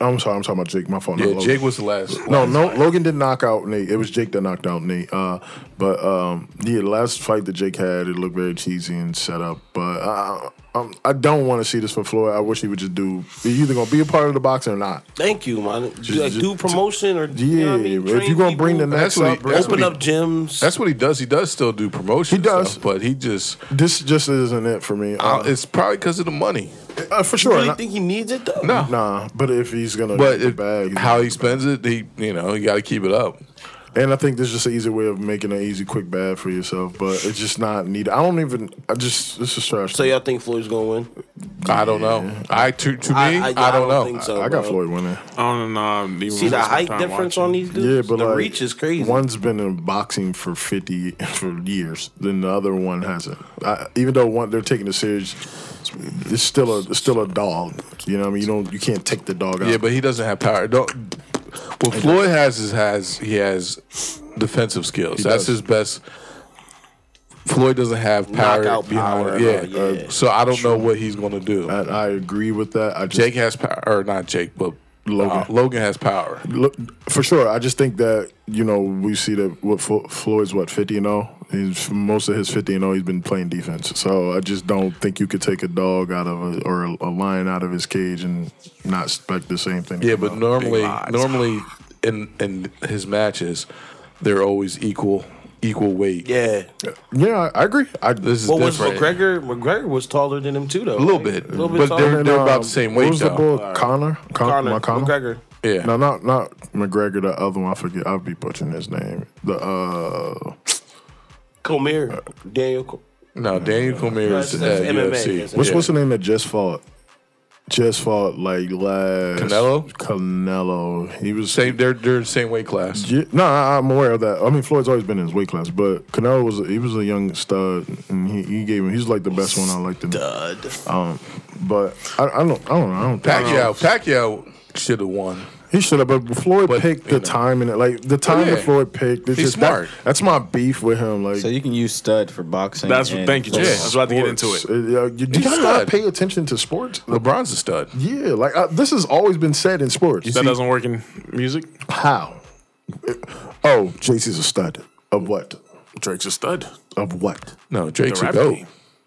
I'm sorry, I'm talking about Jake. My fault. not Yeah, Logan. Jake was the last. No, no, Logan didn't knock out Nate. It was Jake that knocked out Nate. Uh, but um, yeah, the last fight that Jake had, it looked very cheesy and set up. But I, I, I'm- I don't want to see this for Floyd. I wish he would just do. He's either gonna be a part of the boxing or not. Thank you, man. Do, like, just- do promotion or Yeah, you know what I mean? if Train you're gonna bring the people, That's next what up, he- bro, that's what open he- up gyms. That's what he does. He does still do promotion. He and stuff, does. but he just this just isn't it for me. I- Uh, it's probably because of the money. uh, for you sure. really not- think he needs it though? No, Nah, but if he's gonna but get the it- bag, he's how gonna- he spends it, he you know he got to keep it up. And I think this is just an easy way of making an easy, quick bad for yourself, but it's just not needed. I don't even. I just this is trash. So y'all think Floyd's gonna win? I don't know. I to to me, I, I- I- I don't don't know. think so. I got bro. Floyd winning. I don't know. um, even See the my height time difference watching. on these dudes. Yeah, but the like reach is crazy. One's been in boxing for fifty for years, then the other one hasn't. I, even though one they're taking it serious, it's still a it's still a dog. You know, what I mean, you don't you can't take the dog out. Yeah, but he doesn't have power. Don't. What Floyd has is has he has defensive skills. That's does. his best. Floyd doesn't have power. Knockout behind power, it. Yeah. uh, yeah. Uh, so I don't know what he's gonna do. I, I agree with that. I just Jake has power, or not Jake, but Logan. Logan. Logan has power. look, for sure. I just think that you know we see that what Flo- Floyd's what fifty and zero. He's most of his fifty and zero. He's been playing defense, so I just don't think you could take a dog out of a, or a, a lion out of his cage and not expect the same thing. to Yeah, come but out. normally, lies. normally in in his matches, they're always equal equal weight. yeah. yeah, I, I agree. I This is What was different. McGregor? McGregor was taller than him too, though. A little bit, A little bit but taller. um, they're, And, they're uh, about the same what weight was the though. bull? Connor? Con- Connor, my Connor? McGregor. Yeah, No, not not McGregor. The other one, I forget. I'll be butchering his name. The uh, Comer, Daniel. Co- no. Daniel Cormier is That's- at that's MMA, UFC. yes, what's Yeah. what's the name that just fought? Just fought like last Canelo? Canelo. He was Same, they're they're the same weight class. Yeah, no, I, I'm aware of that. I mean, Floyd's always been in his weight class, but Canelo was he was a young stud, and he, he gave him. He's like the best one I liked him. uh, Stud. Um, but I, I don't I don't know. I don't think Pacquiao, Pacquiao should have won. He should have, but Floyd But, picked you the know. time and it, like the time yeah. that Floyd picked. It's He's just that- smart. that's my beef with him. Like, So you can use stud for boxing. That's what. and Thank you, Jay. I football. was about to get into it. sports. Uh, you- do He's you not stud. pay attention to sports? LeBron's a stud. Yeah, like I, this has always been said in sports. That doesn't work in music. How? Oh, JC's a stud. Of what? Drake's a stud. Of what? No, Drake's The a rapper. goat.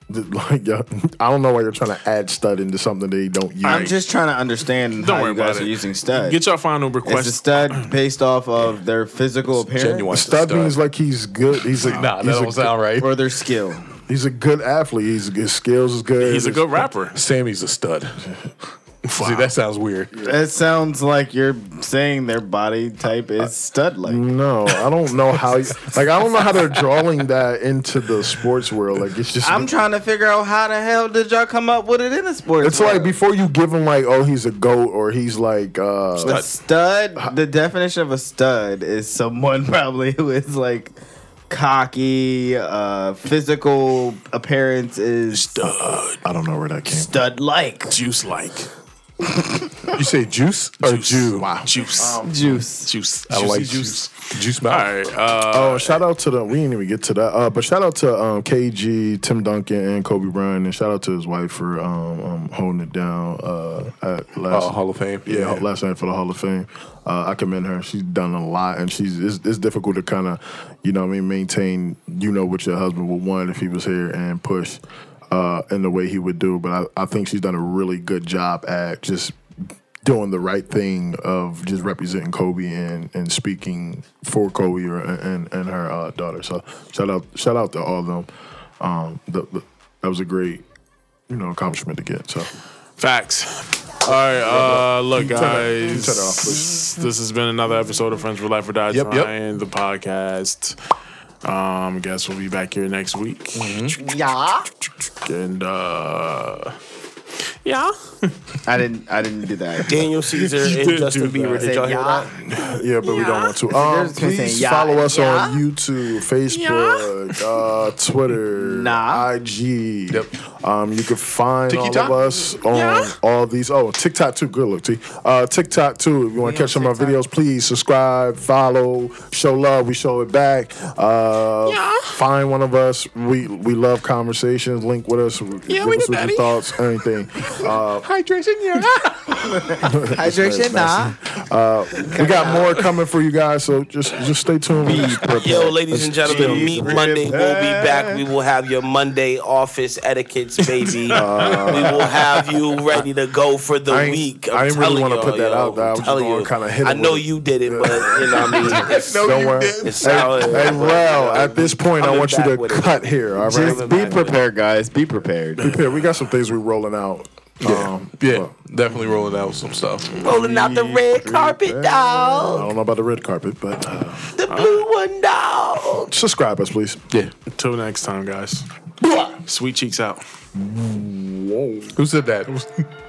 The- Like, yeah, I don't know why you're trying to add stud into something they don't use. I'm just trying to understand Don't how worry you guys about are it. using stud. Get your final Is the request. stud based off of their physical appearance Genuine stud, means like he's good. He's a Nah, that he's, a, don't sound right. or their skill? he's a good athlete. He's, his skills is good. He's a His- good rapper. Sammy's a stud. See, that sounds weird. That sounds like you're saying their body type is stud like. No, I don't know how. you- like, I don't know how they're drawing that into the sports world. Like, it's just. I'm trying to figure out how the hell did y'all come up with it in the sports? it's like world? before you give him like, oh, he's a goat, or he's like, uh, A Uh, stud. The definition of a stud is someone probably who is like cocky. Uh, physical appearance is I don't know where that came. from. stud like. Juice like You say juice or Jew? juice. Um, Juice. Juice. I like Juicy juice. Juice, All mouth. right. Uh, Oh, shout out to the. We didn't even get to that. Uh, but shout out to um, KG, Tim Duncan, and Kobe Bryant, and shout out to his wife for um, um, holding it down uh, at last Uh, Hall of Fame. yeah, last night for the Hall of Fame. Uh, I commend her. She's done a lot, and she's it's, it's difficult to kind of, you know, what I mean, maintain, you know, what your husband would want if he was here and push uh, in the way he would do. But I, I think she's done a really good job at just doing the right thing of just representing Kobe and, and speaking for Kobe or, and and her uh, daughter. So shout out shout out to all of them. Um, the, the, that was a great you know accomplishment to get. So Facts. All right, uh, look, Turn it- turn it guys. off, This has been another episode of Friends for Life or Die Yep, yep. Trying, the podcast. Um, guess we'll be back here next week. Mm-hmm. Yeah. And, uh, yeah. I didn't. I didn't do that. Daniel Caesar and Justin Bieber. Did y'all hear that? yeah, but we don't want to. Uh, Um, difference between please yeah follow us and on YouTube, Facebook, uh, Twitter, Nah. IG. Yep. Um, you can find Tiki-tok. all of us on all these. Oh, TikTok too. Good look, T. Uh, TikTok too. If you want to catch some of our videos, please subscribe, follow, show love. We show it back. Uh, Find one of us. We we love conversations. Link with us. give we us the what daddy. your thoughts, anything. Uh, Hydration, yeah. Hydration, nah. we got more coming for you guys, so just just stay tuned. Yo, ladies and gentlemen, Meet Monday will be back. We will have your Monday office etiquettes, baby. we will have you ready to go for the Uh, I ain't- week. I didn't really wanna want to put that out there. I was just gonna kinda hit I it know with it. you did it, but you know what I mean. It's, Don't worry. it's solid. Hey, Rel, at this point, i Coming want you back to with it. cut here. All right, Just be prepared, guys. Be prepared. Here, we got some things we're rolling out. Um, Yeah, definitely rolling out with some stuff. rolling out the red carpet, I dog. don't know about the red carpet, but uh, The blue one, dog. subscribe us, please. Yeah. Until next time, guys. Sweet cheeks out. Who said that?